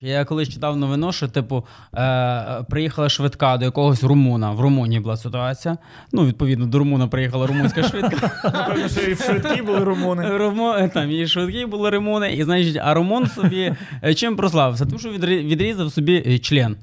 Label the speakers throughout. Speaker 1: Я колись читав новину, що типу е, приїхала швидка до якогось румуна. В Румунії була ситуація. Ну, відповідно, до Румуна приїхала румунська швидка.
Speaker 2: Напевно, що і в швидкі були румуни.
Speaker 1: Румо, е, там і швидкі були ремони, і значить, а Ромон собі е, чим прославився? Тому що відрі- відрізав собі е, член.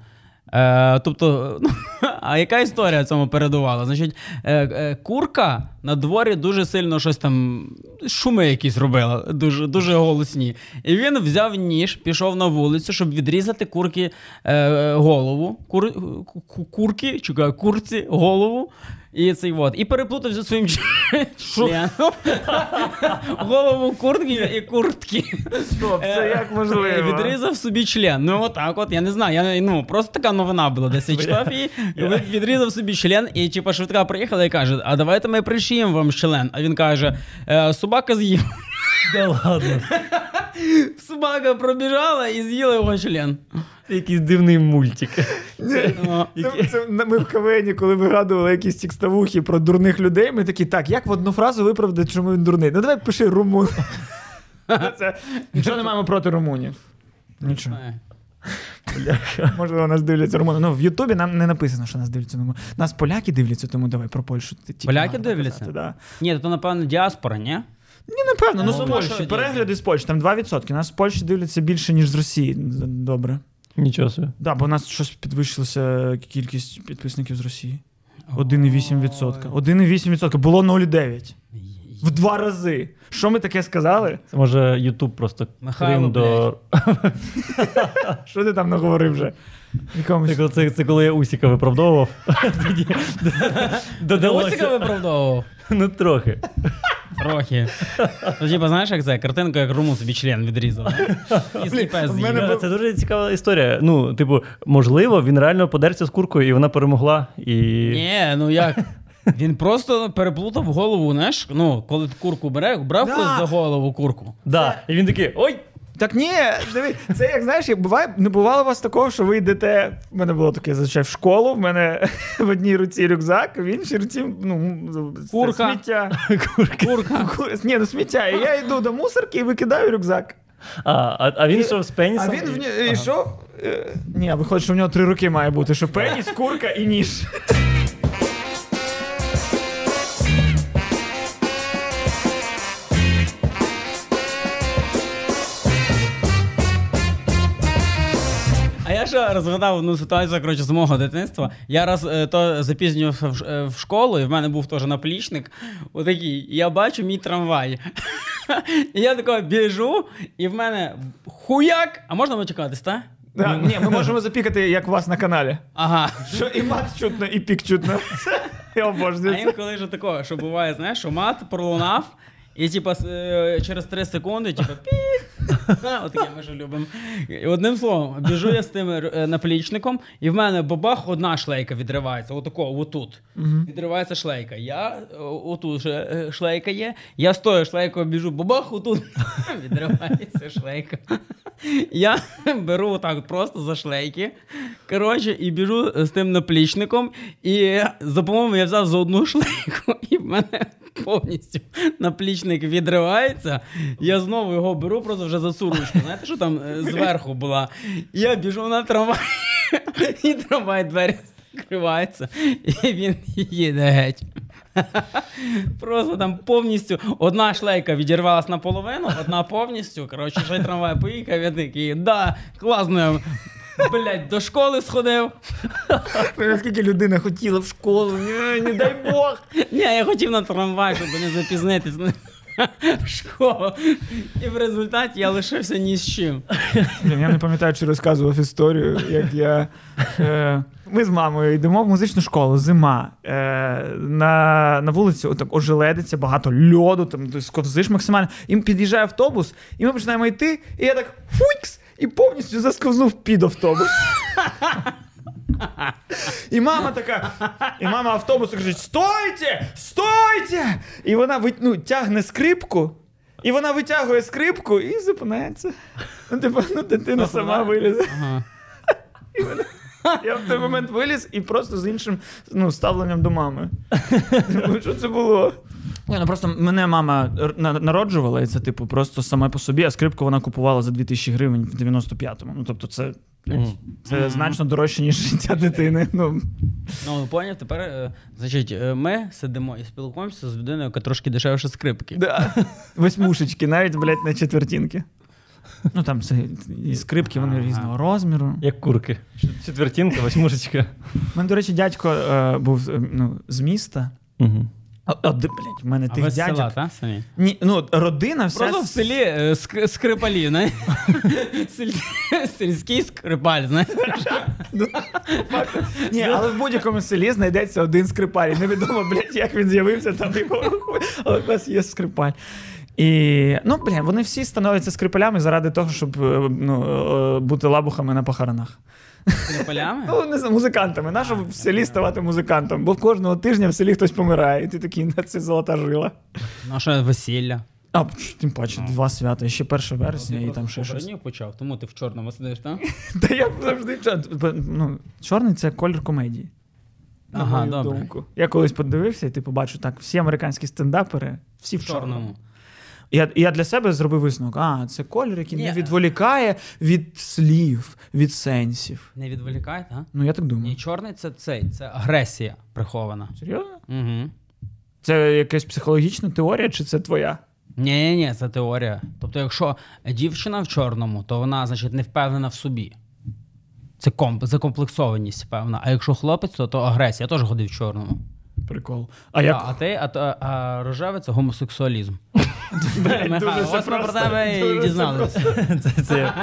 Speaker 1: Е, тобто, ну, а яка історія цьому передувала? Значить, е, е, курка на дворі дуже сильно щось там шуми якісь робила, дуже, дуже голосні. І він взяв ніж, пішов на вулицю, щоб відрізати курки е, голову. Кур, ку- курки, чекаю, курці голову. І цей вот. І переплутав зі своїм членом голову куртки і куртки.
Speaker 2: Стоп, це
Speaker 1: Е,
Speaker 2: як можливо?
Speaker 1: Відрізав собі член. Ну отак, от я не знаю. Я не- ну просто така новина була, десь я читав її. і ви- Відрізав собі член, і типа швидка приїхала і каже: А давайте ми пришиємо вам член. А він каже: «Е, собака з'їв.
Speaker 3: Да ладно.
Speaker 1: Собака пробіжала і з'їла його член.
Speaker 3: Це якийсь дивний мультик.
Speaker 1: Ну,
Speaker 2: Це, це, на- ми в КВНі, коли вигадували якісь тікставухи про дурних людей, ми такі, так, як в одну фразу виправдати, чому він дурний? Ну давай пиши румун. Це, нічого не маємо проти румунів. Нічого.
Speaker 1: е,
Speaker 2: Можливо, нас дивляться румуни. Ну, в Ютубі нам не написано, що нас дивляться румуни. Нас поляки дивляться, тому давай про Польщу. ти тільки
Speaker 1: Поляки
Speaker 2: треба
Speaker 1: дивляться?
Speaker 2: казати, да.
Speaker 1: Ні, то напевно діаспора, ні?
Speaker 2: Ні, напевно, ну
Speaker 1: Ну,
Speaker 2: з
Speaker 1: Польща
Speaker 2: Польщі.
Speaker 1: дивиться.
Speaker 2: Перегляди з Польщі, там 2%. Нас з Польщі дивляться більше, ніж з Росії. Добре.
Speaker 3: Нічого собі.
Speaker 2: Да, бо у нас щось підвищилася кількість підписників з Росії. 1,8%. 1,8%. Було 0,9. В два рази. Що ми таке сказали?
Speaker 3: Це може Ютуб просто
Speaker 1: Михайло,
Speaker 3: Крим до.
Speaker 2: Що ти там наговорив вже?
Speaker 3: Це,
Speaker 2: Якомусь.
Speaker 3: коли- це, це коли я Усіка виправдовував. Тоді
Speaker 1: Усіка
Speaker 3: Додалося.
Speaker 1: виправдовував.
Speaker 3: Ну трохи.
Speaker 1: Трохи. Ну, типа, знаєш, як це? Картинка, як румун собі член відрізав. І сліпе
Speaker 2: в
Speaker 1: з'їв.
Speaker 2: мене
Speaker 3: Да, Ну, Це дуже цікава історія. Ну, типу, можливо, він реально подерся з куркою і вона перемогла. І...
Speaker 1: Ні, ну як? Він просто переплутав голову, знаєш? Ну, коли ти курку бере, брав
Speaker 2: Да.
Speaker 1: хтось за голову курку.
Speaker 3: Да. І він такий: ой!
Speaker 2: Так ні, диви, це як знаєш, як буває, не бувало у вас такого, що ви йдете. В мене було таке зазвичай в школу, в мене в одній руці рюкзак, в іншій руці ну, це
Speaker 1: Курка.
Speaker 2: сміття.
Speaker 1: Курка.
Speaker 2: Ку- Ні, ну сміття. І я йду до мусорки і викидаю рюкзак.
Speaker 3: А, а, а він йшов з
Speaker 2: А
Speaker 3: пенісом.
Speaker 2: він в
Speaker 3: і-
Speaker 2: нього йшов. е, Ні, виходить, що в нього три руки має бути: що пеніс, курка і ніж.
Speaker 1: А я ще розгадав одну ситуацію коротше, з мого дитинства. Я раз е, то запізнювався в, ш- е, в школу, і в мене був теж наплічник. Отакий, і я бачу мій трамвай. І я тако біжу, і в мене хуяк. А можна вичекатись, та?
Speaker 2: Да, ні, ми можемо запікати, як у вас на каналі.
Speaker 1: Ага.
Speaker 2: Що і мат чутно, і пік чутно. Це Я
Speaker 1: А
Speaker 2: обожнюю. це.
Speaker 1: інколи ж такого, що буває, знаєш, що мат пролунав, і типа с- е, через 3 секунди, типа пі. Ха, Отаке ми ж любимо. І одним словом, біжу я з тим е, наплічником, і в мене бабах одна шлейка відривається. Отако, отут. Відривається шлейка. Я е, отут ще, е, шлейка є. Я стою шлейкою біжу, бабах, отут відривається шлейка. Я беру отак от просто за шлейки. Коротше, і біжу з тим наплічником. І за по-моєму я взяв за одну шлейку, і в мене повністю наплічник відривається. Я знову його беру, просто вже за цю ручку. Знаєте, що там е, зверху була? Я біжу на трамвай, і трамвай двері закриваються, і він їде геть. Просто там повністю одна шлейка відірвалась наполовину, одна повністю. Коротше, ще й трамвай поїхав, я такий, да, класно. Блять, до школи сходив.
Speaker 2: Наскільки людина хотіла в школу, ні, не дай Бог.
Speaker 1: Ні, я хотів на трамвай, щоб не запізнитись на- в школу. І в результаті я лишився ні з чим.
Speaker 2: Блін, я не пам'ятаю, чи розказував історію, як я. Е, ми з мамою йдемо в музичну школу, зима. Е, на, на вулиці отак ожеледиться, багато льоду, там ти сковзиш максимально. І під'їжджає автобус, і ми починаємо йти, і я так фуйкс! І повністю засковзнув під автобус. І мама така, і мама автобусу каже: Стойте! Стойте! І вона ви- ну, тягне скрипку, і вона витягує скрипку і зупиняється. Ну, типу, ну дитина сама вилізе.
Speaker 1: Ага.
Speaker 2: Я в той момент виліз і просто з іншим ну, ставленням до мами. Думаю, що це Типу, було? Ні, ну просто мене мама р- на- народжувала, і це типу просто саме по собі, а скрипку вона купувала за 2000 гривень в 95-му. Ну тобто, це, блядь, це значно дорожче, ніж життя дитини. Ну
Speaker 1: Ну, поняв, тепер, е, значить, е, ми сидимо і спілкуємося з людиною, яка трошки дешевше скрипки.
Speaker 2: да. восьмушечки, навіть блядь, на четвертінки. Ну там це і скрипки, вони різного розміру.
Speaker 3: Як курки. Четвертінка, восьмушечка.
Speaker 2: У мене, до речі, дядько е, був е, ну, з міста.
Speaker 3: Угу.
Speaker 2: А, а де, блядь, в мене
Speaker 1: А
Speaker 2: тих
Speaker 1: ви з
Speaker 2: дядьок.
Speaker 1: села, та, самі?
Speaker 2: Ні, ну родина вся.
Speaker 1: Просто в
Speaker 2: з-
Speaker 1: селі е, ск- скрипалі, знаєш? Сель- Сільський скрипаль, знаєш?
Speaker 2: Ні, але в будь-якому селі знайдеться один скрипаль. І Невідомо, блядь, як він з'явився там, якого хуя, але в нас є скрипаль. І ну, блін, вони всі становляться скрипалями заради того, щоб е, ну, е, бути лабухами на похоронах.
Speaker 1: Скрипалями?
Speaker 2: Ну, не знаю, музикантами. Нащо в селі ставати музикантом? Бо кожного тижня в селі хтось помирає, і ти такий, на це золота жила.
Speaker 1: Ну, а що весілля?
Speaker 2: А пш, тим паче, два свята, і ще перша вересня, і там ще щось.
Speaker 1: Ні, почав, тому ти в чорному сидиш, так?
Speaker 2: Та я завжди чор- ну, чорний це колір комедії. На
Speaker 1: Ага,
Speaker 2: мою
Speaker 1: добре.
Speaker 2: думку. Я колись подивився, і ти побачив так, всі американські стендапери, всі в
Speaker 1: В чорному.
Speaker 2: чорному. І Я, і я для себе зробив висновок: а, це колір, який
Speaker 1: Ні.
Speaker 2: не відволікає від слів, від сенсів.
Speaker 1: Не відволікай, так?
Speaker 2: Ну, я так думаю.
Speaker 1: Ні, чорний це цей, це агресія прихована.
Speaker 2: Серйозно?
Speaker 1: Угу.
Speaker 2: Це якась психологічна теорія, чи це твоя?
Speaker 1: Ні, ні, ні, це теорія. Тобто, якщо дівчина в чорному, то вона, значить, не впевнена в собі. Це комп, закомплексованість, певна. А якщо хлопець, то, то агресія. Я теж ходив в чорному.
Speaker 2: Прикол. А як
Speaker 1: А, а ти, а, а, а рожевий це гомосексуалізм.
Speaker 2: дуже все
Speaker 1: Ось ми про
Speaker 2: просто.
Speaker 1: тебе
Speaker 2: Дуже
Speaker 1: і
Speaker 2: все
Speaker 1: дізналися.
Speaker 3: Це, це, це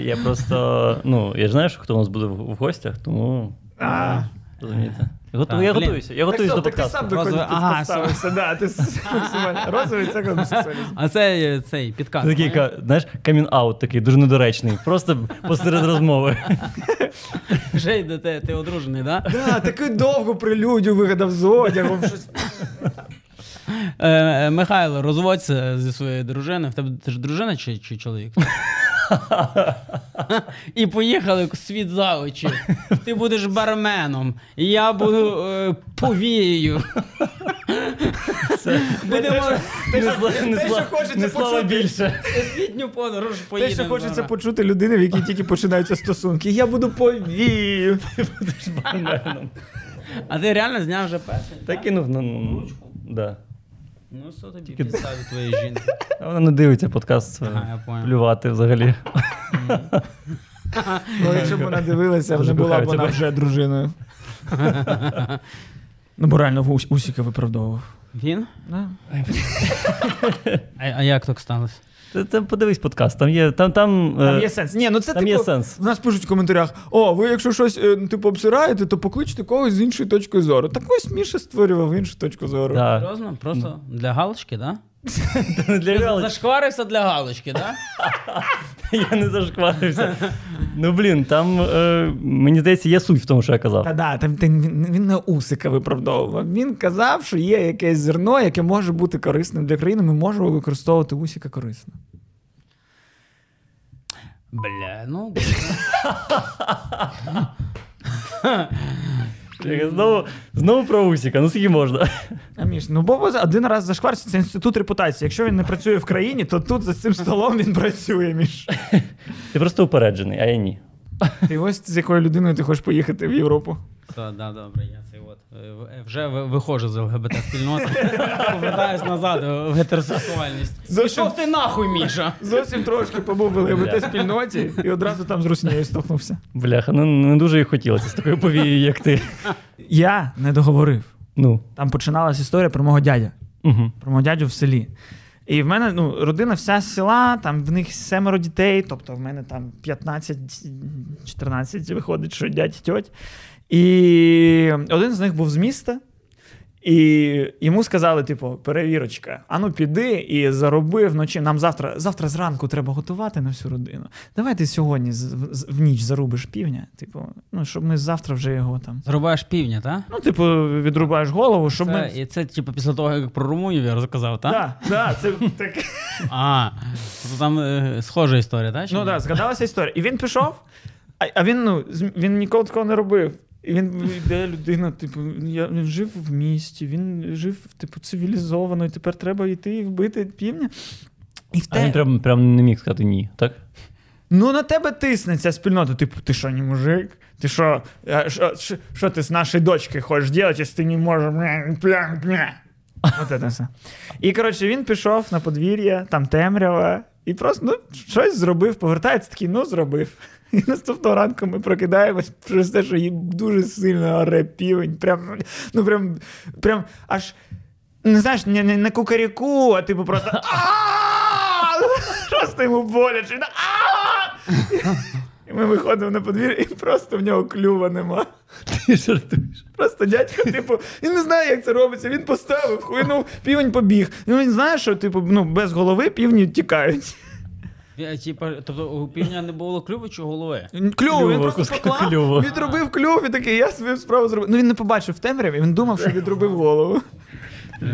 Speaker 3: я просто. Ну, я ж знаю, що хто у нас буде в, в гостях, тому.
Speaker 2: А.
Speaker 3: Розумієте? Готу,
Speaker 1: Так,
Speaker 3: Ну, я
Speaker 1: блін.
Speaker 3: готуюся, я готуюсь
Speaker 2: так, все,
Speaker 3: до
Speaker 2: так ти
Speaker 3: подкасту.
Speaker 2: сам до
Speaker 1: Розовий-
Speaker 2: концу
Speaker 1: ага,
Speaker 2: поставився. Да, ти с- максимально. Розовий це гомосексуалізм.
Speaker 1: А це е, цей
Speaker 3: Ти
Speaker 1: підкаст.
Speaker 3: такий, ка- знаєш, камін-аут такий дуже недоречний. Просто посеред розмови.
Speaker 1: Вже йде, ти, ти одружений, да?
Speaker 2: Да, таку довгу прелюдію вигадав з одягом. Щось
Speaker 1: Е, е, Михайло, розводься зі своєю дружиною. В тебе ти ж дружина чи, чи чоловік? І поїхали світ за очі. Ти будеш барменом, і я буду е, повією.
Speaker 3: Це
Speaker 1: Будемо
Speaker 3: не зла- не
Speaker 2: те,
Speaker 3: зла-
Speaker 2: що хочеться
Speaker 3: не слава
Speaker 2: почути.
Speaker 3: більше.
Speaker 1: світню подорож
Speaker 2: Те,
Speaker 1: поїдемо.
Speaker 2: що хочеться
Speaker 1: зараз.
Speaker 2: почути людини, в якій тільки починаються стосунки. Я буду повію.
Speaker 1: А ти реально зняв вже перший?
Speaker 3: Та кинув на ну, ручку. Да.
Speaker 1: Ну, що тобі підставі твоєї жінки?
Speaker 3: А вона не дивиться подкаст. це
Speaker 1: Ага, я понял.
Speaker 3: Плювати взагалі.
Speaker 2: Ну, якщо б вона дивилася,
Speaker 3: Дуже
Speaker 2: вже була б
Speaker 3: кохаю
Speaker 2: вона
Speaker 3: тебе.
Speaker 2: вже дружиною. Ну, бо реально Вус- усіка виправдовував.
Speaker 1: Він?
Speaker 2: Да.
Speaker 1: А, а як так сталося?
Speaker 3: Ти, ти подивись подкаст, там є. Там, там,
Speaker 2: Там
Speaker 3: е,
Speaker 2: є сенс. Ні, ну це
Speaker 3: там
Speaker 2: типу,
Speaker 3: є сенс.
Speaker 2: В нас пишуть в коментарях: о, ви якщо щось е, ну, типу обсираєте, то покличте когось з іншої точки зору. Так ось Міша створював іншу точку зору.
Speaker 3: да.
Speaker 1: Серйозно? Просто для галочки, да?
Speaker 3: Для
Speaker 1: Ти
Speaker 3: реалії
Speaker 1: зашкварився для галочки, да?
Speaker 3: я не зашкварився. Ну блін, там е, мені здається, є суть в тому, що я казав.
Speaker 2: Та да, там ти- він, він не усика виправдовував. Він казав, що є якесь зерно, яке може бути корисним для країни. Ми можемо використовувати усіка корисно.
Speaker 1: Бля, ну.
Speaker 3: Чекай, Знову, знову про Усіка, ну скільки можна.
Speaker 2: А Міш, ну бо один раз зашкварся, це інститут репутації. Якщо він не працює в країні, то тут за цим столом він працює. Міш.
Speaker 3: Ти просто упереджений, а я ні.
Speaker 2: Ти ось з якою людиною ти хочеш поїхати в Європу.
Speaker 1: Та, да, добре, я цей от. е, в- е, Вже ви- виходжу з ЛГБТ спільноти. Повертаюсь назад е, в гетеросексуальність.
Speaker 2: Зовсім-
Speaker 1: Пішов ти нахуй, Міша!
Speaker 2: Зовсім трошки побув в лгбт спільноті і одразу там з руснею столкнувся.
Speaker 3: Бляха, ну не дуже і хотілося з такою повією, як ти.
Speaker 2: Я не договорив.
Speaker 3: Ну.
Speaker 2: Там починалась історія про мого дядя.
Speaker 3: Угу.
Speaker 2: про мого дядю в селі. І в мене ну, родина вся з села, там в них семеро дітей, тобто в мене там 15-14 виходить, що дядь тьоть. І один з них був з міста, і йому сказали: типу, перевірочка, а ну піди і зароби вночі. Нам завтра, завтра зранку треба готувати на всю родину. Давай ти сьогодні з- в, з- в ніч зарубиш півня, типу, ну, щоб ми завтра вже його там.
Speaker 1: Зрубаєш півня, так?
Speaker 2: Ну, типу, відрубаєш голову, щоб ми.
Speaker 1: Це, і це, типу, після того, як про Румунію я розказав, так?
Speaker 2: Да, да, це так.
Speaker 1: А, то там е, схожа історія, так?
Speaker 2: Ну так, згадалася історія. І він пішов, а, а він, ну, з- він ніколи такого не робив. І Він йде людина, типу, я, він жив в місті, він жив, типу, цивілізовано, і тепер треба йти і вбити півня. І в
Speaker 3: А він
Speaker 2: те...
Speaker 3: прям, прям не міг сказати ні, так?
Speaker 2: Ну на тебе тисне ця спільнота. Типу, ти що, не мужик? Ти що, е, що, що- що ти з нашої дочки хочеш робити, якщо ти не можеш? Мя, мя, мя. От це все. І коротше, він пішов на подвір'я, там темрява, і просто ну, щось зробив, повертається такий, ну зробив. І наступного ранку ми прокидаємось через те, що їм дуже сильно оре півень. Прям, ну прям, прям аж не Ну, знаєш, не, не, не кукаріку, а типу просто. «А!» Просто йому боляче. Він, «А!» І ми виходимо на подвір'я, і просто в нього клюва нема.
Speaker 3: Ти жартуєш.
Speaker 2: Просто дядько, типу, він не знає, як це робиться. Він поставив, хуйнув, півень побіг. Ну він знає, що типу, ну без голови півні тікають.
Speaker 1: Е, Типа, тобто у півня не було клюву чи голови?
Speaker 2: Клюв, він
Speaker 3: Клюво,
Speaker 2: просто
Speaker 3: куска
Speaker 2: поклав,
Speaker 3: клюва.
Speaker 2: відробив клюв і такий, я свою справу зробив. Ну він не побачив темряві, він думав, що відробив голову.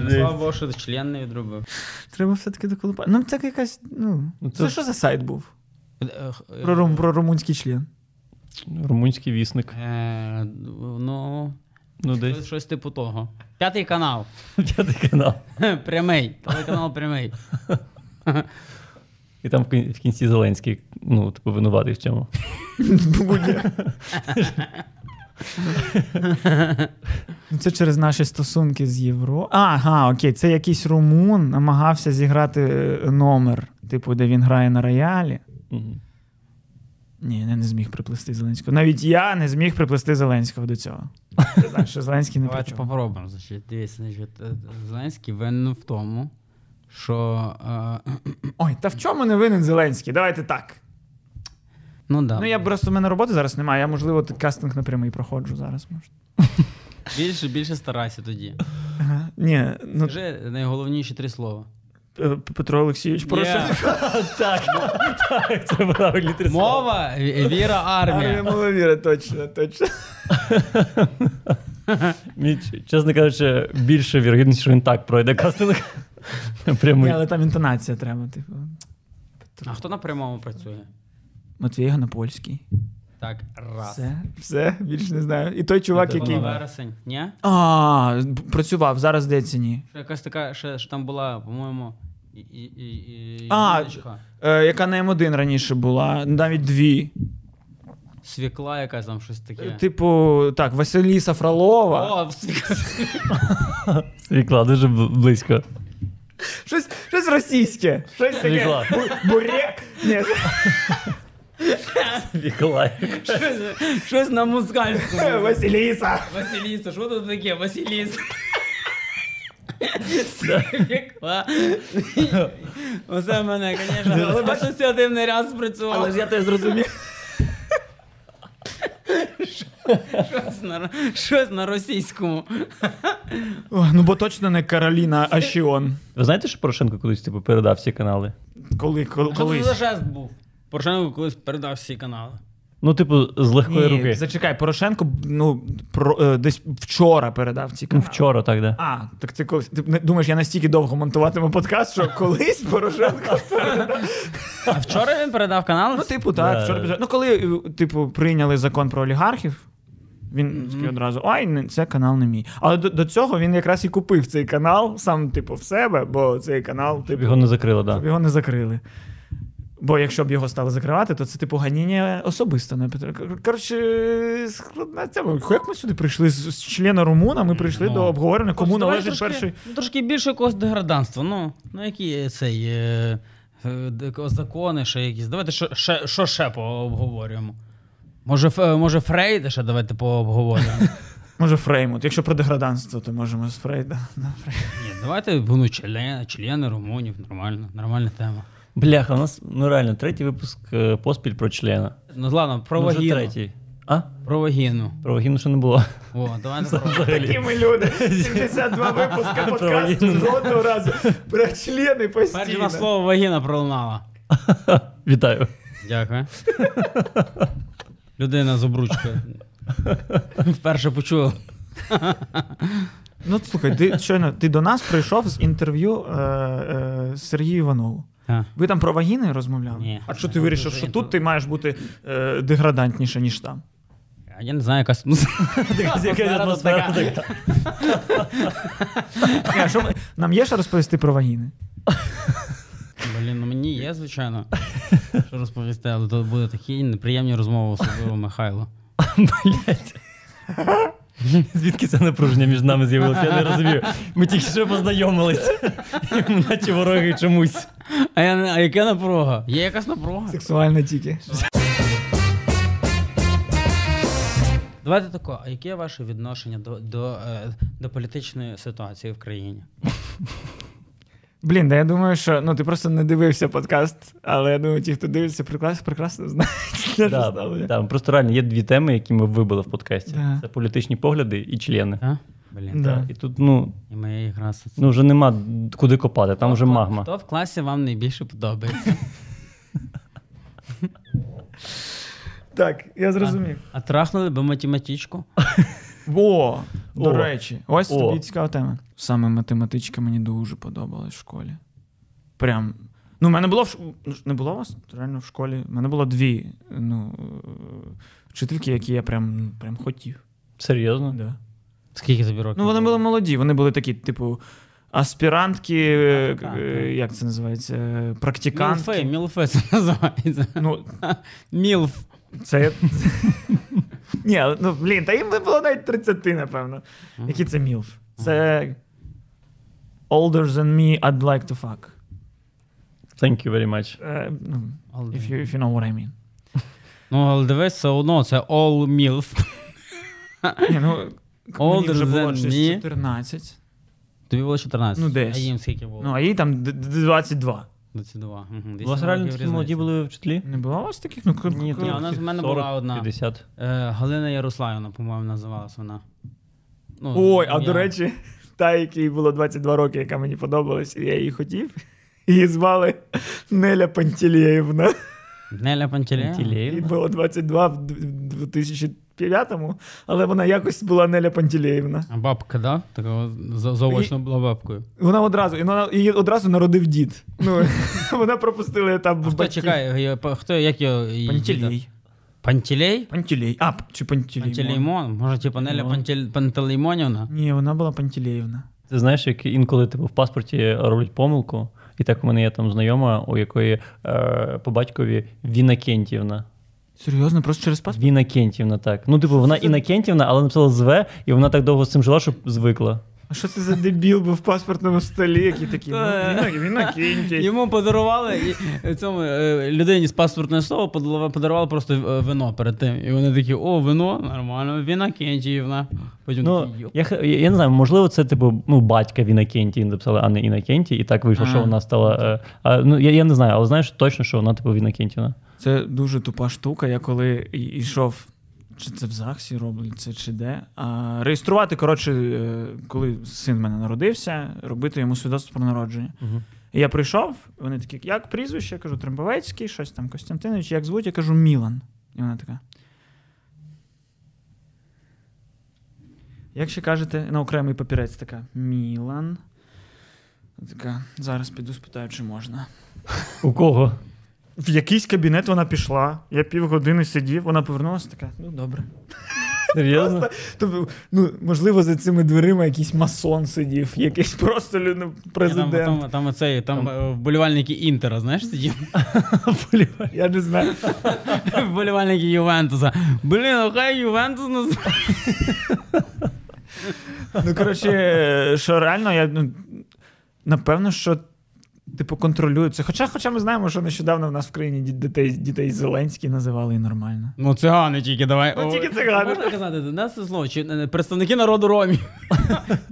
Speaker 1: Слава Богу, що член не відробив.
Speaker 2: Треба все-таки доколупати. Ну це якась, ну.
Speaker 3: Ну,
Speaker 2: Це
Speaker 3: це-
Speaker 2: що за сайт був?
Speaker 1: Е, е, е,
Speaker 2: Про, рум, про румунський член.
Speaker 3: Румунський вісник.
Speaker 1: е, Ну,
Speaker 3: Ну, десь.
Speaker 1: щось- щось типу того. П'ятий канал.
Speaker 3: П'ятий канал.
Speaker 1: Прямий. Телеканал прямий.
Speaker 3: І там в кін- в кінці Зеленський, ну, типу, винуватий в цьому.
Speaker 2: Ну, Це через наші стосунки з Євро. Ага, окей, це якийсь румун намагався зіграти е, номер, типу, де він грає на роялі.
Speaker 3: Мгм.
Speaker 2: Ні, я не зміг приплести Зеленського. Навіть я не зміг приплести Зеленського до цього. Ти знаєш, що Зеленський не
Speaker 1: Давайте
Speaker 2: причому.
Speaker 1: попробуємо. Значить, дивіться, значить, е, Зеленський винен в тому, що. е,
Speaker 2: Ой, та в чому не винен Зеленський? Давайте так.
Speaker 1: Ну да.
Speaker 2: Ну я просто в мене роботи зараз немає. Я, можливо, т- кастинг напрямий проходжу зараз. Може.
Speaker 1: більше, більше старайся тоді.
Speaker 2: Ага. Ні, ну
Speaker 1: Скажи найголовніші три слова.
Speaker 2: е, Петро Олексійович, прошу.
Speaker 1: Є.
Speaker 3: Так, так, це правильні три слова.
Speaker 1: Мова, ві- віра, армія.
Speaker 2: маловіра, точно, точно.
Speaker 3: Мені, ч- чесно кажучи, більше вірогідність, що він так пройде кастинг.
Speaker 2: Ні,
Speaker 3: Прямий.
Speaker 2: але там інтонація треба, типу.
Speaker 1: А хто на прямому працює?
Speaker 2: Матвій Ганопольський.
Speaker 1: Так, раз.
Speaker 2: Все, все, більше не знаю. І той чувак,
Speaker 3: Ну,
Speaker 2: який.
Speaker 1: Була вересень, ні?
Speaker 2: А, б- працював, зараз здається, ні.
Speaker 1: Ще Якась така, ще ж там була, по-моєму, і, і, і, і
Speaker 2: А,
Speaker 1: жіночка.
Speaker 2: Е, яка на М1 раніше була, навіть дві.
Speaker 1: свікла, якась там щось таке.
Speaker 2: Типу, так, Василіса Фролова.
Speaker 1: О, в свік-
Speaker 3: Свікла дуже бл- близько.
Speaker 2: Щось, щось російське. Щось
Speaker 3: Свікла.
Speaker 2: таке. Бу- Бурек. Ні.
Speaker 3: Свікла.
Speaker 1: щось- щось на музикальському.
Speaker 2: Василіса.
Speaker 1: Василіса, що тут таке? Василіс. Свікла. Оце в мене, звісно, асоціативний ряд спрацював.
Speaker 2: Але ж я теж зрозумів.
Speaker 1: Щось на, щось на російському.
Speaker 2: О, ну бо точно не Кароліна Ашіон.
Speaker 3: Ви знаєте, що Порошенко колись типу, передав всі канали?
Speaker 2: Коли, коли,
Speaker 1: Що це за
Speaker 2: колись.
Speaker 1: жест був? Порошенко колись передав всі канали.
Speaker 3: Ну, типу, з легкої руки.
Speaker 2: зачекай, Порошенко ну, про, е, десь вчора передав ці
Speaker 3: Ну,
Speaker 2: канали.
Speaker 3: вчора так, да.
Speaker 2: А, так це колись. Ти не- думаєш, я настільки довго монтуватиму подкаст, що колись Порошенко.
Speaker 1: А вчора він передав канал?
Speaker 2: Ну, типу, так.
Speaker 3: Да,
Speaker 2: Вчора
Speaker 3: да.
Speaker 2: пізно- Ну, коли, е, типу, прийняли закон про олігархів, він такий одразу: ой, не- це канал не мій. Але до, до цього він якраз і купив цей канал, сам, типу, в себе, бо цей канал,
Speaker 3: Щоб
Speaker 2: типу,
Speaker 3: його не закрило,
Speaker 2: щоб
Speaker 3: да.
Speaker 2: його не закрили. Бо якщо б його стали закривати, то це типу ганіння особисто на Петра. Кор- Коротше, складна тема. Як ми сюди прийшли з, з члена Румуна? Ми прийшли
Speaker 1: Ну.
Speaker 2: до обговорення, кому
Speaker 1: Просто давай
Speaker 2: належить
Speaker 1: трошки, ну,
Speaker 2: перший.
Speaker 1: Трошки більше якогось деgradanства. Ну, ну які цей. Е... е, де- Закони ще якісь. Давайте що ще, що ще пообговорюємо. Може, Ф- е, може Фрейда ще давайте пообговорюємо.
Speaker 2: Може, Фреймут. Якщо про деграданство, то можемо з Фрейда. на Фрейда.
Speaker 1: Ні, давайте ну, члени, члени румунів, нормально, нормальна тема.
Speaker 3: Бляха, у нас ну реально третій випуск е, поспіль про члена.
Speaker 1: Ну ладно, про
Speaker 3: Ну, вже
Speaker 1: вагіну.
Speaker 3: третій. А?
Speaker 1: Про вагіну.
Speaker 3: Про вагіну ще не було.
Speaker 1: О, давайте про
Speaker 2: Такі
Speaker 3: Взагалі.
Speaker 2: ми люди. 72 випуска подкасту
Speaker 3: Провалили.
Speaker 2: жодного разу. Про члени
Speaker 1: Перше на
Speaker 2: постійно.
Speaker 1: слово вагіна пролунала.
Speaker 3: Вітаю.
Speaker 1: Дякую. Людина з обручкою. Вперше почула.
Speaker 2: Ну слухай, ти щойно ти до нас прийшов з інтерв'ю е, е, Сергію Іванову.
Speaker 1: Та.
Speaker 2: Ви там про вагіни розмовляли?
Speaker 1: Ні.
Speaker 2: А що ти вирішив, що тут ти маєш бути е, деградантніше, ніж там?
Speaker 1: А А я не знаю, якась музика.
Speaker 3: Якась
Speaker 1: Атмосфера тут
Speaker 3: атмосфера
Speaker 1: така.
Speaker 3: така.
Speaker 2: Ні, що ми- Нам є що розповісти про вагіни?
Speaker 1: Блін, ну мені є, звичайно. Що розповісти, але то буде такі неприємні розмови, особливо Михайло.
Speaker 3: Блять. Звідки це напруження між нами з'явилося? Я не розумію. Ми тільки що познайомились, І ми наче вороги чомусь.
Speaker 1: А, я, не- а яка напруга? Є якась напруга.
Speaker 2: Сексуально тільки.
Speaker 1: Давайте тако, а яке ваше відношення до, до, е, до політичної ситуації в країні?
Speaker 2: Блін, да я думаю, що ну ти просто не дивився подкаст, але я думаю, ті, хто дивиться, прекрасно, прекрасно знають. де
Speaker 3: Да,
Speaker 2: ж ставлення.
Speaker 3: да, просто реально є дві теми, які ми вибили в подкасті:
Speaker 2: Да.
Speaker 3: це політичні погляди і члени.
Speaker 1: А? Блін,
Speaker 2: Да.
Speaker 3: І тут, ну,
Speaker 1: і моя якраз.
Speaker 3: ну вже нема куди копати, там вже магма.
Speaker 1: Хто в класі вам найбільше подобається?
Speaker 2: Так, я зрозумів.
Speaker 1: А трахнули би математичку?
Speaker 2: О,
Speaker 3: О.
Speaker 2: до речі, ось
Speaker 3: О.
Speaker 2: тобі цікава тема. Саме математичка мені дуже подобалась в школі. Прям. Ну, в мене було в ш- ну, ж не було у вас реально в школі. В мене було дві ну, е, вчительки, які я прям, ну, прям хотів.
Speaker 3: Серйозно?
Speaker 2: Да.
Speaker 1: Скільки тобі років?
Speaker 2: Ну, вони
Speaker 1: було?
Speaker 2: були молоді, вони були такі, типу, аспірантки, е,
Speaker 1: Так, так,
Speaker 2: е,
Speaker 1: так. Ну,
Speaker 2: як це називається? е,
Speaker 1: Мілфи,
Speaker 2: Практикантки.
Speaker 1: мілфи це називається.
Speaker 2: Ну,
Speaker 1: Мілф.
Speaker 2: це. Ні, але, ну блін, та їм би було навіть 30, напевно.
Speaker 1: Мгм.
Speaker 2: Які це мілф? Це. Older than me, I'd like to fuck.
Speaker 3: Thank you very much.
Speaker 2: Е, ну,
Speaker 1: Але-
Speaker 2: if, you, if you know what I mean.
Speaker 1: Ну, але дивись, все одно це all MILF.
Speaker 2: Ні, ну, мені
Speaker 1: Older
Speaker 2: вже було
Speaker 1: than
Speaker 2: щось
Speaker 1: me.
Speaker 2: 14.
Speaker 1: Тобі було 14.
Speaker 2: Ну, десь.
Speaker 1: А їм скільки було?
Speaker 2: Ну, а їй там д- д- 22.
Speaker 1: 22. Мгм,
Speaker 3: У
Speaker 1: 10
Speaker 3: вас реально
Speaker 1: років
Speaker 3: такі молоді
Speaker 1: різниця.
Speaker 3: були вчителі?
Speaker 2: Не було у вас таких? Ну, кр-
Speaker 1: Ні, у нас- в мене була одна.
Speaker 3: 50.
Speaker 1: Е, Галина Ярославівна, по-моєму, називалась вона. Ну,
Speaker 2: Ой, а до
Speaker 1: я-
Speaker 2: речі, та, якій було 22 роки, яка мені подобалась, і я її хотів. Її звали Неля Пантелєєвна.
Speaker 1: Неля Пантелєєва.
Speaker 2: Їй
Speaker 3: Тілеїв.
Speaker 2: було 22 в д- в 2005-му, але вона якось була Неля Пантелєєвна.
Speaker 1: А Бабка, да? Така за- заочно була бабкою.
Speaker 2: Вона одразу, і вона її одразу народив дід. Ну, вона пропустила етап.
Speaker 1: А хто
Speaker 2: батьків.
Speaker 1: чекає? е, п- Хто як його? її діда?
Speaker 2: Пантелій.
Speaker 1: Пантелей?
Speaker 2: Пантелій. А, чи Пантелій.
Speaker 1: Пантелеймон? Може, типа Неля
Speaker 3: Пантелеймон.
Speaker 1: Пантель... Пантелеймонівна?
Speaker 2: Ні, вона була Пантелєєвна.
Speaker 3: Ти знаєш, як інколи типу, в паспорті роблять помилку, і так у мене є там знайома, у якої е, по батькові Вінакентівна.
Speaker 2: Серйозно, просто через паспорт?
Speaker 3: Вінакентівна, так. Ну, типу, вона Інакентівна, але написала зве, і вона так довго з цим жила, щоб звикла.
Speaker 2: А що це за дебіл був в паспортному столі, який такий?
Speaker 1: Та-
Speaker 2: Ну, він на кінті.
Speaker 1: Йому подарували і цьому е, людині з паспортного слова подала- подарували просто е, вино перед тим. І вони такі, о, вино, нормально, віна Кентіївна. Потім
Speaker 3: Ну,
Speaker 1: такі, йоп.
Speaker 3: я, х- я, я не знаю, можливо, це типу ну, батька Вінакентії написали, а не Інакенті, і так вийшло,
Speaker 2: А.
Speaker 3: що вона стала. Е, а, ну, я, я не знаю, але знаєш точно, що вона типу Вінакентівна.
Speaker 2: Це дуже тупа штука. Я коли й- йшов, чи це в ЗАГСі роблять, це чи де. А, реєструвати, коротше, е, коли син в мене народився, робити йому свідоцтво про народження.
Speaker 3: Угу.
Speaker 2: І я прийшов, вони такі, як прізвище? Я кажу, Трембовецький, щось там Костянтинович, як звуть, я кажу Мілан. І вона така. Як ще кажете, на окремий папірець така Мілан. Я Така, зараз піду спитаю, чи можна.
Speaker 3: У кого?
Speaker 2: В якийсь кабінет вона пішла. Я півгодини сидів, вона повернулася така, ну добре.
Speaker 3: Серйозно?
Speaker 2: Тобто, ну, можливо, за цими дверима якийсь масон сидів, якийсь просто ну, президент.
Speaker 1: Там, там, там, оцей, там, е, вболівальники Інтера, знаєш, сиділи?
Speaker 3: Блін.
Speaker 2: Я не знаю.
Speaker 1: Вболівальники Ювентуса. Блін, а хай Ювентус нас.
Speaker 2: Ну, коротше, е, що реально, я ну, напевно, що типу контролюю це. Хоча, хоча ми знаємо, що нещодавно в нас в країні ді- дітей, дітей Зеленський називали і нормально.
Speaker 1: Ну, цигани тільки давай.
Speaker 2: Ну,
Speaker 1: О,
Speaker 2: тільки цигани.
Speaker 1: Можна казати, до нас це слово, чи е, представники народу ромів.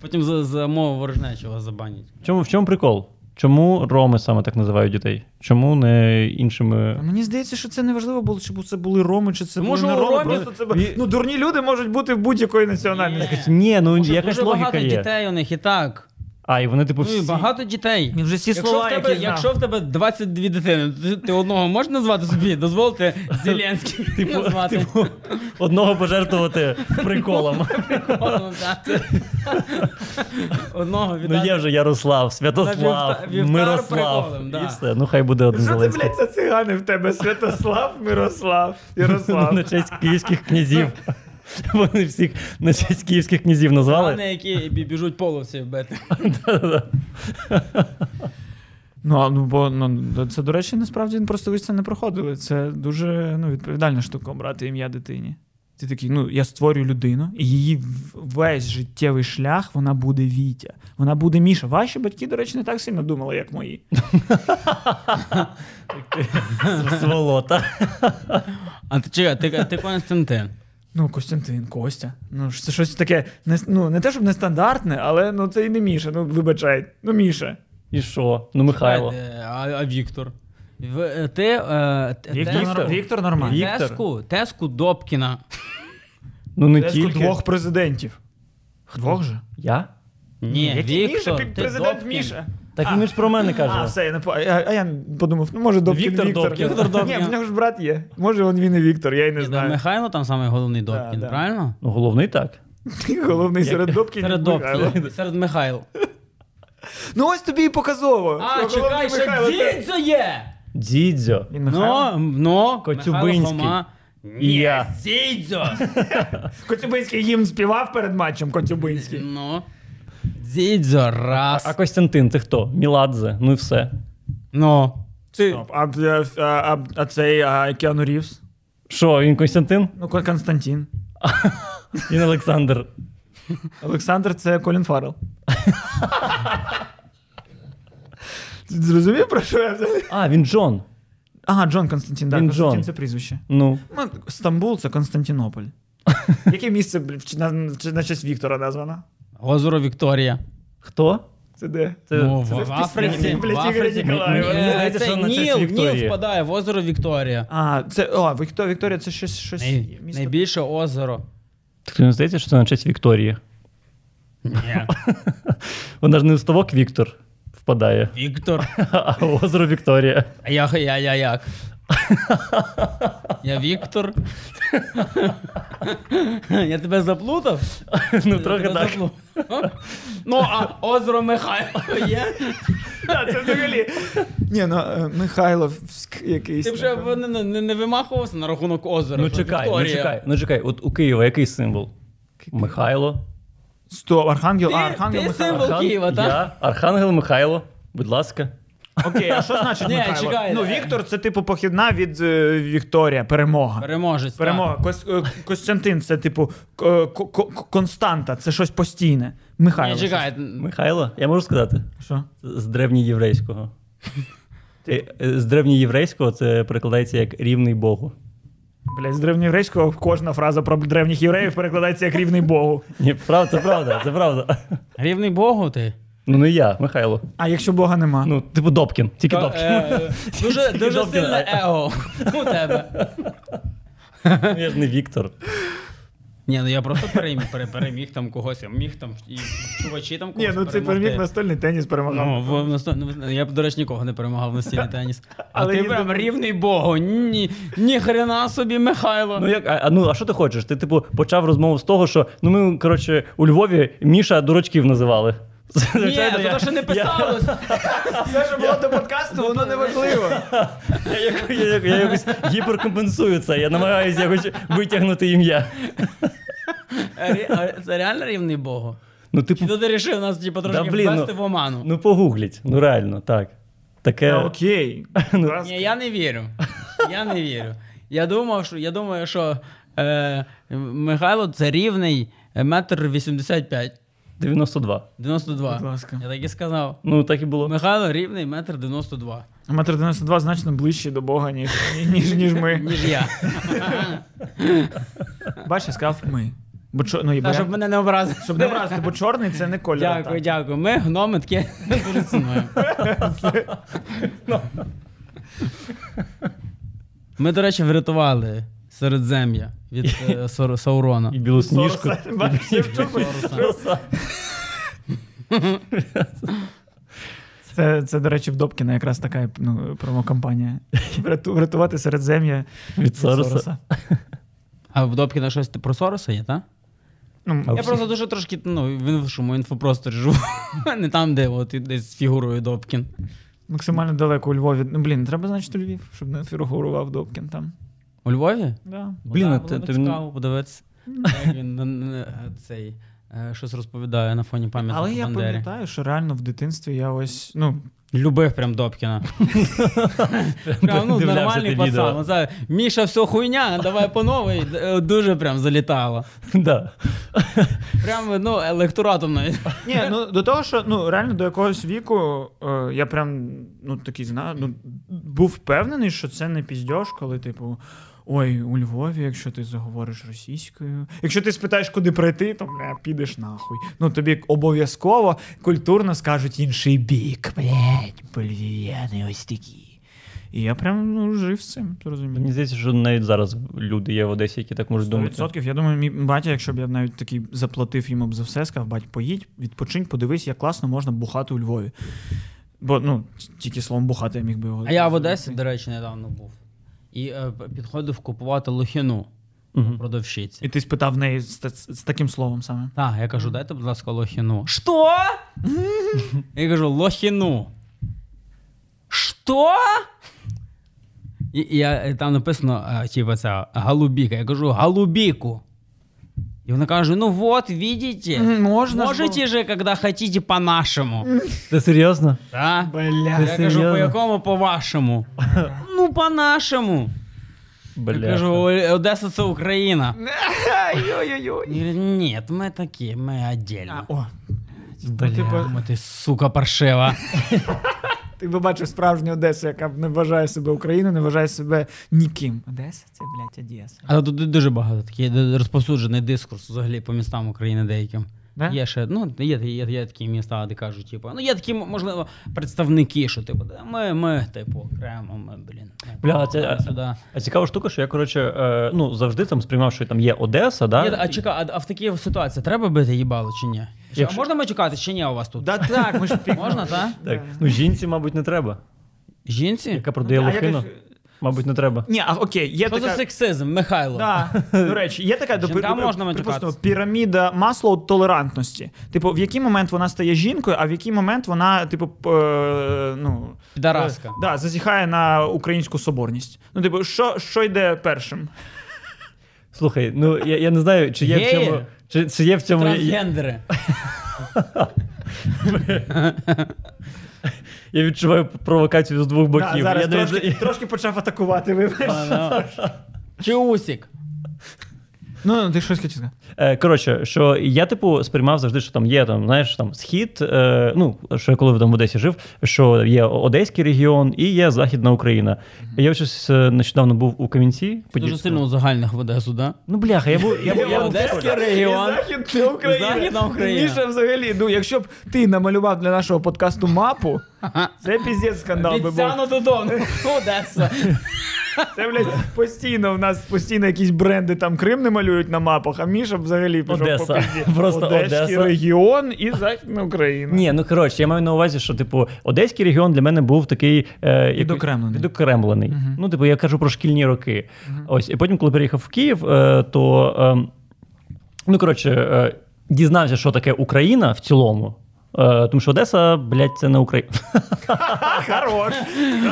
Speaker 1: Потім за, за мову ворожнечого забанять.
Speaker 3: В чому, в чому прикол? Чому роми саме так називають дітей? Чому не
Speaker 2: А
Speaker 3: іншими.
Speaker 2: мені здається, що це не важливо було, чи бу- це були роми, чи це
Speaker 1: Тому
Speaker 2: були
Speaker 1: що
Speaker 2: не
Speaker 1: у
Speaker 2: роми.
Speaker 1: ромів
Speaker 2: просто це... бу- Ну, дурні люди можуть бути в будь-якої національності.
Speaker 1: Ні.
Speaker 3: Ні, ну
Speaker 1: Може,
Speaker 3: якась
Speaker 1: дуже
Speaker 3: логіка
Speaker 1: багато
Speaker 3: є.
Speaker 1: дітей у них і так.
Speaker 3: А, і вони, типу,
Speaker 1: Ну, і
Speaker 3: всі...
Speaker 1: багато дітей.
Speaker 2: Він вже всі
Speaker 1: Якщо,
Speaker 2: слова,
Speaker 1: в тебе,
Speaker 2: які знав.
Speaker 1: якщо в тебе 22 дитини, то ти, ти одного можеш назвати собі? Дозволити Зеленський
Speaker 3: Типу,
Speaker 1: назвати.
Speaker 3: типу, одного пожертвувати приколом.
Speaker 1: Одного дати. Одного
Speaker 3: ну є
Speaker 1: віддати.
Speaker 3: вже Ярослав, Святослав,
Speaker 1: На вівта- вівтар
Speaker 3: Мирослав.
Speaker 1: приколом, да.
Speaker 3: І все. Ну хай буде один
Speaker 2: Що це,
Speaker 3: Зеленський.
Speaker 2: блядь, за цигани в тебе? Святослав, Мирослав, Ярослав.
Speaker 3: На честь київських князів. Вони всіх на честь київських князів назвали.
Speaker 1: Плани, які бі- біжуть половці вбити.
Speaker 2: Ну, а, ну, бо ну, це, до речі, насправді просто ви це не проходили. Це дуже ну, відповідальна штука брати ім'я дитині. Ти такий, ну я створю людину, і її в- весь життєвий шлях вона буде Вітя. Вона буде Міша. Ваші батьки, до речі, не так сильно думали, як мої.
Speaker 3: Сволота.
Speaker 1: А ти чекай, ти, ти Константин.
Speaker 2: Ну, Костянтин, Костя. Ну ж це щось таке, не, ну не те, щоб нестандартне, але ну це і не Міша. Ну вибачай, ну Міша.
Speaker 3: І що? Ну, Михайло.
Speaker 1: Е, А, а Віктор? В, е, ти, е, т-
Speaker 2: Віктор,
Speaker 1: теску,
Speaker 2: Нор- Віктор нормально.
Speaker 3: Віктор.
Speaker 1: теску, теску Добкіна.
Speaker 3: Ну не
Speaker 2: Тесто
Speaker 3: тільки.
Speaker 2: двох президентів. Двох же?
Speaker 3: Я?
Speaker 1: Ні,
Speaker 2: Який
Speaker 1: Віктор,
Speaker 2: Міша,
Speaker 1: ти
Speaker 2: президент
Speaker 1: Добкін.
Speaker 2: Міша.
Speaker 3: Так
Speaker 2: А.
Speaker 3: ми ж про мене
Speaker 2: А,
Speaker 3: кажемо.
Speaker 2: все, я не по... а, а я подумав, ну може Добкін
Speaker 3: Віктор
Speaker 2: Віктор.
Speaker 3: Добкін.
Speaker 1: Віктор Добкін.
Speaker 2: Ні, в нього ж брат є. Може він, він і Віктор, я й не
Speaker 1: Ні, ну,
Speaker 2: знаю.
Speaker 1: Михайло там самий головний
Speaker 2: Да,
Speaker 1: Добкін,
Speaker 2: да.
Speaker 1: правильно?
Speaker 3: Ну, головний так.
Speaker 2: Головний серед Добкінів.
Speaker 1: Серед
Speaker 2: Михайло.
Speaker 1: Добкін, серед Михайло.
Speaker 2: Ну ось тобі і показово.
Speaker 1: А,
Speaker 2: що головний
Speaker 1: чекай, ще
Speaker 2: Михайло це-
Speaker 1: Дзідзо є!
Speaker 3: Дідзьо.
Speaker 2: Він Михайло?
Speaker 1: Ну, ну,
Speaker 3: Коцюбинський.
Speaker 1: Михайло Хома.
Speaker 3: І я.
Speaker 1: Дзідзо!
Speaker 2: Коцюбинський їм співав перед матчем Коцюбинський.
Speaker 1: Ну, Дзідзо, раз.
Speaker 3: А Костянтин, ти хто? Міладзе, ну і все.
Speaker 1: Ну, ти,
Speaker 2: Стоп, А, а, а, а цей а, Кіану Рівс?
Speaker 3: Що, він Костянтин?
Speaker 2: Ну, Кон- Константін.
Speaker 3: Він Олександр.
Speaker 2: Олександр це Колін Фаррел. Ти Зрозумів, про що я взагалі?
Speaker 3: А, він Джон.
Speaker 2: Ага, Джон Константін, да,
Speaker 3: Він
Speaker 2: Константін
Speaker 3: Джон.
Speaker 2: це прізвище.
Speaker 3: Ну,
Speaker 2: Ну, Стамбул це Константинополь. Яке місце блін, чи на, чи на честь Віктора названо?
Speaker 1: Озеро Вікторія.
Speaker 3: хто?
Speaker 2: Це де?
Speaker 3: Це...
Speaker 1: Ну,
Speaker 2: це
Speaker 1: в,
Speaker 2: в
Speaker 1: в
Speaker 2: пісні,
Speaker 1: Африці.
Speaker 2: блядь,
Speaker 1: В
Speaker 2: Ігоря
Speaker 1: Африці.
Speaker 2: Ніколаєва.
Speaker 1: Мені
Speaker 3: Мені
Speaker 1: здається, Це
Speaker 3: здається, що на честь
Speaker 1: Ніл, Ніл
Speaker 3: Вікторії.
Speaker 1: впадає в озеро Вікторія.
Speaker 2: А, це о, Вікто, Вікторія, це щось щось.
Speaker 1: Най-
Speaker 2: місто.
Speaker 1: Найбільше озеро.
Speaker 3: Так тобі не здається, що це на честь Вікторії.
Speaker 1: Ні.
Speaker 3: Вона ж не в ставок Віктор впадає,
Speaker 1: Віктор.
Speaker 3: а в озеро Вікторія.
Speaker 1: А я, я, я як? Я Віктор. Я тебе заплутав?
Speaker 3: Ну,
Speaker 1: Я
Speaker 3: трохи
Speaker 1: тебе
Speaker 3: так.
Speaker 1: заплутав. Ну, а озеро Михайло є.
Speaker 2: Да, це взагалі. Ні, ну е, Михайловськ якийсь.
Speaker 1: Ти вже
Speaker 2: напевно.
Speaker 1: не, не, не вимахувався на рахунок озера.
Speaker 3: Ну
Speaker 1: що
Speaker 3: чекай, ну
Speaker 1: Вікторія.
Speaker 3: чекай, ну чекай, от у Києва який символ? Михайло.
Speaker 2: Стоп, Архангел,
Speaker 1: Ти-
Speaker 2: а, Архангел
Speaker 1: ти
Speaker 2: Михайло.
Speaker 1: символ. Києва, так?
Speaker 3: Я, Архангел Михайло, будь ласка.
Speaker 2: Окей, а що значить
Speaker 1: Ні,
Speaker 2: Михайло?
Speaker 1: чекай,
Speaker 2: ну,
Speaker 1: е.
Speaker 2: Віктор це типу похідна від е, Вікторія, перемога.
Speaker 1: Переможець. так.
Speaker 2: Перемога. Кос, е, Костянтин це типу к- ко- ко- константа, це щось постійне. Михайло.
Speaker 1: Ні, чекай.
Speaker 3: Михайло, я можу сказати?
Speaker 2: щось. Що?
Speaker 3: З древньоєврейського. Е, е, З древньоєврейського це перекладається як рівний Богу.
Speaker 2: Блять, з древньоєврейського кожна фраза про древніх євреїв перекладається як рівний Богу.
Speaker 3: Ні, правда, це правда, це правда.
Speaker 1: Рівний Богу ти.
Speaker 3: Ну не я, Михайло.
Speaker 2: А якщо Бога нема?
Speaker 3: Ну, типу Добкін, тільки
Speaker 1: Та,
Speaker 3: Добкін.
Speaker 1: е, Дуже, дуже
Speaker 3: Добкін,
Speaker 1: сильне
Speaker 3: а-
Speaker 1: его у тебе.
Speaker 3: Я ж не Віктор.
Speaker 1: Ні, ну я просто переміг, пере- переміг там когось, я міг там і чувачі там когось
Speaker 2: Ні, ну це
Speaker 1: перемогти.
Speaker 2: переміг настольний теніс перемагав.
Speaker 1: Ну, в- в наста- ну, я б, до речі, нікого не перемагав на стіні теніс. А
Speaker 2: Але
Speaker 1: ти
Speaker 2: їздив-
Speaker 1: прям рівний Богу. Ні, ні хрена собі, Михайло.
Speaker 3: Ну як, а, а ну а що ти хочеш? Ти типу почав розмову з того, що ну ми коротше у Львові Міша дурачків називали.
Speaker 1: Ні,
Speaker 3: Звичайно,
Speaker 1: то
Speaker 3: я-
Speaker 1: то, що не
Speaker 3: я-
Speaker 1: писалось.
Speaker 2: Все, що було до подкасту, воно не важливо.
Speaker 3: Я, як- я, як- я якось гіперкомпенсую це. Я намагаюся якось витягнути ім'я.
Speaker 1: Ре- Е, а Це реально рівний Богу?
Speaker 3: Ну,
Speaker 1: Чи
Speaker 3: типу,
Speaker 1: ти вирішив нас типу,
Speaker 3: Да,
Speaker 1: трошки
Speaker 3: блін, ну-
Speaker 1: ввести в оману?
Speaker 3: ну погугліть. Ну реально, так. Таке. Ну,
Speaker 2: Та Окей. Раз-
Speaker 1: Ні, я не вірю. Я не вірю. Я думав, що я думаю, що е, Михайло це рівний е, метр 85.
Speaker 3: 92.
Speaker 1: 92.
Speaker 2: Будь ласка.
Speaker 1: Я так і сказав.
Speaker 3: Ну так і було.
Speaker 1: Михайло рівний метр 92,
Speaker 2: Метр 92 значно ближче до Бога, ніж, ніж, ніж ми.
Speaker 1: ніж я.
Speaker 2: Бачиш, я сказав ми. Бо чо, ну, і
Speaker 1: Та,
Speaker 2: бо
Speaker 1: щоб
Speaker 2: я-
Speaker 1: мене не образили.
Speaker 2: щоб не вразити, бо чорний це не кольор.
Speaker 1: Дякую,
Speaker 2: так.
Speaker 1: дякую. Ми гноми таке дуже цінуємо. Ми, до речі, врятували Середзем'я від е, Сор- Саурона.
Speaker 3: І білосніжку.
Speaker 2: Сороса, бачиш, я в чому-
Speaker 3: Сороса.
Speaker 2: Це, це, до речі, в Добкіна якраз така ну, промокампанія. Вряту- Врятувати середзем'я
Speaker 3: Від
Speaker 2: від
Speaker 3: Сороса.
Speaker 2: Сороса.
Speaker 1: А в Добкіна щось про Сороса є, так?
Speaker 2: Ну,
Speaker 3: А
Speaker 1: Я
Speaker 3: всіх-
Speaker 1: просто дуже трошки ну, в іншому інфопросторі живу. Не там, де от десь з фігурою Добкін.
Speaker 2: максимально далеко у Львові. Ну, блін, треба, значить, у Львів, щоб не фігурував Добкін там.
Speaker 1: У Львові?
Speaker 2: Да.
Speaker 1: Ну,
Speaker 3: Блін,
Speaker 1: да,
Speaker 3: а
Speaker 1: було
Speaker 3: ти-
Speaker 1: б
Speaker 3: ти-
Speaker 1: цікаво подивитися. Як він е, цей е, щось розповідає на фоні пам'ятника
Speaker 2: Але я
Speaker 1: Бандері.
Speaker 2: пам'ятаю, що реально в дитинстві я ось, ну,
Speaker 1: Любив прям Добкіна. прям, ну,
Speaker 3: Дивлявся
Speaker 1: нормальний
Speaker 3: ти
Speaker 1: пацан.
Speaker 3: відео.
Speaker 1: Ну, це, Міша, все хуйня, давай по новій. Е, Дуже прям залітало.
Speaker 3: Да.
Speaker 1: Прям ну, електоратом навіть.
Speaker 2: Ні, ну до того, що ну реально до якогось віку е, я прям ну такий знаю, ну був впевнений, що це не піздьош, коли типу. Ой, у Львові, якщо ти заговориш російською, якщо ти спитаєш, куди прийти, то бля, підеш нахуй. Ну тобі обов'язково культурно скажуть інший бік. Блять, блін, ось такі. І я прям ну, жив з цим, розумієш.
Speaker 3: Мені здається, що навіть зараз люди є в Одесі, які так можуть думати.
Speaker 2: 100%. Я думаю, мій батя, якщо б я навіть такий заплатив йому б за все, сказав, бать, поїдь, відпочинь, подивись, як класно можна бухати у Львові. Бо ну, тільки словом бухати я міг би його.
Speaker 1: А я в Одесі, до речі, недавно був. І е, підходив купувати лохіну
Speaker 3: Мгм.
Speaker 1: у продавщиці.
Speaker 2: І ти спитав в неї з, та- з таким словом саме.
Speaker 1: Так, я кажу, дайте, будь ласка, лохіну. Що? я кажу, лохіну. Що? І, і я, і там написано, е, типу, ця голубіка. Я кажу, голубіку. І вона каже: ну вот, видите,
Speaker 2: М, Можна
Speaker 1: можете же, когда хотите, по-нашому.
Speaker 3: Ти серйозно?
Speaker 1: Да?
Speaker 2: Бля.
Speaker 1: Я кажу, по
Speaker 3: серйозно?
Speaker 1: якому по-вашому? ну, по-нашому. Я кажу,
Speaker 3: Бля.
Speaker 1: «О- Одеса це Україна.
Speaker 2: Ой-ой-ой.
Speaker 1: Він каже, Ні, ми такі, ми отдельно.
Speaker 2: О, ну, типу,
Speaker 3: Бля.
Speaker 2: типа,
Speaker 1: Думаю, ти сука паршива.
Speaker 2: ти би бачив справжню Одесу, яка б не вважає себе Україною, не вважає себе ніким. Одеса це, блядь, Одеса.
Speaker 1: Але тут дуже багато такий розповсюджений дискурс взагалі по містам України деяким.
Speaker 2: Да?
Speaker 1: Є ще, ну, є, є, є такі міста, де кажуть, типу, ну є такі, можливо, представники, що типу, «Да, ми, ми, типу, окремо, ми, блін. ми
Speaker 3: Бля, це-
Speaker 1: ми сюди.
Speaker 3: А цікава штука, що я, коротше, е, ну, завжди там сприймав, що там є Одеса, да?
Speaker 1: Є, а чекай, а, а в такій ситуації треба бити їбало чи ні? Чи- А
Speaker 3: Якщо-
Speaker 1: можна ми чекати, чи ні у вас тут?
Speaker 2: Да так, ми ж пік-
Speaker 1: Можна, так?
Speaker 3: Так. Ну, жінці, мабуть, не треба.
Speaker 1: Жінці?
Speaker 3: Яка продає
Speaker 2: Ну, А я
Speaker 3: лохину,
Speaker 2: кажу-
Speaker 3: мабуть, не треба.
Speaker 2: Ні, а окей, є
Speaker 1: Що
Speaker 2: така...
Speaker 1: за сексизм, Михайло?
Speaker 2: Да. До речі, є така
Speaker 1: Жінкам
Speaker 2: допри-
Speaker 1: можна матюкатися.
Speaker 2: припустимо, піраміда масло толерантності. Типу, в який момент вона стає жінкою, а в який момент вона, типу, п- е, ну.
Speaker 1: Підараска.
Speaker 2: е, Да, зазіхає на українську соборність. Ну, типу, що, що йде першим?
Speaker 3: Слухай, ну я, я не знаю, чи є в
Speaker 1: Геї?
Speaker 3: цьому. Чи, чи є в цьому. Я,
Speaker 1: Трансгендери.
Speaker 3: я відчуваю провокацію з двох боків.
Speaker 2: Да, зараз
Speaker 3: я навіть-
Speaker 2: трошки, трошки почав атакувати. вибач.
Speaker 1: Чи усік?
Speaker 2: Ну, ти щось хотів сказати.
Speaker 3: Е, Коротше, що я, типу, сприймав завжди, що там є там, знаєш, там схід. е, Ну, що я коли там в Одесі жив, що є Одеський регіон і є Західна Україна. Я щось е, нещодавно був у Кам'янці.
Speaker 1: Дуже
Speaker 3: Подільському.
Speaker 1: сильно узагальних в Одесу, да?
Speaker 3: Ну, бляха, я був. Я, був- я, був-
Speaker 1: Одеський регіон.
Speaker 2: І Західна Україна.
Speaker 1: Західна Україна.
Speaker 2: Міша взагалі, ну, якщо б ти намалював для нашого подкасту мапу, це піздець скандал би був.
Speaker 1: Відтягнуто додому. Одеса.
Speaker 2: Це, блядь, постійно в нас постійно якісь бренди там Крим не малюють на мапах, а Міша взагалі пішов по
Speaker 3: Одеса.
Speaker 2: пизді.
Speaker 3: Просто
Speaker 2: Одеський
Speaker 3: Одеса.
Speaker 2: регіон і Західна Україна.
Speaker 3: Ні, ну коротше, я маю на увазі, що типу одеський регіон для мене був такий е, якось-
Speaker 2: Відокремлений.
Speaker 3: відокремлений. Ну, типу, я кажу про шкільні роки. Ось, і потім, коли переїхав в Київ, е, то е, ну коротше, е, дізнався, що таке Україна в цілому. Е, тому що Одеса, блядь, це не Україна.
Speaker 2: А, хорош!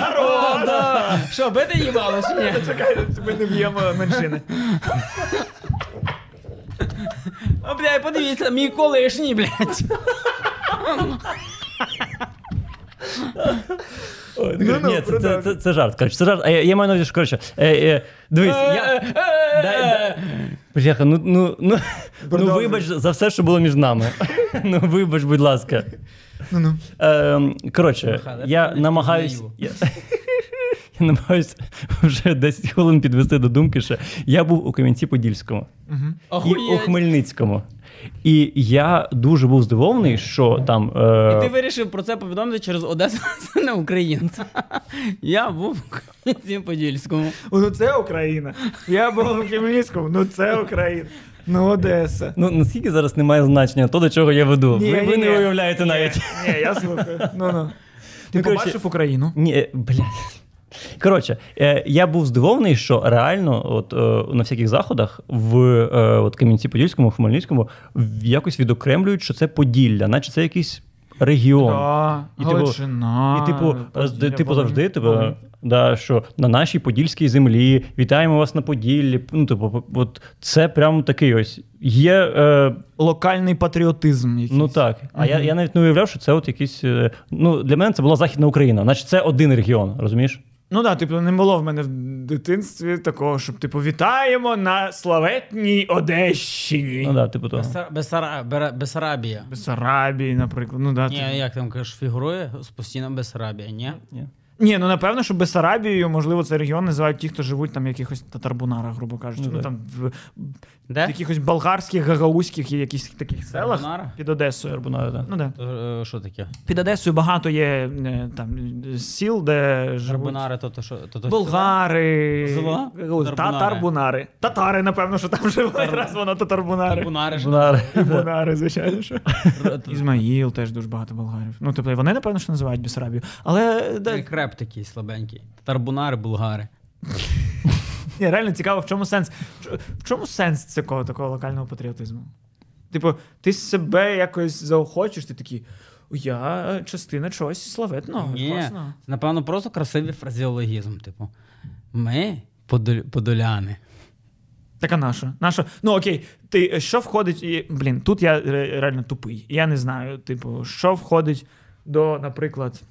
Speaker 2: Хорош!
Speaker 1: Що, бити їбало чи ні?
Speaker 2: Чекай, ми не б'ємо меншини.
Speaker 1: О, бля, подивіться, мій колишній, блядь.
Speaker 2: ну,
Speaker 3: Ні, це, це,
Speaker 2: продовжуй.
Speaker 3: це, це жарт. Коротше, це жарт. А я, я маю на увазі, що коротше, е, е, дивись, я.
Speaker 1: е,
Speaker 3: Дай, дай. Бляха, ну, ну, ну, ну
Speaker 2: Продовжуй.
Speaker 3: вибач за все, що було між нами. ну вибач, будь ласка.
Speaker 2: Ну-ну.
Speaker 3: Ем, коротше,
Speaker 1: Михайло, я
Speaker 3: я
Speaker 1: не
Speaker 3: намагаюсь.
Speaker 1: впізнаю.
Speaker 3: Я, я намагаюсь вже 10 хвилин підвести до думки, що я був у Кам'янці-Подільському і у
Speaker 1: Охуєть.
Speaker 3: Хмельницькому. І я дуже був здивований, що там. Е...
Speaker 1: І ти вирішив про це повідомити через Одесу, це не українця. Я був в Кам'янці Подільському.
Speaker 2: Ну це Україна. Я був у Кемлінському, ну це Україна. Ну, Одеса.
Speaker 3: Ну наскільки зараз немає значення то, до чого я веду.
Speaker 2: Ні,
Speaker 3: ви ви
Speaker 2: ні,
Speaker 3: не
Speaker 2: ні.
Speaker 3: уявляєте навіть.
Speaker 2: Ні, я слухаю. Ну, ну. Ти
Speaker 3: Ну, коротше,
Speaker 2: побачив Україну?
Speaker 3: Ні, е, блядь. Коротше, е, я був здивований, що реально, от е, на всяких заходах в е, от Кам'янці-Подільському, Хмельницькому в- якось відокремлюють, що це Поділля, наче це якийсь регіон.
Speaker 2: Да,
Speaker 3: І, типу,
Speaker 2: Галичина.
Speaker 3: І, типу, з-
Speaker 2: Поділля,
Speaker 3: типу завжди
Speaker 2: Волинь.
Speaker 3: тебе, да, що на нашій подільській землі, вітаємо вас на Поділлі. Ну, типу, от це прям такий ось є. Е,
Speaker 2: Локальний патріотизм. Якийсь.
Speaker 3: ну так. А я, я навіть не уявляв, що це от якийсь. е, Ну, для мене це була Західна Україна, значить це один регіон, розумієш?
Speaker 2: Ну да, типу, не було в мене в дитинстві такого, щоб типу вітаємо на славетній Одещині.
Speaker 3: Ну, да, типу того.
Speaker 1: Бесар- Бесара- Бера- Бесарабія.
Speaker 2: Бесарабії, наприклад. Ну, да, типу.
Speaker 1: Ні, як там кажеш, фігурує постійно Бесарабія, ні?
Speaker 3: Ні.
Speaker 2: Ні, ну напевно, що Бесарабією, можливо, цей регіон називають ті, хто живуть там в якихось татарбунарах, грубо кажучи.
Speaker 3: Ну,
Speaker 2: Ну,
Speaker 3: так.
Speaker 2: там в
Speaker 1: Де?
Speaker 2: якихось болгарських, гагаузьких є якісь таких селах
Speaker 1: Карбонара?
Speaker 2: під Одесою.
Speaker 3: Карбонара, да.
Speaker 2: Ну, да.
Speaker 1: Е, Що таке?
Speaker 2: Під Одесою багато є е, там е, сіл, де живуть.
Speaker 1: Карбонара, то то що? То, то
Speaker 2: Болгари,
Speaker 1: Села?
Speaker 2: гагаузі-
Speaker 1: Татарбунари.
Speaker 2: татарбунари. Татари, напевно, що там живуть, раз воно татарбунари.
Speaker 1: Карбонари ж.
Speaker 3: Бунари.
Speaker 2: Бунари, звичайно. що. Ізмаїл теж дуже багато болгарів. Ну, тобто, вони, напевно, що називають Бесарабію. Але да,
Speaker 1: Такий Креп такий слабенький. Тарбунари, булгари.
Speaker 2: ні, реально цікаво, в чому сенс. В чо- В чому сенс цього такого локального патріотизму? Типу, ти себе якось заохочеш, ти такий. Я частина чогось славетного,
Speaker 1: Ні,
Speaker 2: класного.
Speaker 1: це, напевно, просто красивий фразеологізм. Типу, ми подоль- подоляни.
Speaker 2: Така наша. Наша. Ну окей, ти е, що входить. І, блін, тут я ре- реально тупий. Я не знаю, типу, що входить до, наприклад,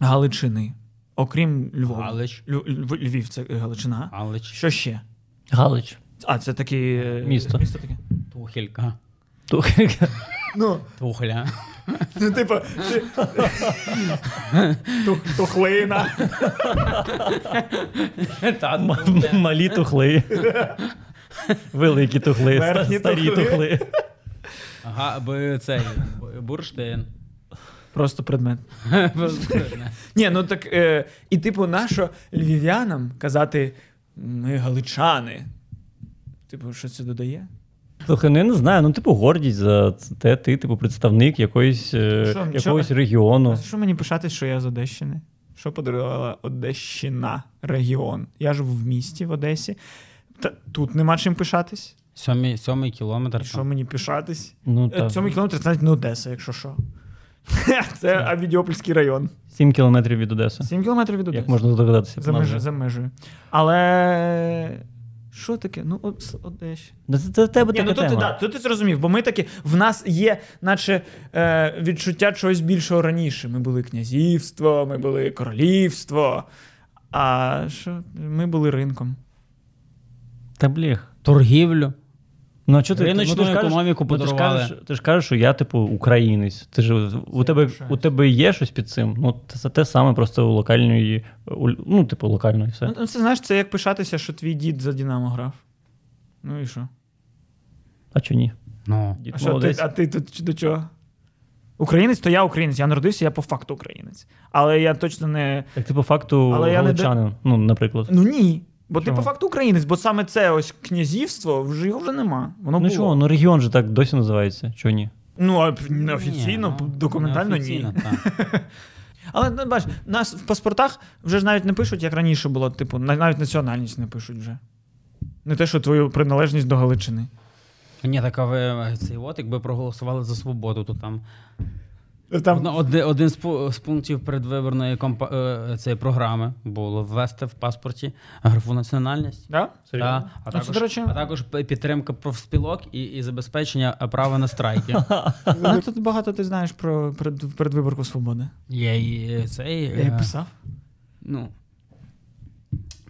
Speaker 2: Галичини, окрім Львова.
Speaker 1: Галич.
Speaker 2: Лю- Льв- Львів це е, Галичина.
Speaker 1: Але чи
Speaker 2: Що ще?
Speaker 3: Галич.
Speaker 2: А, це такі е,
Speaker 3: Місто.
Speaker 2: місто таке.
Speaker 1: тухелька.
Speaker 3: Ту-
Speaker 2: Ну,
Speaker 1: Тухля.
Speaker 2: ну типу, ти... Тух- тухлина.
Speaker 1: Та, ну,
Speaker 3: М- м- Малі тухли. Великі тухли, ста-
Speaker 2: Верхні
Speaker 3: старі
Speaker 2: тухли.
Speaker 3: тухли.
Speaker 1: Ага, б- цей б- бурштин.
Speaker 2: Просто предмет. Ні, ну так. Е, і типу, нащо львів'янам казати ми галичани? Типу, що це додає?
Speaker 3: Слухай, ну я не знаю, ну типу гордість за це- те, ти, типу, представник якоїсь, е,
Speaker 2: Що,
Speaker 3: якогось
Speaker 2: нічого? А
Speaker 3: регіону.
Speaker 2: за що мені пишатись, що я з Одещини? Що подарувала Одещина регіон? Я живу в місті в Одесі. Та тут нема чим пишатись.
Speaker 1: Сьомий, сьомий кілометр.
Speaker 2: Що мені пишатись?
Speaker 3: Ну,
Speaker 2: Е,
Speaker 3: так.
Speaker 2: Сьомий кілометр це навіть не Одеса, якщо що. Це Авідіопольський район.
Speaker 3: 7 кілометрів від Одеси.
Speaker 2: Сім кілометрів від Одеси.
Speaker 3: Як можна типу, здогадатися?
Speaker 2: за,
Speaker 3: по
Speaker 2: меж,
Speaker 3: назві.
Speaker 2: за межею. Але що таке? Ну, Од- Одещина.
Speaker 3: Да Це це в тебе
Speaker 2: Ні,
Speaker 3: така
Speaker 2: ну тут, ти- да,
Speaker 3: тема.
Speaker 2: тут ти зрозумів, бо ми такі, в нас є, наче е, відчуття чогось більшого раніше. Ми були князівство, ми були королівство. А що ми були ринком?
Speaker 3: Та бліх.
Speaker 1: Торгівлю.
Speaker 3: Ну, а чого ти, ну,
Speaker 1: Риночну
Speaker 3: ти ж кажеш-
Speaker 1: економіку
Speaker 3: ну, ти ж
Speaker 1: подарували.
Speaker 3: кажеш, ти ж кажеш, що я, типу, українець. Ти ж, у, тебе,
Speaker 2: лишається.
Speaker 3: у тебе є щось під цим? Ну, це, це те саме, просто у локальної, у, ну, типу, локальної все.
Speaker 2: Ну, ну, це знаєш, це як пишатися, що твій дід за Динамо грав. Ну і що?
Speaker 3: А чи ні?
Speaker 1: Ну.
Speaker 3: Дід
Speaker 2: А, що ти,
Speaker 3: молодець.
Speaker 2: а ти тут до чого? Українець, то я українець. Я народився, я по факту українець. Але я точно не.
Speaker 3: Так ти по факту
Speaker 2: Але я не де-
Speaker 3: галичанин, ну, наприклад.
Speaker 2: Ну ні. Бо ти
Speaker 3: Чому?
Speaker 2: по факту українець, бо саме це ось князівство вже його вже нема. Воно
Speaker 3: Ну
Speaker 2: було.
Speaker 3: чого, ну регіон же так досі називається, чого ні?
Speaker 2: Ну, а п- неофіційно,
Speaker 1: Ні,
Speaker 2: п-
Speaker 1: ну,
Speaker 2: документально
Speaker 1: неофіційно,
Speaker 2: ні.
Speaker 1: так.
Speaker 2: Але ну, бач, нас в паспортах вже ж навіть не пишуть, як раніше було, типу, на- навіть національність не пишуть вже. Не те, що твою приналежність до Галичини.
Speaker 1: Ну, Ні, так а ви цей от, якби проголосували за свободу, то там,
Speaker 2: Там
Speaker 1: Одна- оди- один з пу- з пунктів передвиборної компа- е, цієї програми було ввести в паспорті графу національність.
Speaker 2: Да?
Speaker 1: Та, Ну, а,
Speaker 2: це,
Speaker 1: також,
Speaker 2: до речі-
Speaker 1: а також п- підтримка профспілок і, і забезпечення е, права на страйки.
Speaker 2: А ну, тут багато ти знаєш про перед- передвиборку свободи.
Speaker 1: Я і е, цей.
Speaker 2: Я
Speaker 1: е,
Speaker 2: її писав.
Speaker 1: Ну.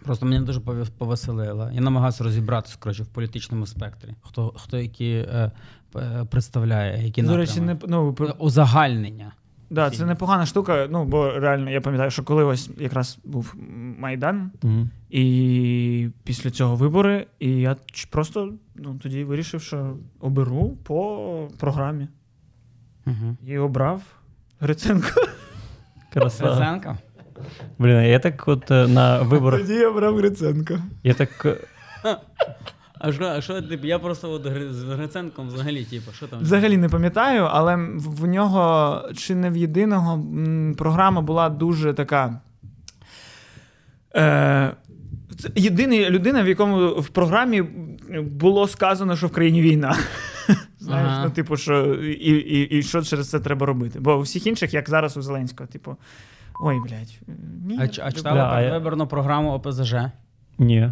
Speaker 1: Просто мене дуже пове- повеселило. Я намагався розібратися коротше, в політичному спектрі. Хто, хто які е, п- е, представляє, які
Speaker 2: До
Speaker 1: напрями.
Speaker 2: речі, не ну, про-
Speaker 1: Е, узагальнення.
Speaker 2: Да, це непогана штука. Ну, бо реально я пам'ятаю, що коли ось якраз був Майдан,
Speaker 3: Мгм.
Speaker 2: і після цього вибори, і я ч- просто ну, тоді вирішив, що оберу по програмі.
Speaker 1: Угу.
Speaker 2: І обрав Гриценко.
Speaker 3: Краса. Блін, я так от е, на виборах.
Speaker 2: Тоді я обрав Гриценко.
Speaker 3: Я так. е,
Speaker 1: А що, а що тип, я просто от Гри- з Гриценком взагалі, типу, що там?
Speaker 2: Взагалі не пам'ятаю, але в- в нього чи не в єдиного м, програма була дуже така. Е, це єдина людина, в якому в програмі було сказано, що в країні війна. Знаєш,
Speaker 1: Ага.
Speaker 2: ну, типу, що і, і, і що через це треба робити? Бо у всіх інших, як зараз у Зеленського, типу, ой, блядь, ні.
Speaker 1: А, ч- а читали
Speaker 3: Да, а я-
Speaker 1: передвиборну програму ОПЗЖ?
Speaker 3: Ні.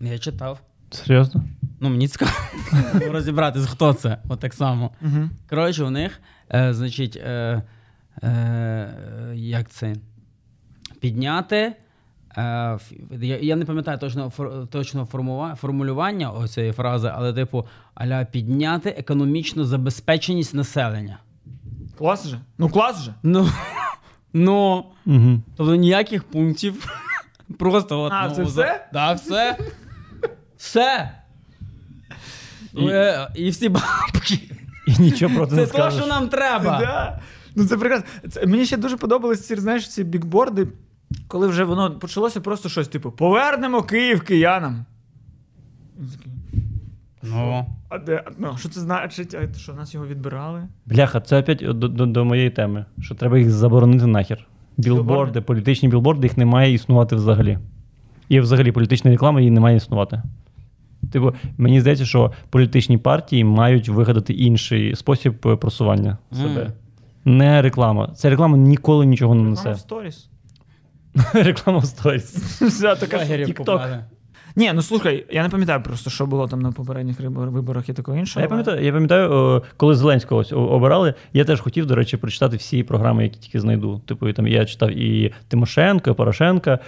Speaker 1: Я читав.
Speaker 3: Серйозно?
Speaker 1: Ну, мені цікаво ну, розібратись, хто це. От так само.
Speaker 2: Угу.
Speaker 1: Коротше, у них, е, значить, е, е, е, як це? Підняти. Е, ф- я, я не пам'ятаю точно, фор- точно формува, формулювання ось цієї фрази, але типу, аля підняти економічну забезпеченість населення.
Speaker 2: Клас же? Ну клас же.
Speaker 1: Ну, ну
Speaker 3: Угу.
Speaker 1: тобто ніяких пунктів. Просто от,
Speaker 2: А,
Speaker 1: ну,
Speaker 2: це
Speaker 1: за-
Speaker 2: все?
Speaker 1: Да, все. Все. І, і всі бабки.
Speaker 3: І нічого проти
Speaker 1: Це
Speaker 3: не
Speaker 1: те,
Speaker 3: скажеш.
Speaker 1: що нам треба.
Speaker 2: Да. Ну це прекрасно. Це, мені ще дуже подобались ці, знаєш, ці бікборди, коли вже воно почалося просто щось, типу, повернемо Київ киянам. І такий,
Speaker 1: Ну.
Speaker 2: А де? Ну, що це значить? А що нас його відбирали?
Speaker 3: Бляха, це опять до, до, до моєї теми, що треба їх заборонити нахер. Білборди,
Speaker 2: Білборди?
Speaker 3: політичні білборди, їх не має існувати взагалі. І взагалі політична реклама її не має існувати. Типу, мені здається, що політичні партії мають вигадати інший спосіб е, просування себе.
Speaker 1: Мгм.
Speaker 3: Не реклама. Ця реклама ніколи нічого не несе.
Speaker 2: Мама «Ну, в сторіс.
Speaker 3: Реклама в сторіс.
Speaker 2: Вся така
Speaker 1: Лагерів
Speaker 3: TikTok.
Speaker 1: купляли.
Speaker 2: Ні, ну слухай, я не пам'ятаю просто, що було там на попередніх риб- виборах і такого
Speaker 3: А
Speaker 2: іншого.
Speaker 3: Я пам'ятаю, я пам'ятаю, о, коли Зеленського ось о- обирали, я теж хотів, до речі, прочитати всі програми, які тільки знайду. Типу, і там я читав і Тимошенко, і Порошенка,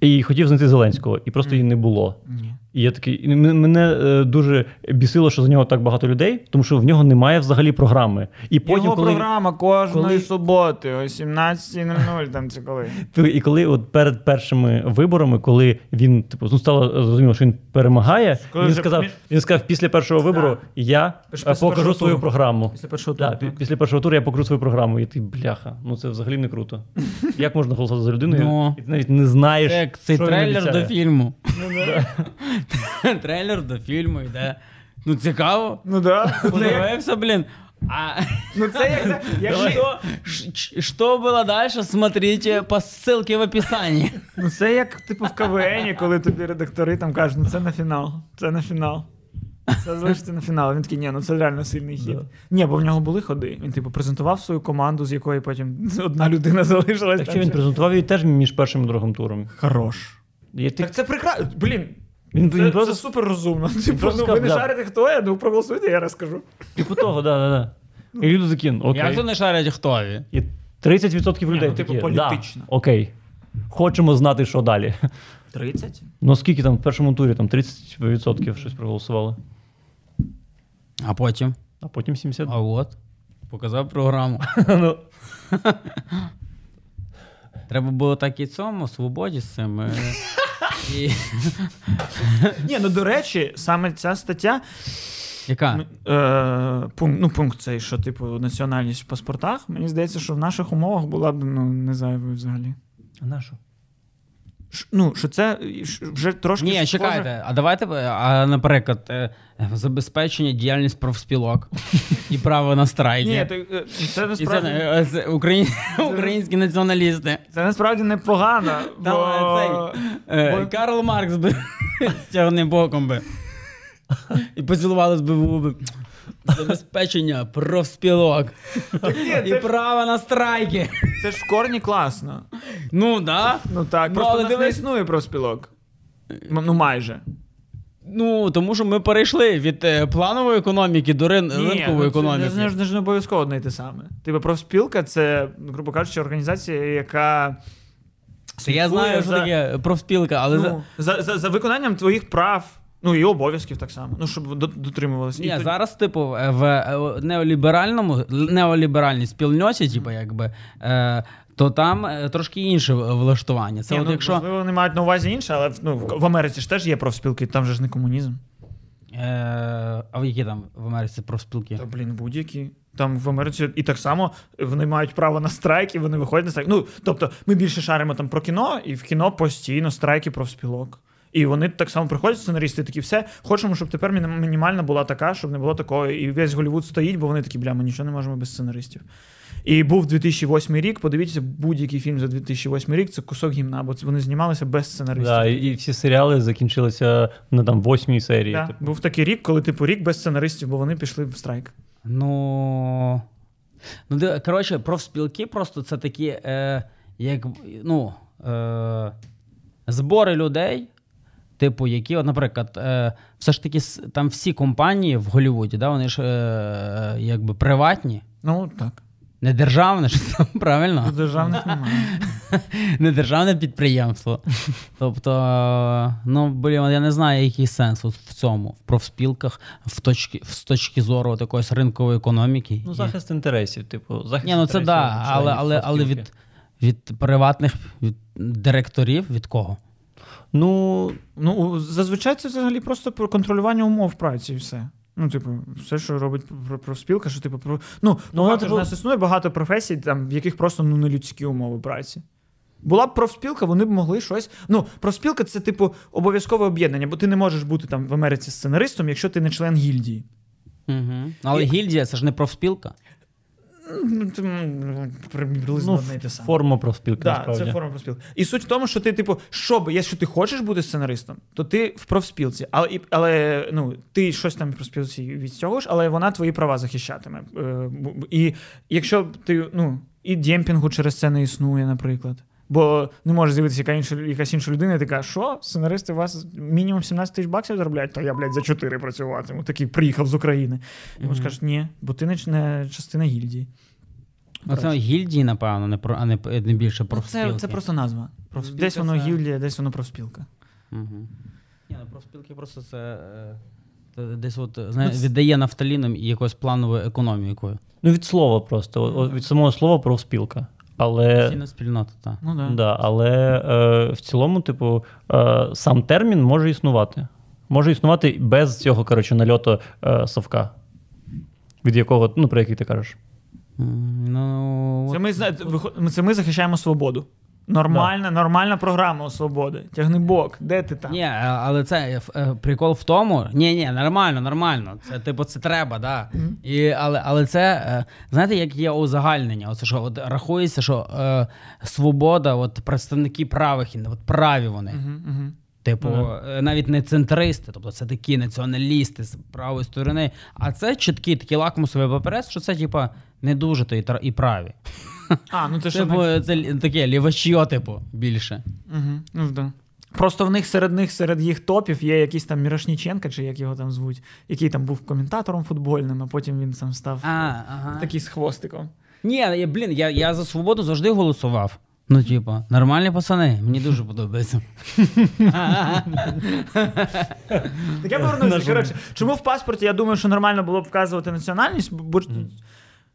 Speaker 3: і хотів знайти Зеленського, і просто її не було.
Speaker 2: але- Ні.
Speaker 3: І я такий, і м- мене е, дуже бісило, що за нього так багато людей, тому що в нього немає взагалі програми. І потім,
Speaker 2: Його
Speaker 3: коли
Speaker 2: програма кожної
Speaker 3: коли-
Speaker 2: суботи о 17.00, там це коли.
Speaker 3: Ти- І коли от перед першими виборами, коли він типу ну, стало зрозуміло, що він перемагає,
Speaker 2: Коли
Speaker 3: він
Speaker 2: вже
Speaker 3: сказав,
Speaker 2: помі-
Speaker 3: він сказав, після першого вибору я
Speaker 2: Після
Speaker 3: е, покажу
Speaker 2: першого
Speaker 3: свою
Speaker 2: туру.
Speaker 3: програму.
Speaker 2: Після першого
Speaker 3: Да,
Speaker 2: туру.
Speaker 3: пі-
Speaker 2: так.
Speaker 3: після першого туру я покру свою програму, і ти бляха. Ну це взагалі не круто. Як можна голосувати за людину?
Speaker 1: Ну.
Speaker 3: і ти навіть не знаєш.
Speaker 1: Це як цей
Speaker 3: що він
Speaker 1: трейлер
Speaker 3: обіцяє.
Speaker 1: до фільму.
Speaker 2: Ну,
Speaker 1: Трейлер до фільму йде. Ну цікаво.
Speaker 2: Ну да.
Speaker 1: Подивився, блін. А
Speaker 2: Ну це як за- як
Speaker 1: що, ш- ч- що було далі, смотрите по ссылке в описанні.
Speaker 2: Ну це як типу в КВН, коли тобі редактори там кажуть, ну це на фінал, це на фінал. Це залишиться на фінал. Він такий, ні, ну це реально сильний хід.
Speaker 3: Да.
Speaker 2: Ні, бо в нього були ходи. Він типу презентував свою команду, з якої потім одна людина залишилась.
Speaker 3: Так
Speaker 2: там
Speaker 3: що він
Speaker 2: ще.
Speaker 3: презентував її теж між першим і другим туром.
Speaker 2: Хорош.
Speaker 3: Я ти-
Speaker 2: Так це прекрасно. Блін.
Speaker 3: Він-
Speaker 2: це,
Speaker 3: він просто-
Speaker 2: це супер розумно. Типу,
Speaker 3: просто
Speaker 2: ну, ви
Speaker 3: сказав,
Speaker 2: не
Speaker 3: да.
Speaker 2: шарите, хто я, ну проголосуйте, я розкажу.
Speaker 3: Типу того, да, да, да. І люди закин.
Speaker 1: Як
Speaker 3: Окей.
Speaker 1: то не шарять хто він?
Speaker 3: І 30% людей.
Speaker 2: Ні, ну, типу,
Speaker 3: такі,
Speaker 2: політично.
Speaker 3: Да, окей. Хочемо знати, що далі.
Speaker 2: 30?
Speaker 3: Ну скільки там в першому турі там 30% щось проголосували,
Speaker 1: А потім?
Speaker 3: а потім 70.
Speaker 1: А от. Показав програму.
Speaker 3: Ну,
Speaker 1: Треба було так і цьому, свободі з цим. е, І...
Speaker 2: Ні, ну до речі, саме ця стаття Ну,
Speaker 1: Яка?
Speaker 2: Е, пункт, ну, пункт цей, що типу національність в паспортах, мені здається, що в наших умовах була б ну, не зайвою взагалі.
Speaker 3: а на що?
Speaker 2: Ш, ну, що це і ш- вже трошки.
Speaker 1: Ні,
Speaker 2: схоже-
Speaker 1: чекайте, а давайте, е, а, наприклад, е, забезпечення діяльність профспілок і право на страйки.
Speaker 2: Ні, ти, е, це
Speaker 1: І це,
Speaker 2: насправді. Це,
Speaker 1: не- е, це україн... українські націоналісти.
Speaker 2: насправді непогано.
Speaker 1: Там,
Speaker 2: Бо...
Speaker 1: цей, Е,
Speaker 2: бо-
Speaker 1: Карл Маркс би з тягним боком би. І поцілували би в губи. Забезпечення профспілок
Speaker 2: Ні,
Speaker 1: і
Speaker 2: це, ж,
Speaker 1: право на страйки.
Speaker 2: це ж в корні класно.
Speaker 1: Ну да.
Speaker 2: Ну так,
Speaker 1: Ну,
Speaker 2: просто
Speaker 1: але
Speaker 2: в нас не
Speaker 1: дивись-
Speaker 2: існує профспілок. М- Ну, майже.
Speaker 1: Ну тому що ми перейшли від е, планової економіки до рин...
Speaker 2: ну,
Speaker 1: ринкової
Speaker 2: це
Speaker 1: економіки.
Speaker 2: Не, це ж- не ж не обов'язково одне й те саме. Типу, профспілка це, грубо кажучи, організація, яка.
Speaker 1: Я знаю,
Speaker 2: слідкує
Speaker 1: що
Speaker 2: за-
Speaker 1: таке профспілка, але
Speaker 2: ну, за, за, за виконанням твоїх прав, ну і обов'язків так само. Ну, щоб до- дотримувалися. І
Speaker 1: Ні,
Speaker 2: тоді-
Speaker 1: зараз, типу, е, в е, о- неоліберальному неоліберальній спільноті, типу, якби, е, то там е, трошки інше в- влаштування. Це
Speaker 2: Ні,
Speaker 1: от
Speaker 2: ну,
Speaker 1: якщо
Speaker 2: можливо, вони мають на увазі інше, але ну, в- в Америці ж теж є профспілки, там же ж не комунізм.
Speaker 1: е, а в які там в Америці профспілки?
Speaker 2: Та блін, будь-які. Там в Америці і так само вони мають право на страйк, і вони виходять на страйк. Ну, тобто, ми більше шаримо там про кіно, і в кіно постійно страйки профспілок. І вони так само приходять сценаристи, такі все. Хочемо, щоб тепер міні- мінімальна була така, щоб не було такого. І весь Голівуд стоїть, бо вони такі, бля, ми нічого не можемо без сценаристів. І був 2008 рік. Подивіться, будь-який фільм за 2008 рік це кусок гімна, бо це- вони знімалися без сценаристів.
Speaker 3: Да, і, і всі серіали закінчилися на там восьмій серії.
Speaker 2: Да,
Speaker 3: типу.
Speaker 2: Був такий рік, коли типу рік без сценаристів, бо вони пішли в страйк.
Speaker 1: Ну. Ну, де, коротше, профспілки просто це такі, е, як, ну, е, збори людей, типу, які, от, наприклад, е, все ж таки с- там всі компанії в Голлівуді, да, вони ж е, е, якби приватні,
Speaker 2: Ну так.
Speaker 1: не державне ж там, правильно?
Speaker 2: Тут державних немає.
Speaker 1: не державне підприємство. Тобто, е, ну блін, я не знаю, який сенс от в цьому, в профспілках, в точки, з точки зору такої ринкової економіки.
Speaker 3: Ну,
Speaker 1: І-
Speaker 3: захист інтересів, типу, захист
Speaker 1: Ні, ну це
Speaker 3: інтересів
Speaker 1: да,
Speaker 3: членів
Speaker 1: але, але, але
Speaker 3: профспілки.
Speaker 1: від, від приватних від директорів від кого?
Speaker 3: Ну,
Speaker 2: Ну, у- зазвичай це взагалі просто про контролювання умов праці і все. Ну, типу, все, що робить про- профспілка, що типу про. Ну, ну
Speaker 3: вона,
Speaker 2: факту,
Speaker 3: типу-
Speaker 2: ж у нас існує багато професій, там, в яких просто ну, нелюдські умови праці. Була б профспілка, вони б могли щось. Ну, профспілка це, типу, обов'язкове об'єднання, бо ти не можеш бути там в Америці сценаристом, якщо ти не член гільдії.
Speaker 1: Угу. Але гільдія це ж не профспілка.
Speaker 2: Ну, ти, м, приблизно
Speaker 3: ну
Speaker 2: одне й те саме.
Speaker 3: форма профспілки,
Speaker 2: Да,
Speaker 3: насправді.
Speaker 2: це форма профспілки. І суть в тому, що ти, типу, що би, якщо ти хочеш бути сценаристом, то ти в профспілці. Але, і- але ну, ти щось там в профспілці відстягуєш, але вона твої права захищатиме. Е, бу- бу- І якщо б ти, ну, і демпінгу через це не існує, наприклад. Бо не може з'явитися яка інша, якась інша людина, і така, що сценаристи у вас мінімум 17 тисяч баксів заробляють, та я, блядь, за 4 працюватиму. Такий приїхав з України. Йому
Speaker 1: Мгм.
Speaker 2: скажуть, ні, бо ти не, ч- не частина гільдії.
Speaker 1: Ну, це гільдії, напевно, не про а не, п- не більше
Speaker 2: Ну,
Speaker 1: профспілки.
Speaker 2: Це, це просто назва.
Speaker 1: Профспілка
Speaker 2: десь
Speaker 1: це-
Speaker 2: воно гільдія, десь воно профспілка.
Speaker 1: Угу. Ні, ну профспілки просто це. е, Ну, це Десь от знає, віддає нафталіном і якоюсь плановою економікою.
Speaker 3: Ну, від слова просто, о- о- від самого слова профспілка. Але
Speaker 1: Цінна спільнота, так.
Speaker 2: Ну да.
Speaker 3: Да, але е, в цілому, типу, е, сам термін може існувати. Може існувати без цього коротше, нальоту е, совка, від якого, ну, про який ти кажеш.
Speaker 1: М, Ну,
Speaker 2: Це
Speaker 1: от-
Speaker 2: ми, зна- виход- ми- це ми захищаємо свободу. Нормальна, нормальна програма у свободи. Тягни бок, де ти там?
Speaker 1: Ні, е, але це е, ф- е, прикол в тому. Ні, ні, нормально, нормально. Це типу це треба, да. І, але, але це, е, знаєте, як є узагальнення. Оце що от рахується, що е, свобода, от представники правих, ін- от праві вони.
Speaker 2: Мгм, мгм.
Speaker 1: Типу,
Speaker 3: Ну,
Speaker 1: е, навіть не центристи, тобто це такі націоналісти з правої сторони. А це чіткий такий лакмусовий папірець, що це, типа, не дуже то і, тра- і праві.
Speaker 2: А, ну ти що.
Speaker 1: Типу,
Speaker 2: не-
Speaker 1: це лі- таке лівачьо, типу, більше.
Speaker 2: Мгм, Ну, да. Просто в них серед них, серед їх топів є якийсь там Мірошніченка, чи як його там звуть, який там був коментатором футбольним, а потім він сам став
Speaker 1: А, ага.
Speaker 2: такий з хвостиком.
Speaker 1: Ні, я, блін, я, я за свободу завжди голосував. Ну, типа, нормальні пацани, мені дуже подобається.
Speaker 2: Так я повернуся. Коротше, чому в паспорті я думаю, що нормально було б вказувати національність, бо,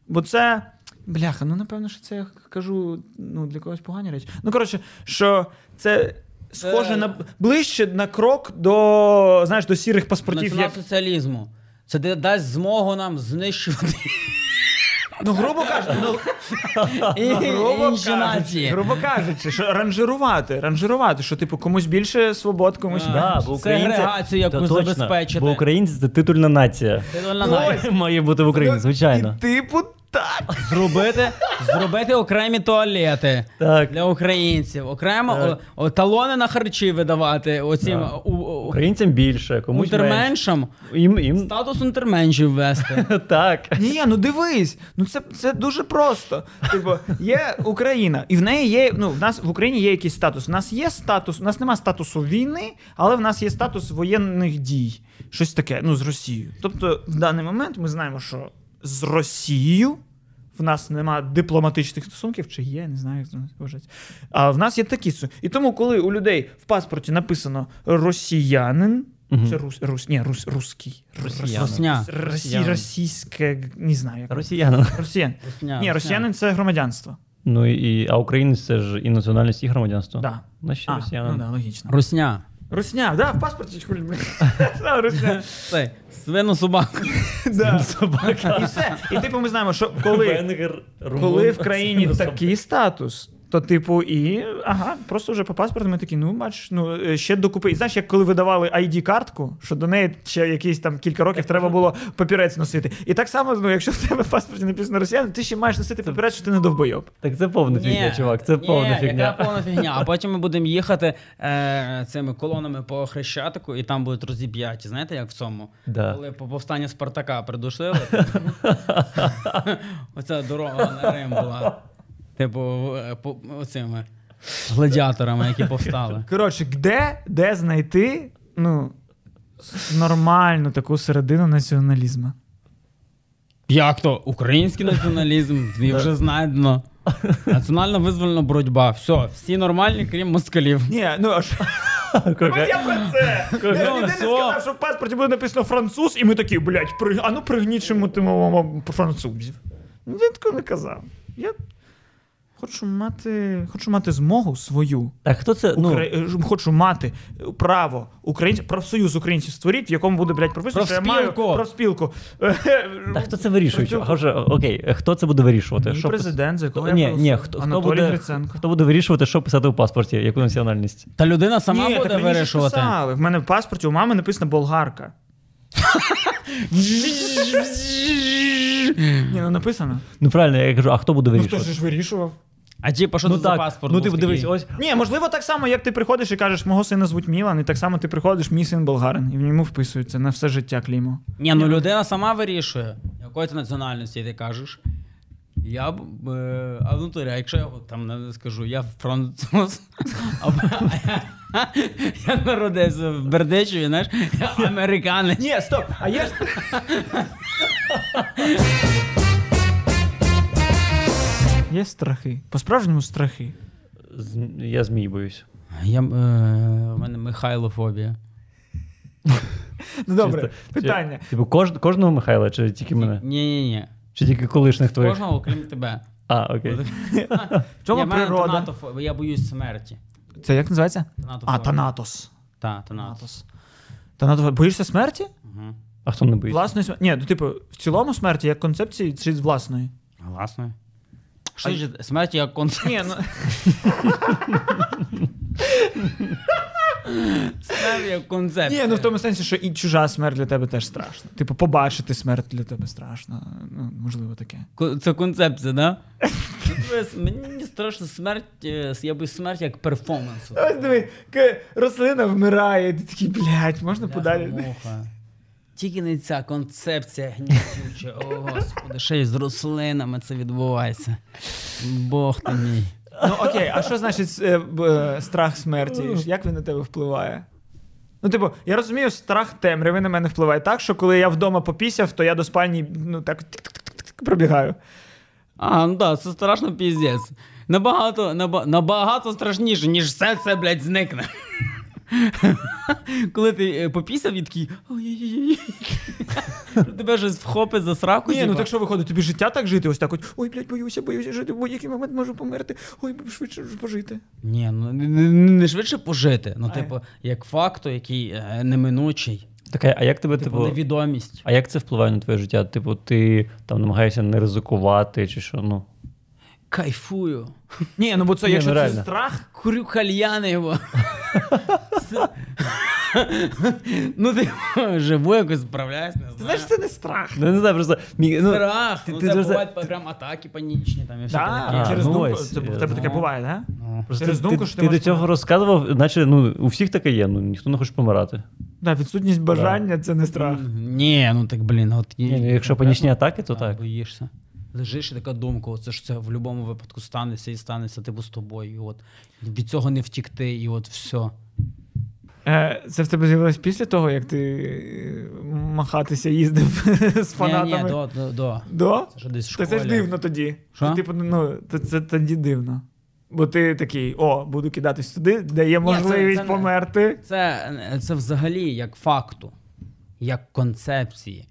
Speaker 2: бо це. Бляха, ну напевно, що це я кажу ну, для когось погані речі. Ну, коротше, що це схоже
Speaker 1: Е.
Speaker 2: на ближче на крок до, знаєш, до сірих паспортів.
Speaker 1: Націонал
Speaker 2: Як...
Speaker 1: соціалізму. Це де- дасть змогу нам знищувати
Speaker 2: Ну, грубо кажучи, ну,
Speaker 1: і-
Speaker 2: грубо
Speaker 1: інші
Speaker 2: кажучи,
Speaker 1: нації.
Speaker 2: грубо кажучи, що ранжирувати, ранжирувати, що типу комусь більше свобод, комусь
Speaker 1: Да.
Speaker 2: менше.
Speaker 3: Да, бо українці...
Speaker 1: Сегрегацію яку
Speaker 3: Та точно,
Speaker 1: забезпечити.
Speaker 3: Бо українці це титульна нація.
Speaker 1: Це довольно
Speaker 2: Ну,
Speaker 1: най-
Speaker 2: ось.
Speaker 3: Має бути в Україні, звичайно.
Speaker 2: Ну, І, типу, так.
Speaker 1: Зробити, зробити окремі туалети
Speaker 3: Так.
Speaker 1: для українців, окремо
Speaker 3: Так.
Speaker 1: о- о, талони на харчі видавати оцім
Speaker 3: Да.
Speaker 1: у, у,
Speaker 3: Українцям більше, комусь менше.
Speaker 1: унтерменшам.
Speaker 3: Їм, їм...
Speaker 1: Статус унтерменшів ввести.
Speaker 3: Так.
Speaker 2: Ні, ну дивись, ну це, це дуже просто. Типу, є Україна, і в неї є. Ну, в нас в Україні є якийсь статус. У нас є статус, у нас нема статусу війни, але в нас є статус воєнних дій. Щось таке, ну, з Росією. Тобто, в даний момент ми знаємо, що з Росією. В нас нема дипломатичних стосунків, чи є, не знаю, як це вважається. А в нас є такі стосунки. І тому, коли у людей в паспорті написано росіянин,
Speaker 3: Мгм.
Speaker 2: чи рус, рус, ні, рус, русський,
Speaker 3: Росіянин.
Speaker 1: Русня.
Speaker 2: Росі,
Speaker 3: Росіян.
Speaker 2: російське, не знаю, як
Speaker 3: Росіяни.
Speaker 2: росіян.
Speaker 1: Русня,
Speaker 2: Ні,
Speaker 1: русня.
Speaker 2: росіянин це громадянство.
Speaker 3: Ну і а українець це ж і національність, і громадянство.
Speaker 2: Да.
Speaker 3: Наші
Speaker 2: А,
Speaker 3: Ну, росіяни.
Speaker 2: ну да, логічно.
Speaker 1: Русня.
Speaker 2: Русня, да, в паспорті хулі, блін. Да, Русня.
Speaker 1: Це свину собаку.
Speaker 2: Да.
Speaker 3: Собака. Ну,
Speaker 2: І все. І типу ми знаємо, що коли, коли в країні такий статус, То, типу, і ага, просто вже по паспорту ми такі, ну бач, ну е, ще докупи. І знаєш, як коли видавали ID-картку, що до неї ще якісь там кілька років треба було папірець носити. І так само, ну, якщо в тебе в паспорті написано росіян, ти ще маєш носити папірець, що ти не довбойоб.
Speaker 3: Так це повна фігня, чувак. Це повна
Speaker 1: ні,
Speaker 3: фігня.
Speaker 1: Яка повна фігня. А потім ми будемо їхати е, цими колонами по Хрещатику, і там будуть розіб'яті. Знаєте, як в цьому?
Speaker 3: Да.
Speaker 1: Коли по повстанню Спартака придушили. ну, Оця дорога на Рим була. Типу, в- по, оцими гладіаторами, які повстали.
Speaker 2: Коротше, де, де знайти ну, с- нормальну таку середину націоналізму?
Speaker 1: Як то? Український націоналізм, він вже знайдено. Національно визвольна боротьба. Все, всі нормальні, крім москалів.
Speaker 2: Ні, ну а що?
Speaker 3: Кока-
Speaker 2: От я про це. Я ж ніде не
Speaker 1: все.
Speaker 2: сказав, що в паспорті буде написано француз, і ми такі, блядь, при... а ну пригнічимо ти мовимо французів. Ну, я такого не казав. Я хочу мати, хочу мати змогу свою.
Speaker 3: Так хто це? Ну,
Speaker 2: Украї- е, ж- Хочу мати право українців, профсоюз українців створіть, в якому буде, блядь, прописано, що я маю
Speaker 1: Профспілку.
Speaker 2: профспілку.
Speaker 3: та хто це вирішує?
Speaker 2: Профспілку.
Speaker 3: чувак? Вже, Окей, хто це буде вирішувати?
Speaker 2: Мій
Speaker 3: Що пис-
Speaker 2: президент, за якого я
Speaker 3: Ні, ні,
Speaker 2: проголосував.
Speaker 3: хто, хто,
Speaker 2: Анатолій
Speaker 3: буде,
Speaker 2: Гриценко.
Speaker 3: хто буде вірішувати, що писати в паспорті, яку національність?
Speaker 1: Та людина сама
Speaker 2: Ні, так
Speaker 1: буде
Speaker 2: мені ж
Speaker 1: вирішувати.
Speaker 2: писали. В мене в паспорті у мами написано болгарка. Ні, ну написано. Ну,
Speaker 3: Ну правильно, я кажу, а хто буде вирішувати?
Speaker 2: ж вирішував?
Speaker 1: А типа, що
Speaker 3: Ну
Speaker 1: це за
Speaker 3: так,
Speaker 1: паспорт?
Speaker 3: ну
Speaker 1: був
Speaker 3: ти дивись,
Speaker 1: такий?
Speaker 3: ось
Speaker 2: Ні, можливо, так само, як ти приходиш і кажеш, мого сина звуть Мілан, і так само ти приходиш, мій син болгарин, і в ньому вписується на все життя клеймо.
Speaker 1: Ні, ну людина сама вирішує, якої ти національності ти кажеш. Я б. Е, а ну то, а якщо я там не скажу, я француз. або я народився в Бердичеві, знаєш, я американець.
Speaker 2: Ні, стоп, а я ж. Є страхи. По-справжньому страхи.
Speaker 3: з- я змій боюсь.
Speaker 1: Я, е, у мене Михайлофобія.
Speaker 2: Ну добре,
Speaker 3: Чисто. Чи-
Speaker 2: питання.
Speaker 3: Типу, кож, кожного Михайла чи тільки мене?
Speaker 1: Ні, ні, ні.
Speaker 3: Чи тільки колишніх твоїх?
Speaker 1: Кожного, окрім тебе.
Speaker 3: А, окей.
Speaker 2: В чому
Speaker 1: Я- в мене
Speaker 2: природа?
Speaker 1: тонатофо- Я боюсь смерті.
Speaker 2: Це як називається? А,
Speaker 1: Тонатофобія.
Speaker 2: Танатос.
Speaker 1: Та, Танатос.
Speaker 2: Танатос. Танатос. Боїшся смерті?
Speaker 1: Угу.
Speaker 3: А хто не боїться?
Speaker 2: Власної смерті. Ні, ну типу, в цілому смерті як концепції чи з власної.
Speaker 1: Власне. Що ж, смерть як концепт.
Speaker 2: Ні, ну
Speaker 1: Смерть як концепт.
Speaker 2: Ні, ну в тому сенсі, що і чужа смерть для тебе теж страшна. Типу, побачити смерть для тебе страшно. Ну, можливо, таке.
Speaker 1: Ко- Це концепція, да? Ну, то есть Мені страшно смерть, е, я боюсь смерть як перформансу.
Speaker 2: Ось диви, ка- рослина вмирає, і ти такий, блядь, можна подалі.
Speaker 1: Муха. Тільки не ця концепція гнітюча. О, господи, ще й з рослинами це відбувається. Бог ти мій.
Speaker 2: Ну окей, а що значить е, б- е, страх смерті? Ж Як він на тебе впливає? Ну, типу, я розумію, страх темряви на мене впливає так, що коли я вдома попісяв, то я до спальні ну так тик-тик-тик-тик пробігаю.
Speaker 1: А, ну так, це страшно піздець. Набагато, наба- набагато страшніше, ніж все це, блядь, зникне. Коли ти е, попісяв і такий. «Ой-ой-ой-ой». Тебе щось вхопить за сраку.
Speaker 2: Ні, ну
Speaker 1: типа.
Speaker 2: так що виходить, тобі життя так жити, ось так от, ой, блядь, боюся, боюся жити, в будь-який момент можу померти, ой, швидше ж пожити.
Speaker 1: Ні, ну не- не не швидше пожити. Ну,
Speaker 2: А.
Speaker 1: типу, як факту, який е, неминучий,
Speaker 3: Таке, а як тебе,
Speaker 1: типу,
Speaker 3: типу,
Speaker 1: невідомість.
Speaker 3: а як це впливає на твоє життя? Типу, ти там намагаєшся не ризикувати, чи що? Ну
Speaker 1: Кайфую.
Speaker 2: Ні, ну бо це
Speaker 3: Ні,
Speaker 2: якщо
Speaker 3: ну
Speaker 2: це
Speaker 3: реально.
Speaker 2: страх.
Speaker 1: Курю кальяни його. Все. ну, ти живу якось справляєш, не
Speaker 2: Ти
Speaker 1: знаю.
Speaker 2: знаєш, це не страх.
Speaker 3: Ну, я не знаю, просто мій, ну,
Speaker 1: Страх.
Speaker 3: ти-
Speaker 1: ну,
Speaker 3: ти
Speaker 1: це
Speaker 3: ж-
Speaker 1: бувають прям атаки панічні там і все
Speaker 2: Так,
Speaker 1: таке.
Speaker 3: А,
Speaker 2: через
Speaker 3: ну
Speaker 2: думку.
Speaker 3: ось,
Speaker 2: це, в
Speaker 3: я
Speaker 2: тебе таке
Speaker 1: знаю.
Speaker 2: буває, да?
Speaker 1: Ну.
Speaker 3: просто
Speaker 2: Через
Speaker 3: ти,
Speaker 2: думку,
Speaker 3: ти,
Speaker 2: що ти
Speaker 3: ти до
Speaker 2: можеш
Speaker 3: цього
Speaker 2: померти.
Speaker 3: розказував, наче ну у всіх таке є. Ну ніхто не хоче помирати.
Speaker 2: Да, відсутність бажання це не страх.
Speaker 1: Ні, ну так блін, от є-
Speaker 3: Ні, ну, якщо панічні атаки, то
Speaker 1: Та,
Speaker 3: так.
Speaker 1: Боїшся. Лежиш і така думка, оце ж це в будь-якому випадку станеться і станеться, типу з тобою. І от від цього не втікти, і от все.
Speaker 2: Е, це в тебе з'явилось після того, як ти е, махатися їздив з
Speaker 1: Ні, ні,
Speaker 2: фанатами?
Speaker 1: до, до, до.
Speaker 2: До?
Speaker 1: Це ж десь в
Speaker 2: Та
Speaker 1: школі.
Speaker 2: це ж дивно тоді.
Speaker 1: Що?
Speaker 2: Це, типу, ну, це, це тоді дивно. Бо ти такий, о, буду кидатись туди, де є
Speaker 1: Ні, це-
Speaker 2: можливість
Speaker 1: це не-
Speaker 2: померти.
Speaker 1: Це, це взагалі як факту, як концепції.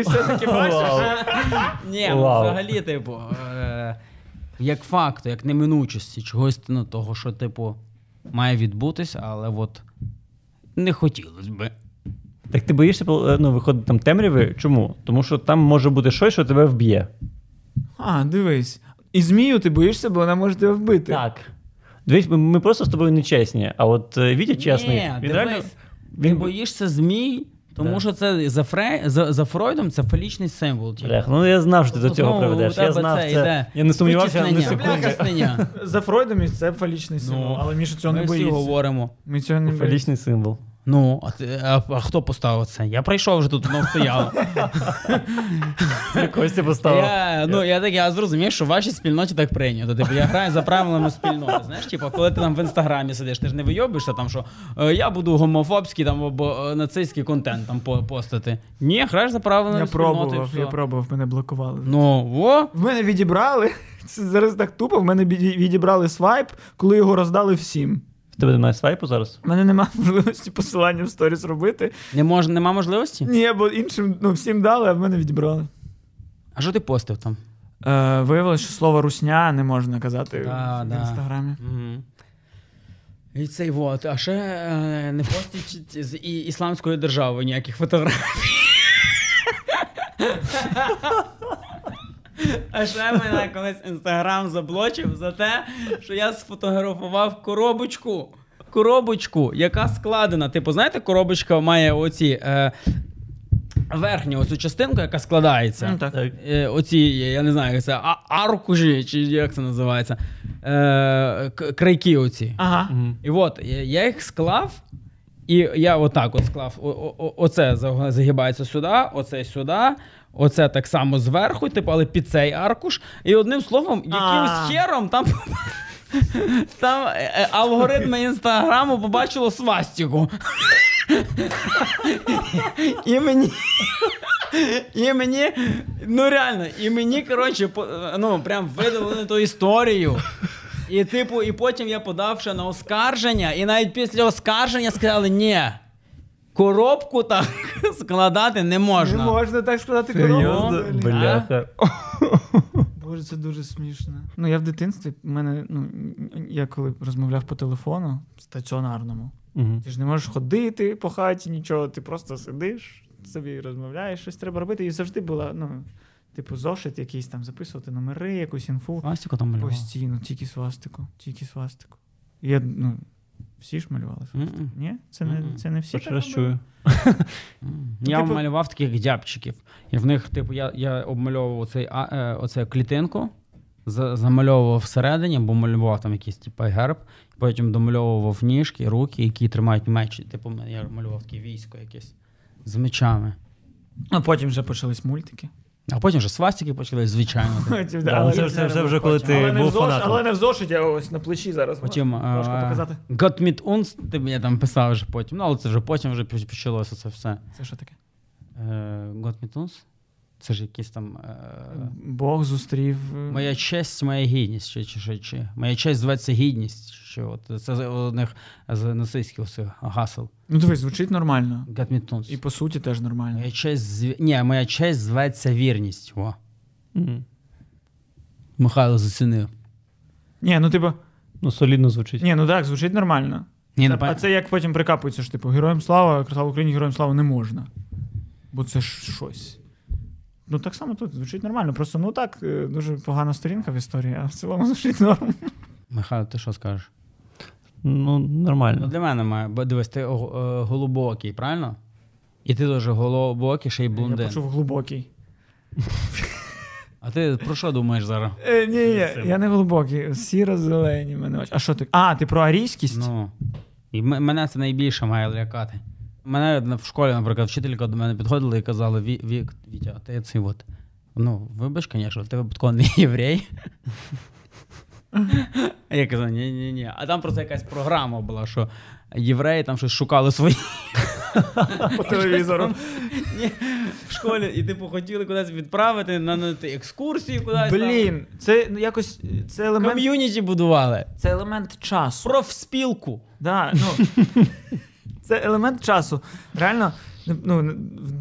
Speaker 2: все-таки бачиш.
Speaker 1: Ні, ну,
Speaker 3: Вау.
Speaker 1: взагалі, типу, е, як факту, як неминучості, чогось ну, того, що, типу, має відбутись, але от не хотілося би.
Speaker 3: Так ти боїшся е, ну, виходить там темряви. Чому? Тому що там може бути щось, що тебе вб'є.
Speaker 2: А, дивись. І змію ти боїшся, бо вона може тебе вбити.
Speaker 3: Так. Дивись, ми, ми просто з тобою не чесні, а от е, Вітя чесний.
Speaker 1: Ні,
Speaker 3: він
Speaker 1: дивись,
Speaker 3: реально.
Speaker 1: Ти
Speaker 3: Він...
Speaker 1: боїшся змій, тому
Speaker 3: Да.
Speaker 1: що це за, Фре... за, за Фройдом це фалічний символ. типу.
Speaker 3: Бляха, ну я знав, що ти до
Speaker 1: Тобто
Speaker 3: цього
Speaker 1: знову
Speaker 3: приведеш.
Speaker 1: у тебе
Speaker 3: Я знав це.
Speaker 1: йде.
Speaker 3: Я не сумнівався ні
Speaker 1: Витіснення,
Speaker 3: секунди.
Speaker 1: витіснення.
Speaker 2: За Фройдом це фалічний символ,
Speaker 1: Ну,
Speaker 2: але Міша цього
Speaker 1: Ми
Speaker 2: не
Speaker 1: всі
Speaker 2: боїться.
Speaker 1: говоримо.
Speaker 2: Ми цього не боїться.
Speaker 3: Фалічний символ.
Speaker 1: Ну, а, ти- а, а хто поставив це? Я прийшов вже тут, воно стояло.
Speaker 3: Це Костя поставив.
Speaker 1: я, ну, я так я зрозумів, що в вашій спільноті так прийнято. Типу, я граю за правилами спільноти. Знаєш, типу, коли ти там в інстаграмі сидиш, ти ж не вийобишся там, що е, я буду гомофобський там або е, нацистський контент там по- постити. Ні, граєш за правилами
Speaker 2: Я
Speaker 1: спільноти.
Speaker 2: пробував,
Speaker 1: все.
Speaker 2: я пробував, мене блокували.
Speaker 1: Ну, во.
Speaker 2: В мене відібрали. Це зараз так тупо. В мене біді- відібрали свайп, коли його роздали всім.
Speaker 3: В тебе немає свайпу зараз?
Speaker 2: У мене немає можливості посилання в сторіс робити.
Speaker 1: Не мож, нема можливості?
Speaker 2: Ні, бо іншим ну, всім дали, а в мене відібрали.
Speaker 1: А що ти постив там?
Speaker 2: Е, виявилось, що слово русня не можна казати
Speaker 1: Да,
Speaker 2: в
Speaker 1: да.
Speaker 2: інстаграмі.
Speaker 1: Мгм. І цей вот, а ще е, не постить з і, ісламської держави ніяких фотографій. А ще мене колись інстаграм заблочив за те, що я сфотографував коробочку. Коробочку, яка складена. Типу, знаєте, коробочка має оці е, верхню оцю частинку, яка складається.
Speaker 2: Ну, так.
Speaker 1: Е, оці, я не знаю, як це а- аркуші, чи як це називається. Е, к- крайки оці.
Speaker 2: Ага.
Speaker 3: Мгм.
Speaker 1: І от я- я їх склав, і я отак от склав. О- о- о- Оце за- загибається сюди, оце сюди. Оце так само зверху, типу, але під цей аркуш. І одним словом, якимось
Speaker 2: А.
Speaker 1: хером там, там е, е, алгоритми інстаграму побачило свастику. І мені. І мені, ну реально, і мені, коротше, по- ну прям видали ту історію. І типу, і потім я подав ще на оскарження, і навіть після оскарження сказали, ні, коробку так складати не можна.
Speaker 2: Не можна так сказати
Speaker 1: Серйозно?
Speaker 2: коробку.
Speaker 1: Бля.
Speaker 3: Бляха.
Speaker 2: Боже, це дуже смішно. Ну, я в дитинстві, в мене, ну, я коли розмовляв по телефону стаціонарному,
Speaker 3: Мгм.
Speaker 2: ти ж не можеш ходити по хаті, нічого, ти просто сидиш, собі розмовляєш, щось треба робити. І завжди була, ну, типу, зошит якийсь там записувати номери, якусь інфу.
Speaker 1: Свастику там малювала.
Speaker 2: Постійно, тільки свастику, тільки свастику. Я, ну, всі ж малювали. свастику.
Speaker 1: Мгм.
Speaker 2: Ні, це не,
Speaker 1: Мгм.
Speaker 2: це не всі.
Speaker 3: Перший
Speaker 2: так
Speaker 3: раз
Speaker 2: робили?
Speaker 3: чую.
Speaker 1: Мгм. Я
Speaker 2: типу-
Speaker 1: малював таких дябчиків. І в них, типу, я, я обмальовував оцей, а, е, оце клітинку, за, замальовував всередині, бо малював там якийсь типу, герб, потім домальовував ніжки, руки, які тримають меч. Типу, я малював таке військо якесь з мечами.
Speaker 2: А потім вже почались мультики.
Speaker 1: А потім вже свастики почали, звичайно. типу.
Speaker 2: Потім,
Speaker 3: Да,
Speaker 2: але
Speaker 3: ну це
Speaker 2: їх
Speaker 3: вже-
Speaker 2: зараз
Speaker 3: це вже
Speaker 2: ми
Speaker 3: коли
Speaker 2: бачимо.
Speaker 3: ти
Speaker 2: але не
Speaker 3: був
Speaker 2: в зош-
Speaker 3: фанатом.
Speaker 2: Але не в зошиті, а ось на плечі зараз.
Speaker 1: Потім е,
Speaker 2: Можна показати.
Speaker 1: God Meet Uns, ти мені там писав вже потім. Ну, але це вже потім вже поч- почалося це все.
Speaker 2: Це що таке?
Speaker 1: Е, God Meet Uns? Це ж якісь там. Е,
Speaker 2: Бог зустрів. е,
Speaker 1: моя честь, моя гідність. Чи, чи, чи, чи. Моя честь зветься гідність. Чи, от, це з одних з нацистських усіх гасел.
Speaker 2: Ну дивись, звучить нормально.
Speaker 1: God Meet Uns.
Speaker 2: І по суті теж нормально.
Speaker 1: Моя честь зв... Ні, моя честь зветься вірність. О.
Speaker 3: Мгм.
Speaker 1: Михайло зацінив.
Speaker 2: Ні, ну типу,
Speaker 3: Ну, солідно звучить.
Speaker 2: ні, ну так, звучить нормально.
Speaker 1: Ні, не
Speaker 2: Та- а це як потім прикапується, що типу, героям слава, слава Україні, героям слава не можна. Бо це ж щось. Ну так само тут звучить нормально. Просто ну так, е, дуже погана сторінка в історії, а в цілому звучить норм.
Speaker 1: Михайло, ти що скажеш?
Speaker 3: Ну,
Speaker 1: Ну,
Speaker 3: нормально.
Speaker 1: для мене має. Бо дивись, ти е, голубокий, правильно? І ти теж голубокий, ще й
Speaker 2: Я
Speaker 1: блондин.
Speaker 2: почув глибокий.
Speaker 1: А ти про що думаєш зараз?
Speaker 2: Е, ні, ні, я не глибокий. Сіро-зелені в мене очі. А що ти? А, ти про арійськість?
Speaker 1: Ну, і м- мене це найбільше має лякати. Мене на- в школі, наприклад, вчителька до мене підходила і казала: «Ві- Вік, Вітя, ти цей от. Ну, вибач, звісно, ти випадковий єврей. А я казав, ні, ні, ні. А там просто якась програма була, що євреї там щось шукали свої.
Speaker 2: по телевізору.
Speaker 1: Ні, в школі, і типу хотіли кудись відправити на, на ті екскурсії кудись. там.
Speaker 2: Блін, це ну, якось це елемент,
Speaker 1: ком'юніті будували.
Speaker 2: це елемент часу.
Speaker 1: Профспілку.
Speaker 2: Да, ну, це елемент часу. Реально, ну,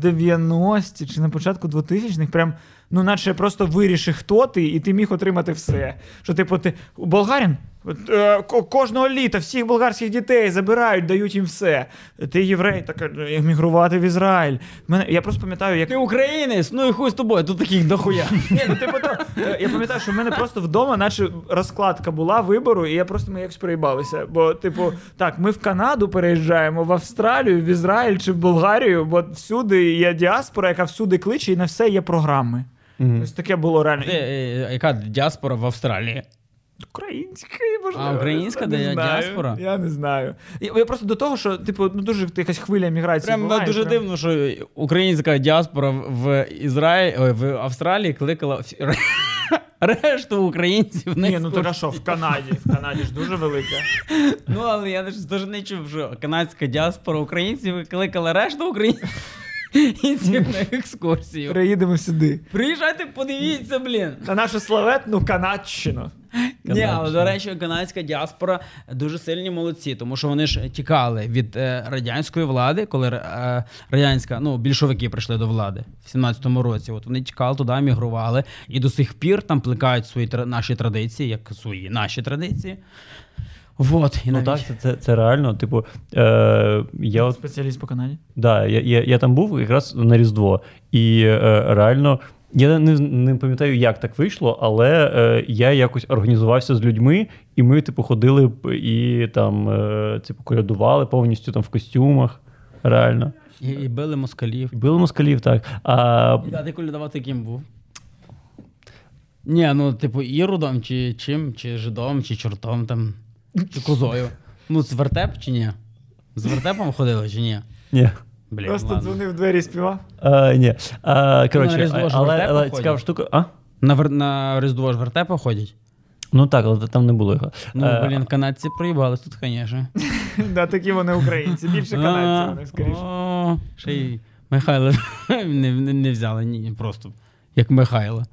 Speaker 2: в 90-ті чи на початку 2000 х прям, ну, наче просто вирішив, хто ти, і ти міг отримати все. Що, типу, ти болгарин? От, е, ко- Кожного літа всіх болгарських дітей забирають, дають їм все. Ти єврей, так е, емігрувати в Ізраїль. Мене, я просто пам'ятаю, як
Speaker 1: Ти українець, ну і хуй з тобою, тут таких дохуя.
Speaker 2: Ні, ну типу то. Е, Я пам'ятаю, що в мене просто вдома, наче розкладка була вибору, і я просто ми якось проїбалися. Бо, типу, так, ми в Канаду переїжджаємо, в Австралію, в Ізраїль чи в Болгарію, бо всюди є діаспора, яка всюди кличе, і на все є програми. Ось таке було реально.
Speaker 1: Де, е, яка діаспора в Австралії?
Speaker 2: Українська, можливо.
Speaker 1: А, українська, де
Speaker 2: Не
Speaker 1: є
Speaker 2: знаю.
Speaker 1: діаспора?
Speaker 2: Я не знаю. Я, я просто до того, що, типу, ну дуже якась хвиля міграції.
Speaker 1: Прям ну,
Speaker 2: буває,
Speaker 1: дуже
Speaker 2: прям.
Speaker 1: дивно, що українська діаспора в- в Ізраїль ой, в Австралії кликала всі- решту українців. не
Speaker 2: Ні, ну так а що, в Канаді. В Канаді ж дуже велика.
Speaker 1: Ну, але я ж дуже не чув, що канадська діаспора українців кликала решту українців на екскурсію.
Speaker 2: Приїдемо сюди.
Speaker 1: Приїжджайте, подивіться, блін.
Speaker 2: На ну, нашу славетну Канадщину.
Speaker 1: Ні, але
Speaker 3: Канадщина.
Speaker 1: до речі, канадська діаспора дуже сильні молодці, тому що вони ж тікали від е, радянської влади, коли е, радянська, ну більшовики прийшли до влади в 17-му році. От вони тікали туди, мігрували, і до сих пір там плекають свої тра- наші традиції, як свої наші традиції. Вот, і
Speaker 3: Ну
Speaker 1: навіть-
Speaker 3: так, це, це, це реально. Типу, е, я от
Speaker 2: Спеціаліст по Канаді.
Speaker 3: Да, я, я, я там був якраз на Різдво. І е, реально, я не, не пам'ятаю, як так вийшло, але е, я якось організувався з людьми, і ми, типу, ходили б і там, е, типу, колядували повністю там в костюмах. Реально.
Speaker 1: і, і били москалів.
Speaker 3: І били москалів, так. А,
Speaker 1: І дати колядувати ким був? Ні, ну типу іродом, чи чим, чи жидом, чи чортом там, чи козою. Ну, з вертеп чи ні? З вертепом ходили чи ні?
Speaker 3: ні.
Speaker 1: Блін,
Speaker 2: Просто
Speaker 1: ладно.
Speaker 2: дзвонив в двері і співав.
Speaker 3: А, ні. А, коротше,
Speaker 1: Ну, Різдво ж
Speaker 3: а- але,
Speaker 1: вертеп
Speaker 3: але
Speaker 1: походять.
Speaker 3: цікава штука. А?
Speaker 1: На, вер... на Різдво ж вертепа ходять.
Speaker 3: Ну так, але там не було його.
Speaker 1: Ну,
Speaker 3: Е,
Speaker 1: блін, канадці проїбались тут, звісно.
Speaker 2: Да, такі вони українці. Більше канадці вони скоріше.
Speaker 1: О, Ще й Михайла не, не, не взяли, ні, просто як Михайла.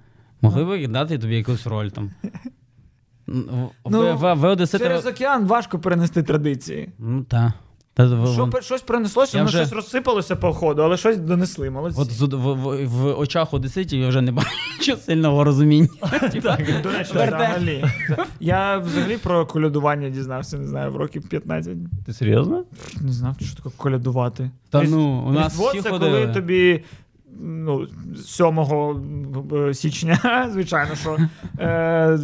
Speaker 1: Могли б дати тобі якусь роль там. Ну, ви, ви, ви одесити-
Speaker 2: Через океан важко перенести традиції.
Speaker 1: Ну так. Та, в-
Speaker 2: Що,
Speaker 1: вон-
Speaker 2: пер- щось перенеслося,
Speaker 1: Я
Speaker 2: воно
Speaker 1: вже-
Speaker 2: щось розсипалося по ходу, але щось донесли. Молодці.
Speaker 1: От з, в, в, в очах одеситів я вже не бачу сильного розуміння. Типа,
Speaker 2: До речі,
Speaker 1: Верде.
Speaker 2: взагалі. Я взагалі про колядування дізнався, не знаю, в років 15.
Speaker 3: Ти серйозно?
Speaker 2: Не знав, що таке колядувати.
Speaker 1: Та
Speaker 2: Різ-
Speaker 1: ну, у нас
Speaker 2: Різдво
Speaker 1: всі
Speaker 2: це
Speaker 1: ходили.
Speaker 2: коли тобі. Ну, 7 е, січня, звичайно, що е,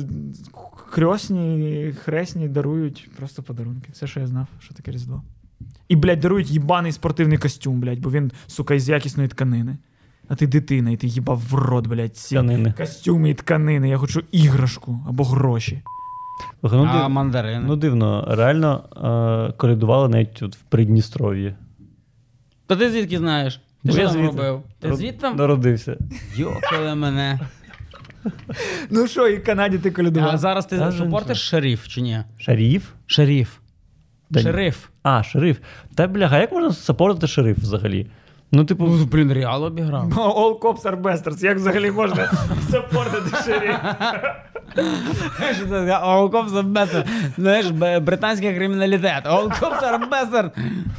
Speaker 2: крьосні, хресні дарують просто подарунки. Все, що я знав, що таке Різдво. І, блядь, дарують їбаний спортивний костюм, блядь, бо він, сука, із якісної тканини. А ти дитина, і ти їбав в рот, блядь, ці
Speaker 3: Тканини.
Speaker 2: костюми і тканини. Я хочу іграшку або гроші.
Speaker 3: Слухай, ну,
Speaker 1: а
Speaker 3: ти-
Speaker 1: мандарини.
Speaker 3: Ну дивно, реально е, колядували навіть от в Придністров'ї.
Speaker 1: Та ти звідки знаєш? Ти
Speaker 3: Бо
Speaker 1: що
Speaker 3: я
Speaker 1: там
Speaker 3: звідти.
Speaker 1: робив? Ти
Speaker 3: Род-
Speaker 1: звідти там?
Speaker 3: Народився.
Speaker 1: Йокали мене.
Speaker 2: Ну що, і в Канаді ти колядував?
Speaker 1: А зараз ти
Speaker 3: Та ж
Speaker 1: супортиш шериф чи ні?
Speaker 3: Шаріф?
Speaker 1: Шериф.
Speaker 3: Да ні.
Speaker 1: Шериф.
Speaker 3: А, шериф. Та бляха, як можна сапортити шериф взагалі? Ну, типу,
Speaker 1: Ну, блін, реал обіграв.
Speaker 2: All cops are bastards. Як взагалі можна саппортити шері?
Speaker 1: Олкоп за безер. Знаєш, бе- британський криміналітет. Олкоп за безер.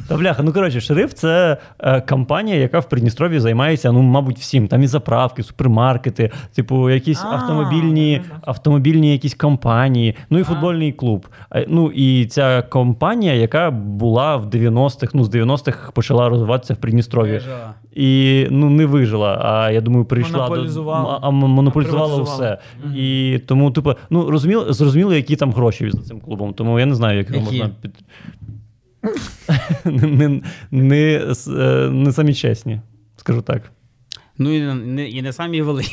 Speaker 3: та бляха, ну коротше, шериф це е, компанія, яка в Придністров'ї займається, ну, мабуть, всім. Там і заправки, супермаркети, типу, якісь
Speaker 2: А, я
Speaker 3: автомобільні,
Speaker 2: не знав.
Speaker 3: автомобільні якісь компанії, ну і футбольний клуб. Е, Ну і ця компанія, яка була в 90-х, ну з 90-х почала розвиватися в Придністров'ї.
Speaker 1: Вижила.
Speaker 3: і ну не вижила. А я думаю, прийшла
Speaker 2: Монополізувала.
Speaker 3: до м- а, м- монополізувала
Speaker 2: Приватизувала.
Speaker 3: все. І тому, типу, ну розуміло, зрозуміло, які там гроші за цим клубом. Тому я не знаю, як його
Speaker 1: Які?
Speaker 3: можна під не, не, с- е, не самі чесні, скажу так.
Speaker 1: Ну і не, і не самі великі.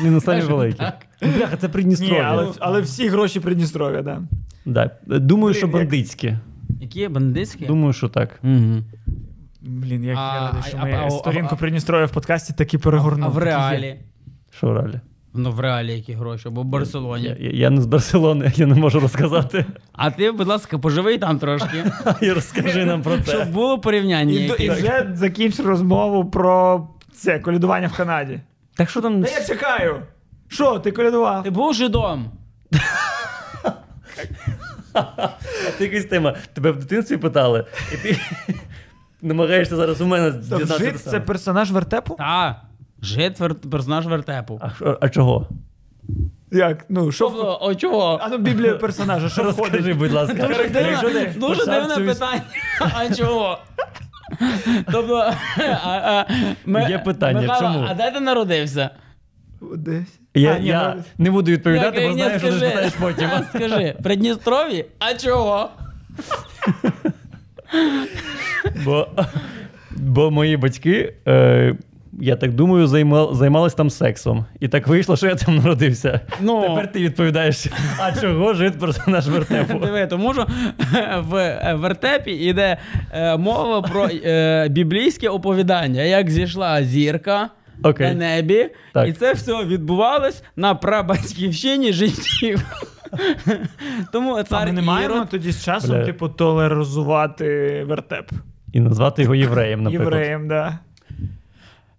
Speaker 3: Не на самі великі.
Speaker 1: так.
Speaker 3: Ну, Бляха, це
Speaker 2: Ні,
Speaker 3: Придністров'я.
Speaker 2: але, але всі гроші Придністров'я, да.
Speaker 3: Да. Думаю, що
Speaker 2: Блін, як-
Speaker 3: бандитські.
Speaker 1: Які бандитські?
Speaker 3: Думаю, що так.
Speaker 1: Угу.
Speaker 2: Блін, як
Speaker 1: А,
Speaker 2: я радий, що
Speaker 1: а-
Speaker 2: ми
Speaker 1: а- а-
Speaker 2: сторінку
Speaker 1: а-
Speaker 2: Придністров'я в подкасті таки перегорнули.
Speaker 1: А в
Speaker 2: Такі є.
Speaker 1: реалі.
Speaker 3: Що ралі?
Speaker 1: Ну, в реалі які гроші, або в
Speaker 3: Я,
Speaker 1: Барселоні.
Speaker 3: я, я не з Барселони, я не можу розказати.
Speaker 1: А ти, будь ласка, поживи там трошки,
Speaker 3: І розкажи нам про це.
Speaker 1: щоб було порівняння.
Speaker 2: І, до- і
Speaker 1: якесь.
Speaker 2: вже закінч розмову про це колядування в Канаді.
Speaker 3: Так що там
Speaker 2: Та я чекаю. Що, ти колядував?
Speaker 1: Ну, Ти був жидом?
Speaker 3: Це якась тема. Тебе в дитинстві питали, і ти намагаєшся зараз у мене
Speaker 2: Там
Speaker 3: дізнатися.
Speaker 2: Жид
Speaker 3: те
Speaker 2: це
Speaker 3: саме.
Speaker 2: персонаж вертепу?
Speaker 1: Та. Жид вер- персонаж вертепу.
Speaker 3: а, що- а чого?
Speaker 2: Як? Ну, що в-
Speaker 1: Тобто, о, чого?
Speaker 2: А ну біблія персонажа, що
Speaker 3: Розкажи,
Speaker 2: входить?
Speaker 3: будь ласка.
Speaker 1: Дуже дивне,
Speaker 3: Якщо ти
Speaker 1: дуже дивне
Speaker 3: посадцю-
Speaker 1: питання. А чого? Тобто, а, а, ми-
Speaker 3: Є питання,
Speaker 1: Михайло,
Speaker 3: чому?
Speaker 1: А де ти народився?
Speaker 2: Десь.
Speaker 3: Я,
Speaker 2: А, ні,
Speaker 3: я
Speaker 2: ну,
Speaker 3: не буду відповідати,
Speaker 1: Окей,
Speaker 3: бо
Speaker 1: ні,
Speaker 3: знаю, що ти
Speaker 1: скажи.
Speaker 3: спитаєш потім.
Speaker 1: А, Скажи, Придністрові? А чого?
Speaker 3: Бо, бо мої батьки, е, я так думаю, займа, займались там сексом. І так вийшло, що я там народився.
Speaker 1: Ну.
Speaker 3: Тепер ти відповідаєш, а чого жит персонаж вертепу?
Speaker 1: Диви, тому що в е, вертепі йде е, мова про е, біблійське оповідання, як зійшла зірка
Speaker 3: Окей.
Speaker 1: на небі,
Speaker 3: Так.
Speaker 1: і це все відбувалось на прабатьківщині життів. Тому
Speaker 2: А
Speaker 1: цар
Speaker 2: ми не маємо
Speaker 1: Ірод-
Speaker 2: тоді з часом,
Speaker 3: Бля.
Speaker 2: типу, толеризувати вертеп.
Speaker 3: І назвати його євреєм, наприклад.
Speaker 2: Євреєм, да.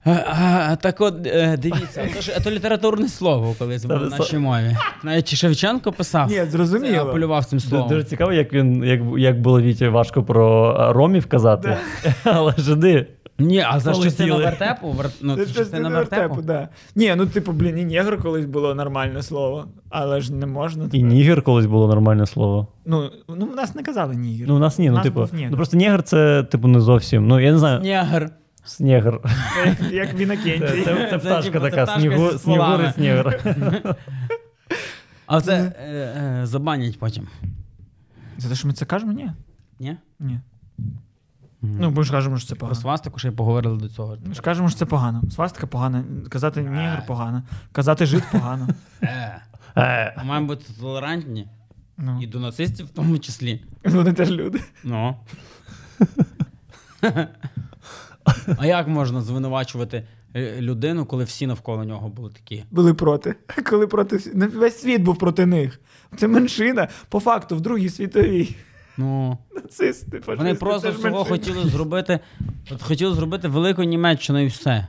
Speaker 1: Е, а, Так от, е, дивіться, то ж- то літературне слово колись було в
Speaker 3: Це-
Speaker 1: нашій мові. Навіть Шевченко писав,
Speaker 2: Ні,
Speaker 1: е,
Speaker 2: зрозуміло.
Speaker 1: полював цим
Speaker 3: Ду- Дуже
Speaker 1: словом.
Speaker 3: цікаво, як він, як, як було Віті важко про а, ромів казати. Але жиди.
Speaker 1: Ні, а за ж частину
Speaker 3: Полетіли.
Speaker 1: вертепу, вер- ну,
Speaker 2: Це
Speaker 1: це
Speaker 2: щось
Speaker 1: частина
Speaker 2: не
Speaker 1: вертепу.
Speaker 2: вертепу, да. Ні, ну типу, блін, і негр колись було нормальне слово, але ж не можна.
Speaker 3: І нігер колись було нормальне слово.
Speaker 2: Ну, ну в нас не казали нігер.
Speaker 3: Ну, у нас ні,
Speaker 2: У
Speaker 3: ну
Speaker 2: нас
Speaker 3: типу.
Speaker 2: був негр.
Speaker 3: Ну просто нігер це типу не зовсім. Ну я не знаю,
Speaker 1: Негр.
Speaker 3: снігер.
Speaker 2: Як- Як він
Speaker 3: Це, це,
Speaker 1: Це,
Speaker 3: пташка
Speaker 1: типу, це
Speaker 3: така,
Speaker 1: пташка
Speaker 3: снігу,
Speaker 1: зі стволами.
Speaker 3: снігур і снігер.
Speaker 1: А це е, е, забанять потім.
Speaker 2: За те, що ми це кажемо, ні.
Speaker 1: Ні?
Speaker 2: Ні. Ну, ми ж кажемо, що це
Speaker 1: Про
Speaker 2: погано.
Speaker 1: свастику ще й поговорили до цього.
Speaker 2: Ми ж кажемо, що це погано. Свастика погана. Казати нігер погано. Казати жид погано.
Speaker 1: Е,
Speaker 3: Е,
Speaker 1: маємо бути толерантні.
Speaker 2: Ну.
Speaker 1: І до нацистів в тому числі.
Speaker 2: Вони теж люди.
Speaker 1: Ну. А як можна звинувачувати е, людину, коли всі навколо нього були такі?
Speaker 2: Були проти. Коли проти всі- ну, весь світ був проти них. Це меншина. По факту, в Другій світовій.
Speaker 1: Ну.
Speaker 2: Нацисти, фашисти.
Speaker 1: Вони просто
Speaker 2: це ж
Speaker 1: всього
Speaker 2: меншина.
Speaker 1: хотіли зробити. От хотіли зробити велику Німеччину і все.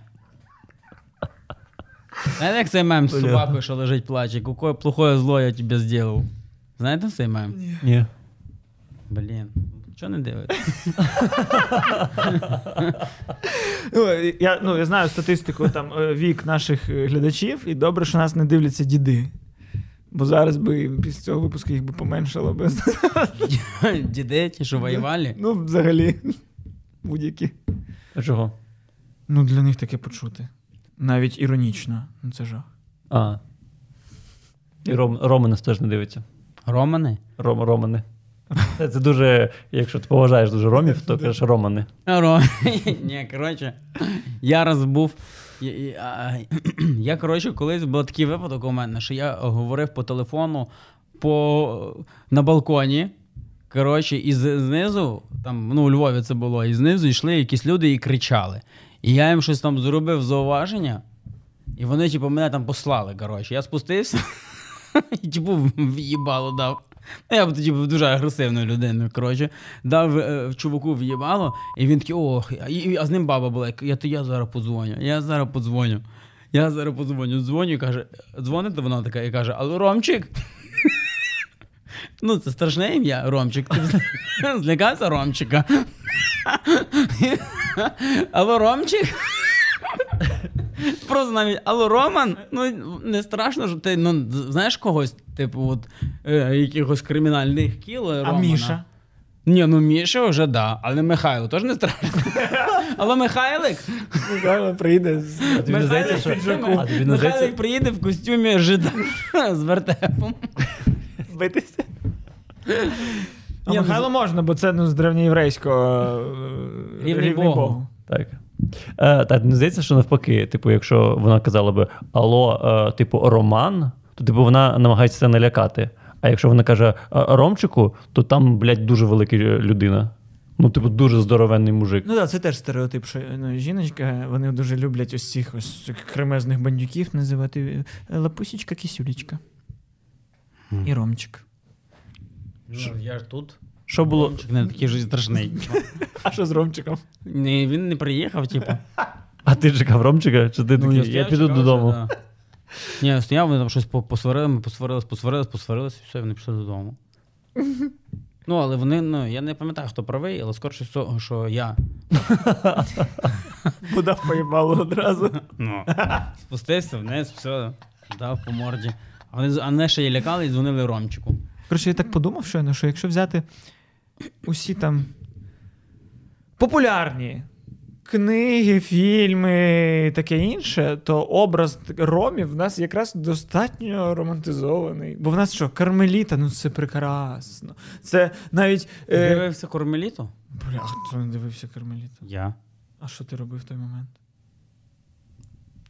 Speaker 1: Знаєте, як цей мем з
Speaker 3: Бля.
Speaker 1: собакою, що лежить плаче, какое плохое зло я тебе зробив. Знаєте цей мем?
Speaker 3: ні.
Speaker 1: Блін, чого не дивитися?
Speaker 2: Ну, я, ну, я знаю статистику там е, вік наших е, глядачів, і добре, що нас не дивляться діди. Бо зараз би після цього випуску їх би поменшало би.
Speaker 1: Діди, ті, що воювали.
Speaker 2: Ну, взагалі, будь-які.
Speaker 3: А Чого?
Speaker 2: Ну, для них таке почути. Навіть іронічно. Ну, це жах.
Speaker 3: А. І Ром, Романес теж не дивиться.
Speaker 1: Романи?
Speaker 3: Ром, Романи. Це, це дуже, якщо ти поважаєш дуже ромів, то кажеш Романи.
Speaker 1: Ро... Ні, коротше, я раз був. Я, я, я, коротше, колись був такий випадок у мене, що я говорив по телефону по, на балконі. Коротше, і з- знизу, там, ну, у Львові це було, і знизу йшли якісь люди і кричали. І я їм щось там зробив зауваження, і вони, типу, мене там послали. Коротше, я спустився і типу в'їбало дав. Ну, я б тоді був дуже агресивною людиною. Коротше, дав е, чуваку в'їбало, і він такий, ох, а, і- і- а з ним баба була. Я, то я зараз подзвоню, я зараз подзвоню. Я зараз подзвоню, дзвоню і каже, дзвонить вона така і каже, алло, Ромчик. Ну, це страшне ім'я, Ромчик. Ти зля- злякався Ромчика. Алло, Ромчик. Просто навіть алло, Роман, ну не страшно, що ти ну, знаєш когось, типу, от е, якихось кримінальних кіл. е, Романа.
Speaker 2: А Міша?
Speaker 1: Ні, ну Міша вже да, але Михайло теж не страшно. Алло, Михайлик.
Speaker 2: Михайло Ну, прийде. з-
Speaker 3: А тобі не здається, що а тобі не здається,
Speaker 1: Михайлик приїде в костюмі жида з вертепом.
Speaker 2: Битися. А
Speaker 1: Ні, ну,
Speaker 2: Михайло можна, бо це ну, з древньоєврейського е,
Speaker 1: Рівний Богу.
Speaker 3: Так. Е, так, не здається, що навпаки, типу, якщо вона казала би Алло, е, типу, Роман, то типу вона намагається це налякати. А якщо вона каже «Е, Ромчику, то там, блядь, дуже велика е, людина. Ну, типу, дуже здоровенний мужик.
Speaker 2: Ну так, це теж стереотип, що ну, жіночка, вони дуже люблять ось цих ось цих кремезних бандюків називати е, лапусічка кисюлечка. І Ромчик.
Speaker 3: Ну,
Speaker 1: Я ж тут.
Speaker 3: Що було?
Speaker 1: Ромчик не ну, такий же страшний.
Speaker 2: А що з Ромчиком?
Speaker 1: Ні, він не приїхав, типу.
Speaker 3: А ти чекав Ромчика? Чи ти такий? Я,
Speaker 1: Ну, стояв,
Speaker 3: піду
Speaker 1: чекав,
Speaker 3: додому.
Speaker 1: що, да. Ні, я стояв, вони там щось по- посварили, ми посварились, посварились, посварились, і все, вони пішли додому. Ну, але вони, ну, я не пам'ятаю, хто правий, але скорше всього, що я.
Speaker 2: Вода поїбала одразу.
Speaker 1: Ну, спустився вниз, все, дав по морді. А вони з- а мене ще і лякали і дзвонили Ромчику.
Speaker 2: Коротше, я так подумав, щойно, що якщо взяти усі там популярні книги, фільми, таке інше, то образ ромів в нас якраз достатньо романтизований. Бо в нас що, Кармеліта, ну це прекрасно. Це навіть.
Speaker 1: Ти
Speaker 2: Е...
Speaker 1: Дивився Кормеліту?
Speaker 2: Бля, хто не дивився Кармеліту?
Speaker 1: Я.
Speaker 2: А що ти робив в той момент?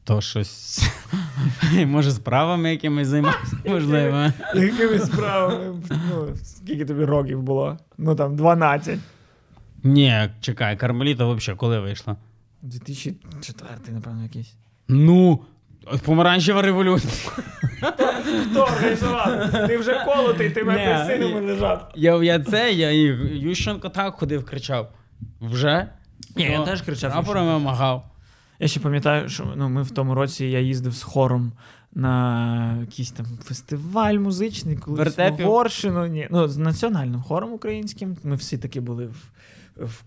Speaker 1: То щось. Може, справами якимись займався, можливо.
Speaker 2: Якими справами? Ну, скільки тобі років було? Ну там 12.
Speaker 1: Ні, чекай, Кармеліта взагалі коли вийшла?
Speaker 2: 2004, напевно, якийсь.
Speaker 1: Ну, помаранчева революція.
Speaker 2: Хто організував? Ти вже колотий, ти
Speaker 1: Ні.
Speaker 2: мене синами лежав.
Speaker 1: Я, я це, я і Ющенко так ходив, кричав. Вже?
Speaker 2: Ні, я
Speaker 1: Ну,
Speaker 2: теж кричав
Speaker 1: Прапорами махав.
Speaker 2: Я ще пам'ятаю, що ну, ми в тому році я їздив з хором на якийсь там фестиваль музичний, колись в
Speaker 1: Вертепів?
Speaker 2: Угорщину. Ні, ну, з національним хором українським. Ми всі такі були в, в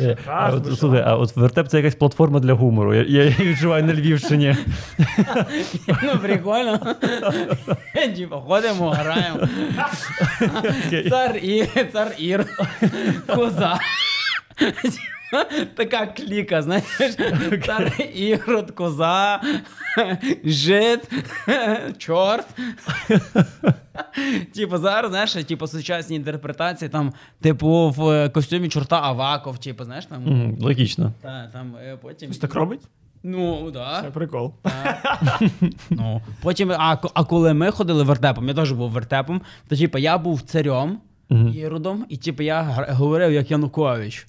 Speaker 3: Е, а
Speaker 2: кушаках. в
Speaker 3: от, слухай, а от вертеп це якась платформа для гумору. Я, я її відчуваю на Львівщині.
Speaker 1: Ну, прикольно. Типа, ходимо, граємо. Цар і цар Ір. Коза. Така кліка, знаєш, цар Ірод, коза, жит, чорт. Типу, зараз, знаєш, типу, сучасні інтерпретації, там, типу, в е, костюмі чорта Аваков, типу, знаєш, там.
Speaker 3: М, Логічно.
Speaker 1: Та, там е, потім.
Speaker 2: Хтось так робить?
Speaker 1: Ну, да.
Speaker 2: Це прикол.
Speaker 1: Ну, потім, а, ко- а коли ми ходили вертепом, я теж був вертепом, то типу, я був царем іродом, і типу, я гра- говорив як Янукович.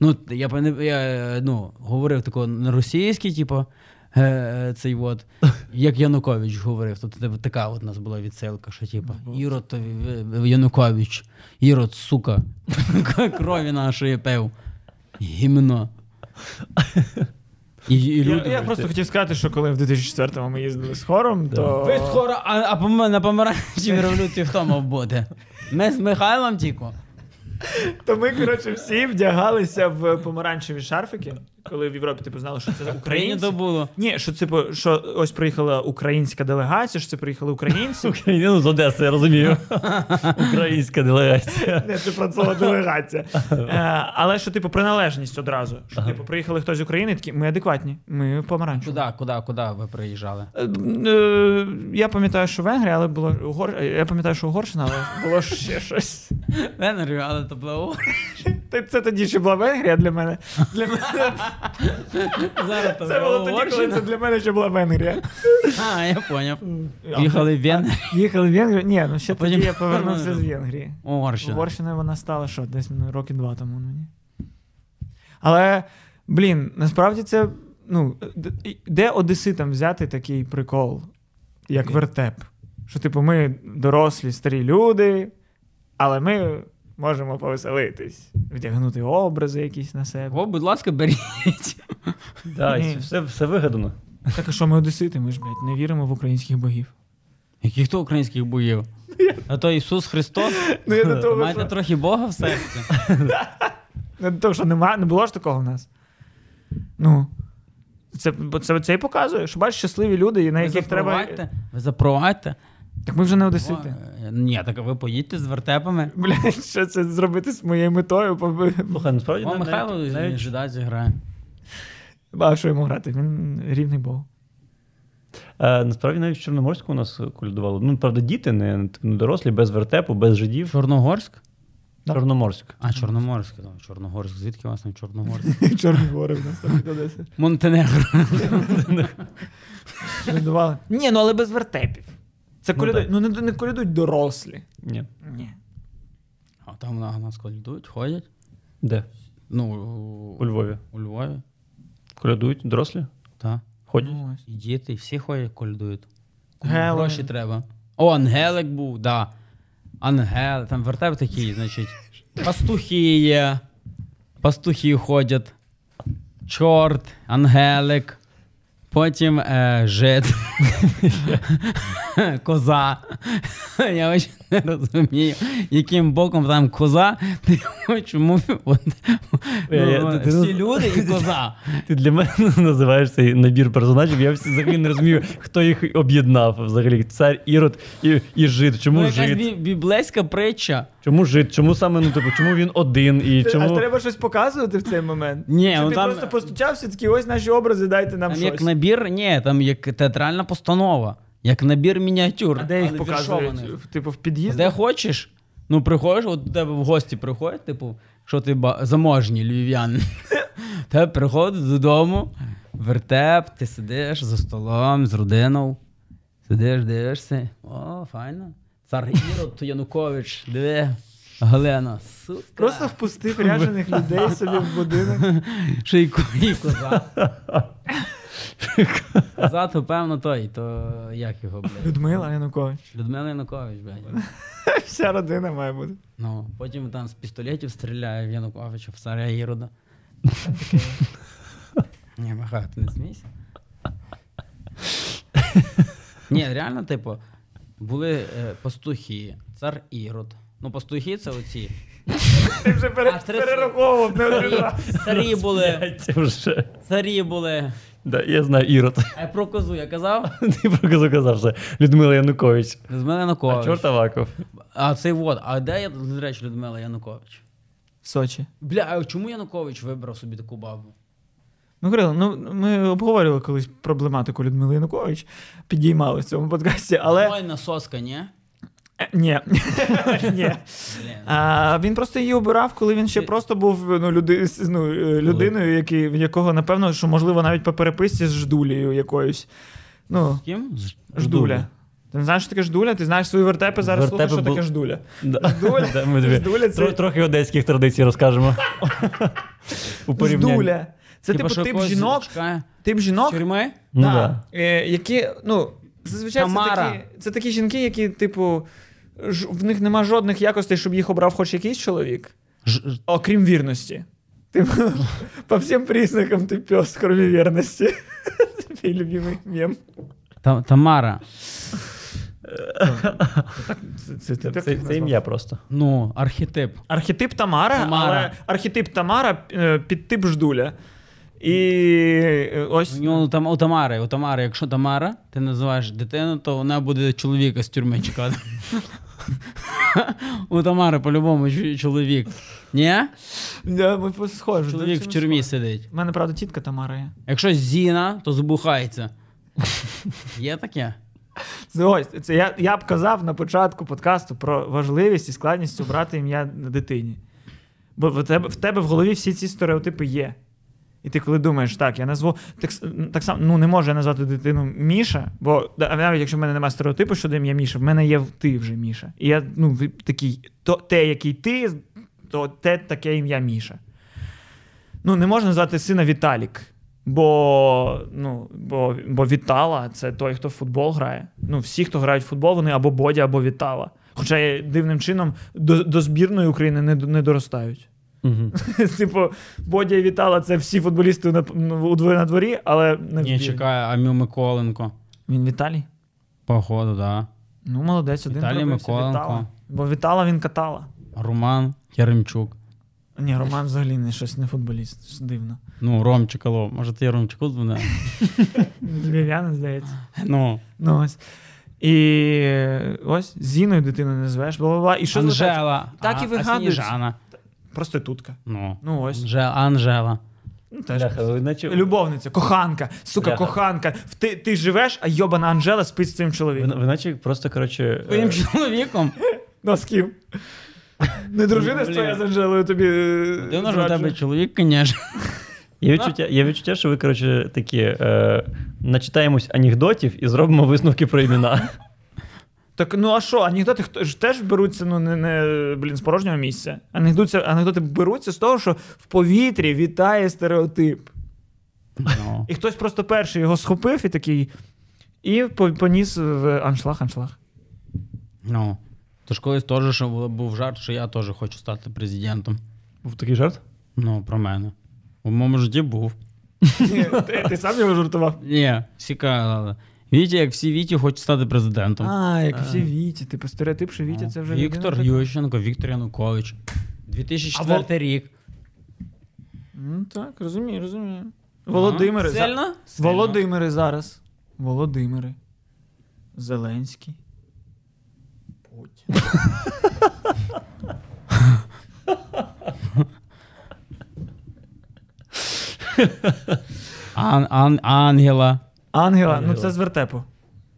Speaker 1: Ну, т- я, пам'ят- я е, ну, говорив тако на російській, типу, е, е, цей от, як Янукович говорив. Тобто типу, така от у нас була відсилка, що типу, Ірод то в- в- Янукович, Ірод, сука, крові нашої пив. Гімно. І, і
Speaker 2: Я,
Speaker 1: люди
Speaker 2: я просто хотів сказати, що коли в 2004 ми їздили з хором, то.
Speaker 1: ви скоро, а, а пом- на помаранчевій революції хто мав бути? Ми з Михайлом тільки.
Speaker 2: То ми, коротше, всі вдягалися в помаранчеві шарфики, коли в Європі типу знали, що це українці.
Speaker 1: Прийнято було.
Speaker 2: Ні, що типу, що ось приїхала українська делегація, що це приїхали українці.
Speaker 3: Українину ну, з Одеси, я розумію. Українська делегація.
Speaker 2: Не, це францова делегація. Е, але що, типу, приналежність одразу. Що, типу, приїхали хтось з України, такі ми адекватні, ми помаранчеві.
Speaker 1: Куди, куди, куди ви приїжджали?
Speaker 2: Е, е, Я пам'ятаю, що Венгрія, але було Угор... е, Я пам'ятаю, що Угорщина, але було ще щось.
Speaker 1: Венгрію, але то було.
Speaker 2: Та Це тоді ще була Венгрія для мене. Для мене
Speaker 1: Зараз то
Speaker 2: це було тоді, коли це для мене ще була Венгрія.
Speaker 1: А, я поняв. Їхали в Вен...
Speaker 2: Їхали в Венгрію. Ні, ну ще тоді
Speaker 1: потім-
Speaker 2: я повернувся з Венгрії.
Speaker 1: Угорщина.
Speaker 2: Угорщина вона стала що, десь ну, роки два тому мені. Але, блін, насправді це. Ну, д- і- де одеситам взяти такий прикол, як вертеп? Що, типу, ми дорослі, старі люди, але ми можемо повеселитись, вдягнути образи якісь на себе.
Speaker 1: О, будь ласка, беріть.
Speaker 3: Да, і
Speaker 2: Ні.
Speaker 3: все, все вигадано.
Speaker 2: Так, а що ми одесити? Ми ж, блядь, не віримо в українських богів.
Speaker 1: Яких то українських боїв? А то Ісус Христос.
Speaker 2: Ну, я до того,
Speaker 1: Маєте
Speaker 2: що,
Speaker 1: трохи Бога в серці.
Speaker 2: я до того, Ну, що нема, не було ж такого в нас. Ну. Це, це, це і показує, що бачиш щасливі люди, і на
Speaker 1: Ви
Speaker 2: яких треба.
Speaker 1: запровадьте. Ви запровадьте.
Speaker 2: Так ми вже не
Speaker 1: О,
Speaker 2: одесити.
Speaker 1: е, Ні, так ви поїдьте з вертепами.
Speaker 2: Блять, що це зробити з моєю метою? Пов-
Speaker 3: Слухай, насправді
Speaker 1: О,
Speaker 3: навіть-
Speaker 1: Михайло
Speaker 3: навіть-
Speaker 1: жида зіграє.
Speaker 2: А що йому грати? Він рівний Бог.
Speaker 3: Е, Насправді навіть в Чорноморську у нас колядували. Ну, правда, діти не, не дорослі, без вертепу, без жидів.
Speaker 1: Чорногорськ?
Speaker 2: Да.
Speaker 3: Чорноморськ.
Speaker 1: А, Чорноморськ, там, Чорногорськ. Звідки у вас там Чорногорськ?
Speaker 2: Чорні гори в нас там від Одеси.
Speaker 1: Монтенегро.
Speaker 2: Колядували. Ні, ну але без вертепів. Це
Speaker 3: Ну,
Speaker 2: колядують.
Speaker 3: так.
Speaker 2: Ну, не, не колядують дорослі.
Speaker 3: Ні.
Speaker 2: Ні.
Speaker 1: А там на нас колядують, ходять.
Speaker 3: Де?
Speaker 1: Ну,
Speaker 3: У Львові.
Speaker 1: у Львові.
Speaker 3: Колядують, дорослі?
Speaker 1: Так.
Speaker 2: Ну.
Speaker 3: Ходять.
Speaker 1: І діти, і всі ходять, колядують. Кому
Speaker 2: Гелик.
Speaker 1: гроші треба. О, Ангелик був, да. Ангел, там вертеп такий, значить. Пастухи є. Пастухи ходять. Чорт, Ангелик. Потім е, жит. коза. Я ось не розумію, яким боком там коза. Ти- Чому от,
Speaker 3: Е,
Speaker 1: ну,
Speaker 3: ти- ти
Speaker 1: всі
Speaker 3: роз-
Speaker 1: люди і коза.
Speaker 3: Ти для мене називаєш цей набір персонажів. Я взагалі не розумію, хто їх об'єднав взагалі. Цар Ірод і, і жид. Чому
Speaker 1: Ну, якась
Speaker 3: жид?
Speaker 1: бі- біблейська притча.
Speaker 3: Чому жид? Чому саме ну типу, чому він один
Speaker 1: Е,
Speaker 3: і
Speaker 2: Ти-
Speaker 3: чому
Speaker 2: А треба щось показувати в цей момент?
Speaker 1: Ні,
Speaker 2: Чи
Speaker 1: ну
Speaker 2: ти
Speaker 1: там-
Speaker 2: просто постучався, такий ось наші образи, дайте нам
Speaker 1: Там як
Speaker 2: щось.
Speaker 1: набір, ні, там як театральна постанова, як набір мініатюр.
Speaker 2: А де їх
Speaker 1: але віршованих.
Speaker 2: показують? Типу в під'їзді?
Speaker 1: Де хочеш? Ну, приходиш, от до тебе в гості приходять, типу, що ти ба- заможні львів'яни. Тебе приходить додому, вертеп, ти сидиш за столом з родиною. Сидиш, дивишся. О, файно. Цар Ірод то Янукович, диви. Галена, сука.
Speaker 2: Просто впустив ряжених людей собі в будинок.
Speaker 1: Шийку і коза. Коза, то певно той, то як його, блядь.
Speaker 2: Людмила Янукович.
Speaker 1: Людмила Янукович, блядь.
Speaker 2: Вся родина має бути.
Speaker 1: Ну, потім там з пістолетів стріляє в Януковича, в царя Ірода. Ні, Михайло, ти не смійся. Ні, реально, типу, були е, пастухи, цар Ірод. Ну, пастухи це оці.
Speaker 2: Ти вже
Speaker 1: А,
Speaker 2: пере-
Speaker 1: стрес-
Speaker 2: перераховував не один
Speaker 1: Царі,
Speaker 2: раз.
Speaker 1: царі були.
Speaker 3: Блядь, це вже.
Speaker 1: Царі були.
Speaker 3: Да, я знаю Ірод.
Speaker 1: А про козу я казав?
Speaker 3: Ти про козу казав все. Людмила Янукович.
Speaker 1: Людмила
Speaker 3: А
Speaker 1: Янукович.
Speaker 3: чорт Аваков.
Speaker 1: А цей вот, а де, я, до речі, Людмила Янукович?
Speaker 2: В Сочі.
Speaker 1: Бля, а чому Янукович вибрав собі таку бабу?
Speaker 2: Ну, Кирило, ну ми обговорювали колись проблематику Людмили Янукович, підіймали в цьому подкасті, але
Speaker 1: Ой, насоска, ні?
Speaker 2: Е, ні. ні.
Speaker 1: Блін.
Speaker 2: А, він просто її обирав, коли він ще
Speaker 1: Ти-
Speaker 2: просто був ну, люди, с- ну, е, людиною, який, в якого, напевно, що можливо навіть по переписці з ждулією якоюсь. Ну,
Speaker 1: З ким?
Speaker 2: ждуля. Ти не знаєш, що таке ждуля? Ти знаєш свої вертепи, зараз
Speaker 3: Вертепи
Speaker 2: слухаєш, що
Speaker 3: бу-
Speaker 2: таке ждуля.
Speaker 3: Да.
Speaker 2: Ждуля.
Speaker 3: Да, ми тобі
Speaker 2: Ждуля це-
Speaker 3: тро- Трохи одеських традицій розкажемо. У порівнянні.
Speaker 2: Ждуля. Це типу,
Speaker 1: що
Speaker 2: тип
Speaker 1: когось
Speaker 2: жінок,
Speaker 1: чекає
Speaker 2: тип жінок,
Speaker 1: Тюрми?
Speaker 3: Ну
Speaker 2: да,
Speaker 3: да.
Speaker 2: е, які, ну, зазвичай це
Speaker 1: Тамара.
Speaker 2: такі, це такі жінки, які, типу, ж, в них нема жодних якостей, щоб їх обрав хоч якийсь чоловік.
Speaker 3: Ж-
Speaker 2: Окрім вірності. Ти, по всім признакам ти пес, кроме вірності. Це мій любимий мем.
Speaker 1: Та- Тамара.
Speaker 2: Це, це,
Speaker 3: Це, це, це ім'я просто.
Speaker 1: Ну, архетип.
Speaker 2: Архетип Тамара,
Speaker 1: Тамара.
Speaker 2: але архетип Тамара е, під тип ждуля. І е, ось.
Speaker 1: У нього там у Тамари, у Тамари, якщо Тамара, ти називаєш дитину, то вона буде чоловіка з тюрми чекати. У Тамари по-любому ч- чоловік. Ні?
Speaker 2: Да, ми по- схожі.
Speaker 1: Чоловік в
Speaker 2: дуже
Speaker 1: тюрмі
Speaker 2: схожі.
Speaker 1: сидить.
Speaker 2: У мене, правда, тітка Тамара є.
Speaker 1: Якщо Зіна, то забухається. Є таке?
Speaker 2: Це Ну, ось це я, я б казав на початку подкасту про важливість і складність обрати ім'я на дитині. Бо в тебе в, тебе в голові всі ці стереотипи є. І ти коли думаєш, так, я назву так, с- так само, ну не можу я назвати дитину Міша, бо да, навіть якщо в мене немає стереотипу щодо ім'я Міша, в мене є ти вже Міша. І я ну ви- такий, то те, який ти, то те таке ім'я Міша. Ну, не можна назвати сина Віталік. Бо, ну, бо, бо Вітала це той, хто в футбол грає. Ну, всі, хто грають в футбол, вони або Бодя, або Вітала. Хоча я дивним чином до, до збірної України не, до- не доростають.
Speaker 3: Угу.
Speaker 2: типу, Бодя і Вітала це всі футболісти на, ну, у дворі на дворі, але не в
Speaker 1: Ні,
Speaker 2: збірні.
Speaker 1: чекає Амю Миколенко.
Speaker 2: Він Віталій.
Speaker 1: Походу, так.
Speaker 2: Ну, молодець, один
Speaker 1: Віталій
Speaker 2: пробився,
Speaker 1: Миколенко.
Speaker 2: Вітала. Бо Вітала він катала.
Speaker 1: Роман Яремчук.
Speaker 2: Ні, Роман взагалі не щось не футболіст. Щось дивно.
Speaker 1: Ну, Ромчикало. Може, ти Ромчику дзвони?
Speaker 2: Львів'янин, здається.
Speaker 1: Ну,
Speaker 2: Ну ось. І е, ось Зіною дитину не звеш, бла-бла-бла. І що залишається?
Speaker 1: Анжела.
Speaker 2: Так
Speaker 1: А-
Speaker 2: і
Speaker 1: а
Speaker 2: вигадується.
Speaker 1: Сніжана.
Speaker 2: Проститутка.
Speaker 1: Ну.
Speaker 2: Ну ось.
Speaker 1: Анже- Анжела.
Speaker 2: Ну, теж.
Speaker 3: Бляха, ви наче,
Speaker 2: Любовниця, коханка, сука,
Speaker 3: Бляха.
Speaker 2: коханка. В Ти, ти живеш, а йобана Анжела спить з цим
Speaker 3: ви,
Speaker 2: чоловіком.
Speaker 3: ви наче просто, коротше. е,
Speaker 1: Твоїм чоловіком.
Speaker 2: Ну, а з ким? Не дружина ж
Speaker 1: Блін.
Speaker 2: твоя з Анжелою тобі. е,
Speaker 1: Дивно, що у
Speaker 2: зраджує?
Speaker 1: тебе чоловік, звісно.
Speaker 3: Є відчуття, є відчуття, що ви, коротше, такі е, начитаємось анекдотів і зробимо висновки про імена.
Speaker 2: Так ну а що, анекдоти хто ж теж беруться, ну не, не блін, з порожнього місця. Анекдоти, анекдоти беруться з того, що в повітрі вітає стереотип.
Speaker 1: Ну.
Speaker 2: І хтось просто перший його схопив і такий. І по- поніс в аншлаг, аншлаг.
Speaker 1: Ну. Тож колись теж що було- був жарт, що я теж хочу стати президентом.
Speaker 3: Був такий жарт?
Speaker 1: Ну, про мене. У моєму житті був.
Speaker 2: Ні, ти, ти сам його жартував.
Speaker 1: Ні, цікаво. Вітя, як всі Віті, хоче стати президентом.
Speaker 2: А, як всі Віті, типу стереотип, що Вітя це вже
Speaker 1: е. Ну, Віктор
Speaker 2: людина,
Speaker 1: Ющенко, Віктор Янукович. 2004
Speaker 2: А
Speaker 1: рік.
Speaker 2: так- М, Ну, Так, розумію, розумію. Володимири. за-
Speaker 1: Сильно?
Speaker 2: Володимири зараз. Володимири. Зеленський. Путін.
Speaker 1: Ан, ан, Ангела.
Speaker 2: Ангела, ну це з вертепу.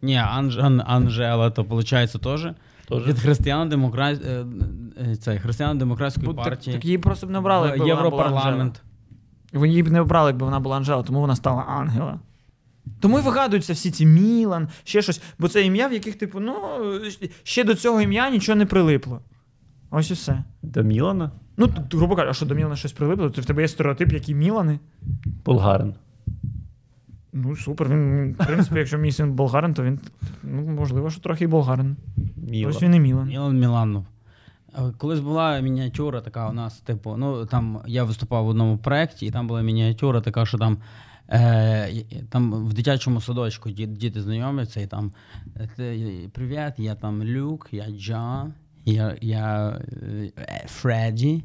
Speaker 1: Ні, Анж, ан, Анжела, то виходить теж.
Speaker 3: Тоже.
Speaker 1: Від християно-демократської християно-демократської
Speaker 2: Так,
Speaker 1: партії.
Speaker 2: так її просто б не обрали, якби
Speaker 1: в
Speaker 2: вона була
Speaker 1: Європарламент.
Speaker 2: Анжела. Вони її б не обрали, якби вона була Анжела, тому вона стала Ангела. Тому і вигадуються всі ці Мілан, ще щось, бо це ім'я, в яких, типу, ну, ще до цього ім'я нічого не прилипло. Ось і все.
Speaker 3: До Мілана?
Speaker 2: Ну, т- грубо кажучи, а що до Мілана щось прилипло? То в тебе є стереотип, які Мілани.
Speaker 3: Болгарин.
Speaker 2: Ну, супер. Він, в принципі, якщо мій син болгарин, то він, ну, можливо, що трохи і болгарин.
Speaker 3: Мілан.
Speaker 2: Ось він і Мілан.
Speaker 1: Мілан Міланов. Е, Колись була мініатюра така у нас, типу, ну там я виступав в одному проєкті, і там була мініатюра така, що там, е, і- там в дитячому садочку ді- діти знайомляться, і там е, ти- привіт, я там Люк, я Джан, я, я е, е, Фредді,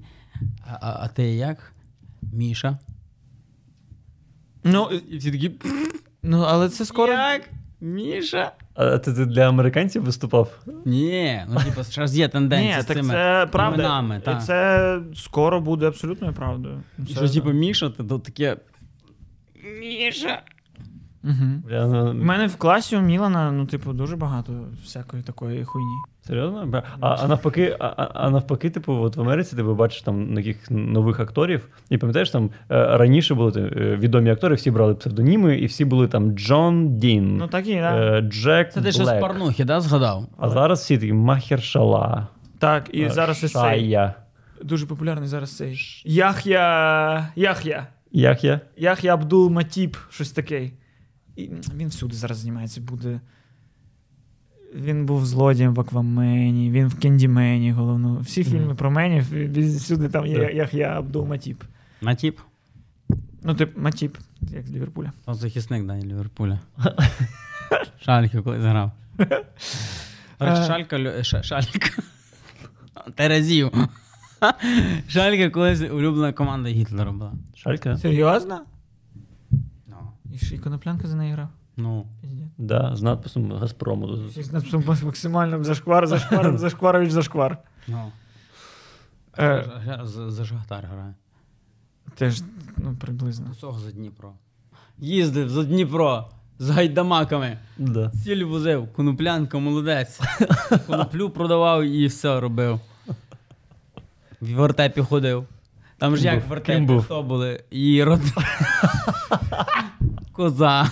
Speaker 1: а, а- а ти як? Міша.
Speaker 2: Ну,
Speaker 1: І всі такі.
Speaker 2: ну, але це скоро.
Speaker 1: Як? Міша?
Speaker 3: А ти, ти для американців виступав?
Speaker 1: Ні, ну типу, зараз є тенденція
Speaker 2: Ні,
Speaker 1: з
Speaker 2: так
Speaker 1: цими
Speaker 2: це правда.
Speaker 1: іменами, та.
Speaker 2: І це скоро буде абсолютною правдою.
Speaker 1: І що, типу, Міша, ти тут таке. Міша.
Speaker 2: Угу.
Speaker 3: Бля, ну,
Speaker 2: У мене в класі у Мілана, ну, типу, дуже багато всякої такої хуйні.
Speaker 3: Серйозно? Бля, А, а навпаки, а, а- а навпаки, типу, от в Америці ти бачиш там таких нових акторів, і пам'ятаєш, там е, раніше були ти, е, відомі актори, всі брали псевдоніми, і всі були там Джон Дін,
Speaker 2: Ну, так і, да.
Speaker 3: е, Джек
Speaker 1: Це ти ще з
Speaker 3: Блек.
Speaker 1: порнухи, да, згадав?
Speaker 3: а зараз всі такі Махершала.
Speaker 2: Так, і
Speaker 3: е,
Speaker 2: зараз ось цей.
Speaker 3: Шая.
Speaker 2: Дуже популярний зараз цей. Ях'я. Ях'я.
Speaker 3: Як я?
Speaker 2: Ях'я Абдул Матіп, щось таке. І він всюди зараз знімається, буде. Він був злодієм в Аквамені, він в Кендімені, головно. Всі фільми про менів, і- і всюди там є
Speaker 3: Так.
Speaker 2: Ях'я Абдул Матіп.
Speaker 1: На тіп.
Speaker 2: Ну, тип Матіп, як з Ліверпуля.
Speaker 1: То захисник, да, Ліверпуля. Шальки коли зграв. До речі,
Speaker 2: Е.
Speaker 1: Шалька. лю- Ша- Шалька. Терезів. Шалька колись улюблена команда Гітлера була.
Speaker 3: Шалька?
Speaker 2: Серйозно?
Speaker 1: Ну.
Speaker 2: І ж і Коноплянка за неї грав.
Speaker 1: Ну.
Speaker 2: Піздець.
Speaker 3: Да, з надписом Газпрому.
Speaker 2: Всіх нас просто максимально зашквар, зашквар, зашкварович, зашквар.
Speaker 1: Ну.
Speaker 2: Е.
Speaker 1: Ж- з- За Шахтар грає.
Speaker 2: Теж, ну, приблизно.
Speaker 1: Усього за Дніпро. Їздив за Дніпро з гайдамаками.
Speaker 3: Да.
Speaker 1: Сіль возив, коноплянка, молодець. Коноплю продавав і все робив. В вертепі ходив. Там ж
Speaker 3: Ким
Speaker 1: як
Speaker 3: був?
Speaker 1: в
Speaker 3: Ким
Speaker 1: вертепі
Speaker 3: був?
Speaker 1: хто були? Ірод. Коза.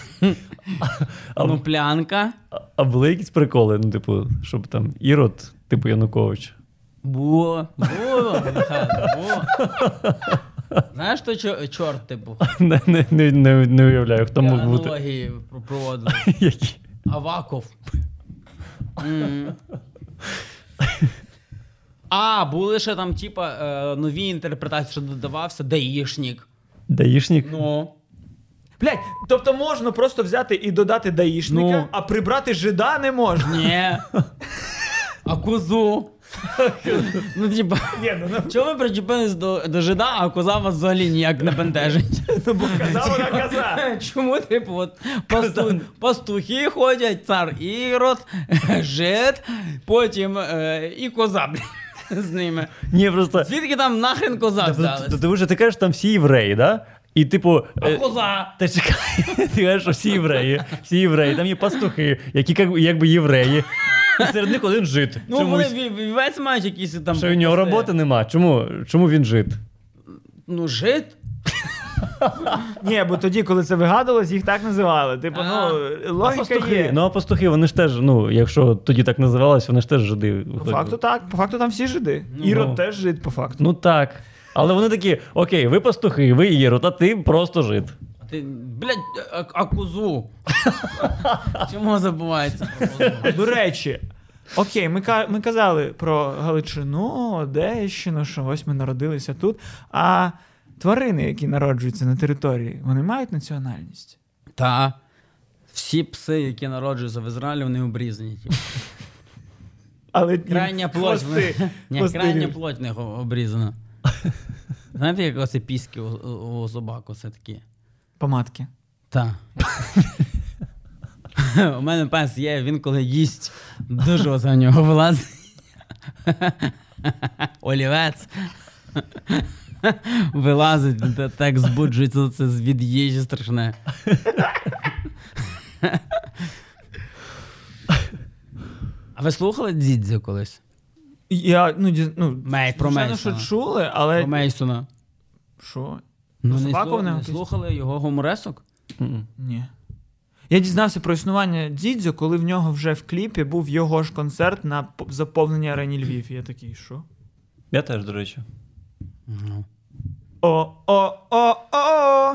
Speaker 1: Коноплянка.
Speaker 3: А, а були якісь приколи, ну, типу, щоб там Ірод, типу Янукович.
Speaker 1: Було. Було, Михайло, було. Знаєш, то чо- чорт ти був?
Speaker 3: Не, не, не, не, не уявляю, хто
Speaker 1: Я
Speaker 3: мог бути.
Speaker 1: аналогії про- проводив.
Speaker 3: Які?
Speaker 1: Аваков. М. А, були ще там, типа, е, нові інтерпретації, що додавався даїшник.
Speaker 3: Даїшник?
Speaker 1: Ну.
Speaker 2: Блять, тобто можна просто взяти і додати даїшника,
Speaker 1: Ну.
Speaker 2: а прибрати жида не можна.
Speaker 1: Ні. А козу. Ну, типа.
Speaker 2: Ні, ну, ну,
Speaker 1: Чого ви причепились до, до жида, а коза вас взагалі ніяк не бентежить?
Speaker 2: ну, бо казав вона казав.
Speaker 1: Чому, типу, от пасту, пастухи ходять, цар Ірод, жид, потім е, і коза, блін, з ними.
Speaker 3: Ні, просто.
Speaker 1: Звідки там нахрен коза взялась?
Speaker 3: Ти вже ти кажеш, там всі євреї, да? І типу.
Speaker 1: А
Speaker 3: е,
Speaker 1: коза.
Speaker 3: Та чекай, ти кажеш, що всі євреї, всі євреї, там є пастухи, які як- якби євреї. І серед них один жит.
Speaker 1: Ну, вони
Speaker 3: Чомусь.
Speaker 1: ві- вівець мають якісь там.
Speaker 3: Що у нього
Speaker 1: пасти.
Speaker 3: роботи нема. Чому? Чому він жит?
Speaker 1: Ну, жит.
Speaker 2: Ні, бо тоді, коли це вигадувалось, їх так називали. Типу,
Speaker 1: А.
Speaker 2: ну, логіка є.
Speaker 3: Ну а пастухи, вони ж теж, ну, якщо тоді так називалось, вони ж теж жиди.
Speaker 2: По факту так, по факту там всі жиди.
Speaker 1: типу. Ну.
Speaker 2: Ірод теж жид, по факту.
Speaker 3: Ну так. Але вони такі: окей, ви пастухи, ви Єрут, а ти просто жит.
Speaker 1: А Ти, блядь, а, а козу. Чому забувається про козу?
Speaker 2: До речі, окей, ми, ка- ми казали про Галичину, Одещину, що ось ми народилися тут. А тварини, які народжуються на території, вони мають національність.
Speaker 1: Та. Всі пси, які народжуються в Ізраїлі, вони обрізані. типу.
Speaker 2: Але
Speaker 1: Крайня плоть. вони- Ні,
Speaker 2: хвости
Speaker 1: крайня
Speaker 2: ріжуть.
Speaker 1: плоть не обрізана. Знаєте, як оце піски у, у, у собак, оце такі.
Speaker 2: Помадки.
Speaker 1: Та. У мене пес є, він коли їсть, дуже оце у нього вилазить. Олівець. Вилазить, та- так збуджується це з від їжі страшне. А ви слухали Дзідзю колись?
Speaker 2: Я, ну, діз... ну,
Speaker 1: Мей, про
Speaker 2: звичайно, що
Speaker 1: Мейсона.
Speaker 2: чули, але.
Speaker 1: Про Мейсона.
Speaker 2: Що?
Speaker 1: Ну, не,
Speaker 2: собаку
Speaker 1: слу...
Speaker 2: вони
Speaker 1: не
Speaker 2: якісь-
Speaker 1: слухали його гуморесок?
Speaker 3: М-м.
Speaker 2: Ні. Я дізнався про існування Дідзьо, коли в нього вже в кліпі був його ж концерт на п- заповненні арені Львів. Я такий, що?
Speaker 3: Я теж, до речі.
Speaker 2: Ну. О, о, о, о.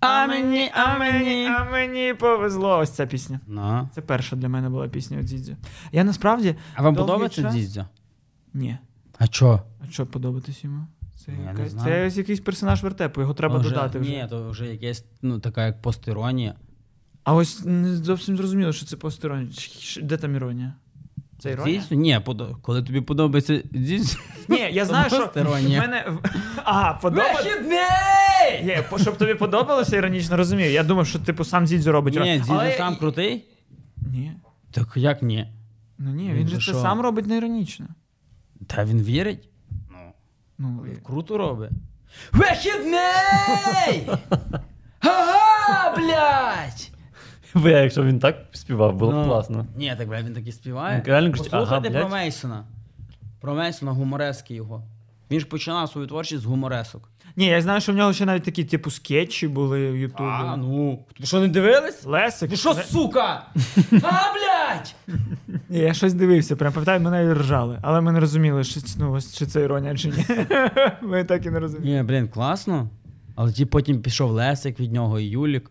Speaker 1: А мені, а мені.
Speaker 2: а мені повезло. Ось ця пісня.
Speaker 1: Ну.
Speaker 2: Це перша для мене була пісня у Дідзі. Я насправді.
Speaker 1: А вам
Speaker 2: довгий
Speaker 1: подобається
Speaker 2: час-
Speaker 1: Дзідзя?
Speaker 2: Ні.
Speaker 1: А чо?
Speaker 2: А що подобатись йому? Це,
Speaker 1: Я не
Speaker 2: якась...
Speaker 1: знаю.
Speaker 2: це ось якийсь персонаж вертепу, його треба
Speaker 1: Ну, вже-
Speaker 2: додати вже.
Speaker 1: Ні, то вже якесь, ну, така як постіронія.
Speaker 2: А ось не зовсім зрозуміло, що це постороннє. Де там іронія? Це іронія?
Speaker 1: Дзідзю? Ні, подо- коли тобі подобається дзідзю.
Speaker 2: Ні, я знаю, що в
Speaker 1: Постороннє.
Speaker 2: мене. в- А, подобається.
Speaker 1: Вихідний!
Speaker 2: Є, по- щоб тобі подобалося, іронічно розумію. Я думав, що типу сам Дзідзю робить.
Speaker 1: Ні,
Speaker 2: іронію.
Speaker 1: дзідзю
Speaker 2: Але-
Speaker 1: сам крутий.
Speaker 2: Ні.
Speaker 1: Так як ні?
Speaker 2: Ну ні,
Speaker 1: Він
Speaker 2: він
Speaker 1: же
Speaker 2: же
Speaker 1: що?
Speaker 2: це сам робить неіронічно.
Speaker 1: Та він вірить. Ну,
Speaker 2: Ну,
Speaker 1: круто робить. Вихідний! Ага, блядь!
Speaker 3: Бо я, якщо він так співав, було б
Speaker 1: Ну,
Speaker 3: класно.
Speaker 1: Ні, так, блядь, він таки співає.
Speaker 3: Ну, реально кажуть,
Speaker 1: Послухайте
Speaker 3: ага,
Speaker 1: про
Speaker 3: блядь.
Speaker 1: Мейсона. Про Мейсона, гуморески його. Він ж починав свою творчість з гуморесок.
Speaker 2: Ні, я знаю, що в нього ще навіть такі, типу, скетчі були в Ютубі.
Speaker 1: А, ну. Ви що, не дивились?
Speaker 2: Лесик.
Speaker 1: Ви що,
Speaker 2: Ле-
Speaker 1: сука? А, блядь!
Speaker 2: Ні, я щось дивився, прям пам'ятаю, мене і ржали, але ми не розуміли, що, ц- ну, ось чи це іронія, чи ні. ми так і не розуміли.
Speaker 1: Ні, блін, класно. Але ті потім пішов Лесик від нього і Юлік.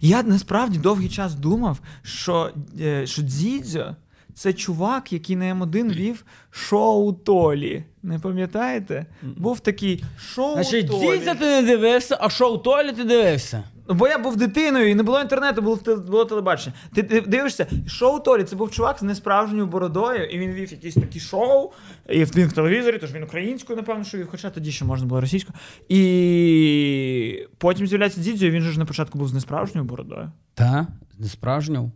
Speaker 2: Я насправді довгий час думав, що, е, що Дзідзьо це чувак, який на М1 вів шоу Толі. Не пам'ятаєте? Був такий шоу
Speaker 1: Значить,
Speaker 2: Толі.
Speaker 1: дідця ти не дивився, а шоу Толі ти дивився.
Speaker 2: Ну, Бо я був дитиною і не було інтернету, було, те- було телебачення. Ти ти дивишся, шоу Толі, це був чувак з несправжньою бородою, і він вів якісь такі шоу, і він в телевізорі, тож він українською, напевно, що вів, хоча тоді ще можна було російською. І потім з'являється Дзідзьо, і він же ж на початку був з несправжньою бородою.
Speaker 1: Та, не справжнього.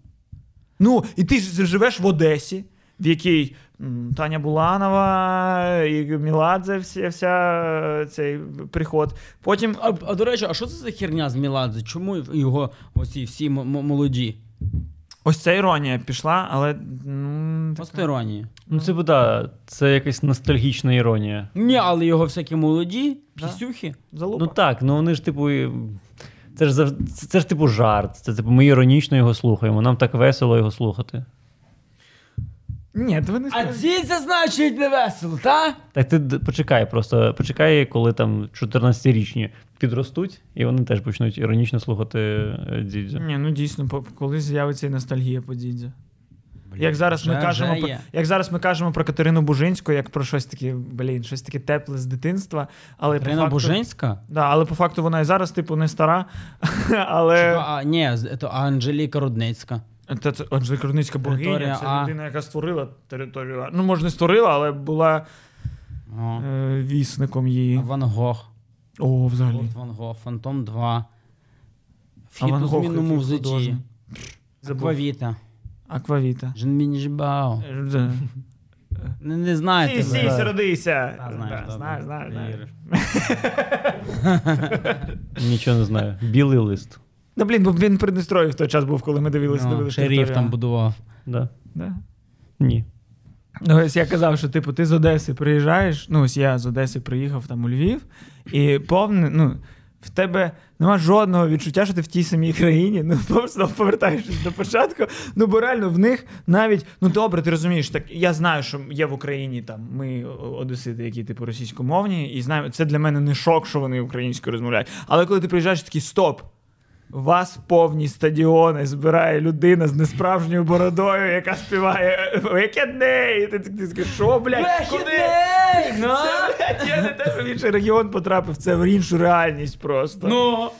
Speaker 2: Ну, і ти ж живеш в Одесі, в якій м, Таня Буланова, і Міладзе, вся, вся е, цей приход. Потім
Speaker 1: А, а до речі, а що це за херня з Міладзе? Чому його оці всі м- м- молоді?
Speaker 2: ось ця іронія пішла, але. м, така.
Speaker 1: Постеронії.
Speaker 3: Ну, це буде, це якась ностальгічна іронія.
Speaker 1: Ні, але його всякі молоді,
Speaker 2: Да.
Speaker 1: пісюхи.
Speaker 2: Залупа.
Speaker 3: Ну так, ну вони ж типу. і- Це ж завжди це, це ж типу жарт. Це типу ми іронічно його слухаємо. Нам так весело його слухати.
Speaker 2: Ні, то ви не справді.
Speaker 1: це значить не весело, та?
Speaker 3: Так ти д- почекай, просто почекай, коли там 14-річні підростуть, і вони теж почнуть іронічно слухати е, дідзю.
Speaker 2: Ні, ну дійсно, по- колись з'явиться і ностальгія по дідзю. Як зараз, ми
Speaker 1: вже-
Speaker 2: кажемо,
Speaker 1: вже
Speaker 2: про-
Speaker 1: є.
Speaker 2: як зараз ми кажемо про Катерину Бужинську, як про щось таке, блін, щось таке тепле з дитинства. Але
Speaker 1: Трина
Speaker 2: по факту,
Speaker 1: Бужинська?
Speaker 2: да, але по факту вона і зараз, типу, не стара. але...
Speaker 1: Чого? А, ні, з- то Анжеліка Рудницька.
Speaker 2: Та це Анжела Крудницька богиня,
Speaker 1: Територія
Speaker 2: це
Speaker 1: А.
Speaker 2: людина, яка створила територію. А. Ну, може, не створила, але була
Speaker 1: О.
Speaker 2: е, вісником її.
Speaker 1: Ван Гог.
Speaker 2: О, взагалі.
Speaker 1: Клод Ван Гог, Фантом 2.
Speaker 2: А
Speaker 1: Вхід
Speaker 2: Ван
Speaker 1: у
Speaker 2: Гог
Speaker 1: змінному
Speaker 2: який
Speaker 1: взуті.
Speaker 2: художник.
Speaker 1: Аквавіта.
Speaker 2: Аквавіта.
Speaker 1: Жін Мінжбао.
Speaker 2: Е, да.
Speaker 1: Не, не знаю
Speaker 2: Сі,
Speaker 1: тебе.
Speaker 2: сі, родися.
Speaker 1: Та, знаєш,
Speaker 2: Да,
Speaker 1: добре.
Speaker 2: Знаєш, знаєш, знаєш.
Speaker 3: Нічого не знаю. Білий лист.
Speaker 2: Ну, блін, бо він Придністров'ї в той час був, коли ми дивилися,
Speaker 1: Ну,
Speaker 2: дивилися.
Speaker 1: Шеріф
Speaker 2: «Територію
Speaker 1: там
Speaker 2: А».
Speaker 1: будував.
Speaker 3: Да?
Speaker 2: Да.
Speaker 3: Ні.
Speaker 2: Ну, ось я казав, що типу, ти з Одеси приїжджаєш. Ну, ось я з Одеси приїхав там у Львів, і повне, ну, в тебе нема жодного відчуття, що ти в тій самій країні. Ну, просто повертаєшся до початку. Ну, бо реально в них навіть, ну добре, ти розумієш, так я знаю, що є в Україні там ми о- одесити, які типу російськомовні, і знаю, це для мене не шок, що вони українською розмовляють. Але коли ти приїжджаєш, такий стоп. Вас повні стадіони збирає людина з несправжньою бородою, яка співає «Вихідний!» І ти такий скажеш, що, блядь, куди?
Speaker 1: Вихідний! Ну?
Speaker 2: Це, блядь, я не те, що в інший регіон потрапив, це в іншу реальність просто.
Speaker 1: Ну,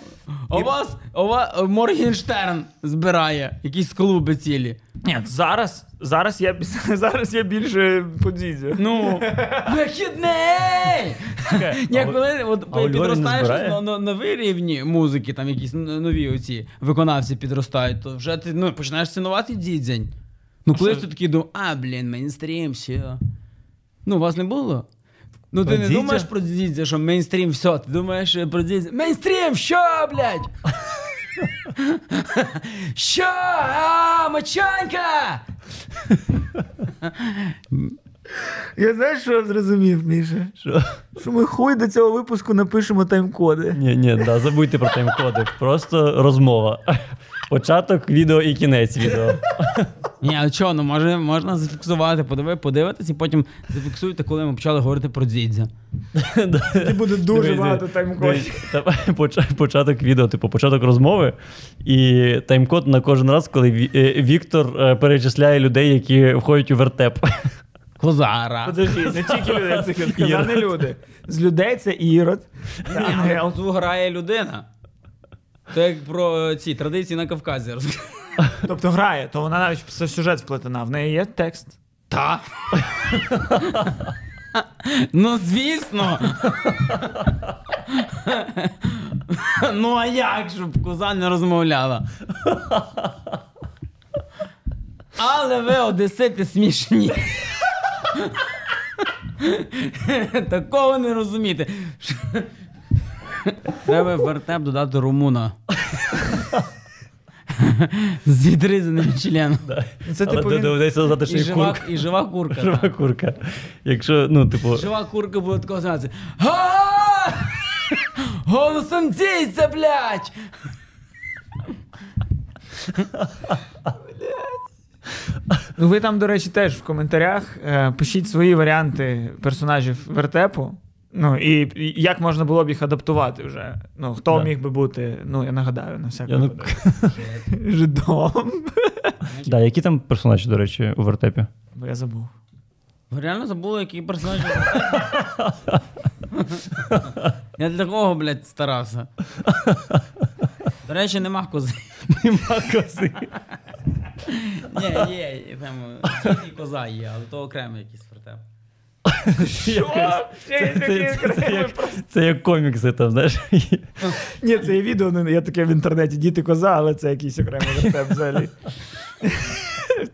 Speaker 1: у вас, у вас Моргенштерн збирає якісь клуби цілі.
Speaker 2: Ні, зараз, зараз я, зараз я більше подізю.
Speaker 1: Ну, вихідний! Ні, коли от,
Speaker 3: а у Львові не
Speaker 1: підростаєш
Speaker 3: збирає?
Speaker 1: на, на нові рівні музики, там якісь н- нові оці виконавці підростають, то вже ти ну, починаєш цінувати дідзень. Ну, колись ти такий думав, а, блін, мейнстрім, все. Ну, у вас не було? Ну, ти
Speaker 3: Про
Speaker 1: не
Speaker 3: дідзя?
Speaker 1: думаєш про дідзя, що мейнстрім, все, ти думаєш е, про дідзя. Мейнстрім, що, блядь? Що? А, мочанька!
Speaker 2: Я знаєш, що я зрозумів, Міша?
Speaker 3: Що?
Speaker 2: Що ми хуй до цього випуску напишемо тайм-коди.
Speaker 3: Ні, ні, да, забудьте про тайм-коди. Просто розмова. Початок відео і кінець відео.
Speaker 1: Ні, а чого, ну може, можна зафіксувати, подиви, подивитись і потім зафіксуйте, коли ми почали говорити про дзідзя.
Speaker 2: Тоді буде дуже багато тайм-кодів.
Speaker 3: Та- поч- Початок відео, типу, початок розмови. І тайм-код на кожен раз, коли Ві- е, Віктор е, перечисляє людей, які входять у вертеп.
Speaker 1: Козара.
Speaker 2: Подожди, не тільки люди, це сказали
Speaker 3: Ірод.
Speaker 2: люди. З людей це Ірод, це Ангел.
Speaker 1: Тут грає людина. То як про е, ці традиції на Кавказі розказує.
Speaker 2: Тобто грає, то вона навіть в сюжет вплетена, в неї є текст.
Speaker 1: Та. ну, звісно. ну, а як, щоб коза не розмовляла? Але ви одесити смішні. Такого не розумієте. Треба в вертеп додати румуна. З відрізаним членом.
Speaker 2: Ну, Це
Speaker 3: Але
Speaker 2: типу
Speaker 3: де-
Speaker 2: він...
Speaker 3: доведеться додати ще
Speaker 1: І
Speaker 3: й
Speaker 1: жива,
Speaker 3: курка.
Speaker 1: і жива курка.
Speaker 3: Жива
Speaker 1: так.
Speaker 3: курка. Якщо, ну, типу,
Speaker 1: Жива курка буде такого знати. Га! Голосом дійця, блядь!
Speaker 2: Ну, ви там, до речі, теж в коментарях е, пишіть свої варіанти персонажів вертепу. Ну і, і як можна було б їх адаптувати вже? Ну хто
Speaker 3: Да.
Speaker 2: міг би бути? Ну я нагадаю на всяк
Speaker 3: Я не-
Speaker 2: випадок. Жидом.
Speaker 3: да, які там персонажі, до речі, у вертепі?
Speaker 2: Бо я забув.
Speaker 1: Ви реально забули, який персонаж. Я для такого, блядь, старався. До речі, нема кози.
Speaker 3: Нема кози.
Speaker 1: Ні, є, є, там е, тільки коза є, але то окремо якийсь вертеп.
Speaker 3: Якась- Це- це- це- це як- Це як комікси там, знаєш.
Speaker 2: Ні, це є відео, ну, я таке в інтернеті діти коза, але це якийсь окремий вертеп взагалі.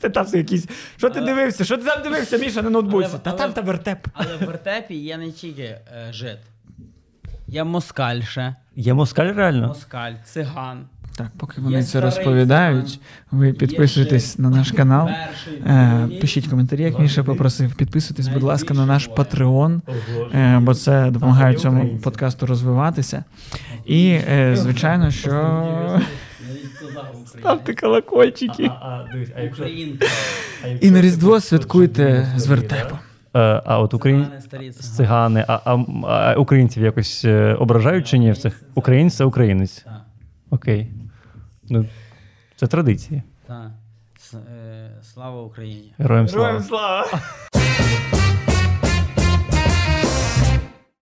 Speaker 2: Це там все якісь. Що ти дивився? Що ти там дивився, Міша, на ноутбуці?
Speaker 1: Але-
Speaker 2: Та
Speaker 1: але-
Speaker 2: там та вертеп.
Speaker 1: Але в вертепі є не тільки е, жит. Є москаль ще.
Speaker 3: Є москаль
Speaker 2: Ну.
Speaker 3: реально?
Speaker 1: Москаль, циган.
Speaker 2: Так, поки
Speaker 1: Я
Speaker 2: вони це
Speaker 1: старий
Speaker 2: розповідають, ви підписуйтесь
Speaker 1: ще
Speaker 2: на наш канал.
Speaker 1: перший,
Speaker 2: Ну. Е,
Speaker 1: другий.
Speaker 2: Пишіть коментарі, як Міша попросив. Підписуйтесь, будь ласка, на наш
Speaker 1: Найбільше
Speaker 2: Patreon, е, бо це допомагає цьому подкасту розвиватися. І, е, звичайно, що
Speaker 1: Навіть коза в Україні.
Speaker 2: ставте колокольчики.
Speaker 1: Українка.
Speaker 2: І на Різдво святкуйте з вертепом.
Speaker 3: Е, А от Україн...
Speaker 1: Цигани, старі цигани.
Speaker 3: цигани, а, а, а українців якось е, ображають чи ні в цих? Українець це українець.
Speaker 1: Так,
Speaker 3: Окей. Ну, це традиції.
Speaker 1: так. С- е, Слава Україні.
Speaker 3: Героям слава.
Speaker 2: слава!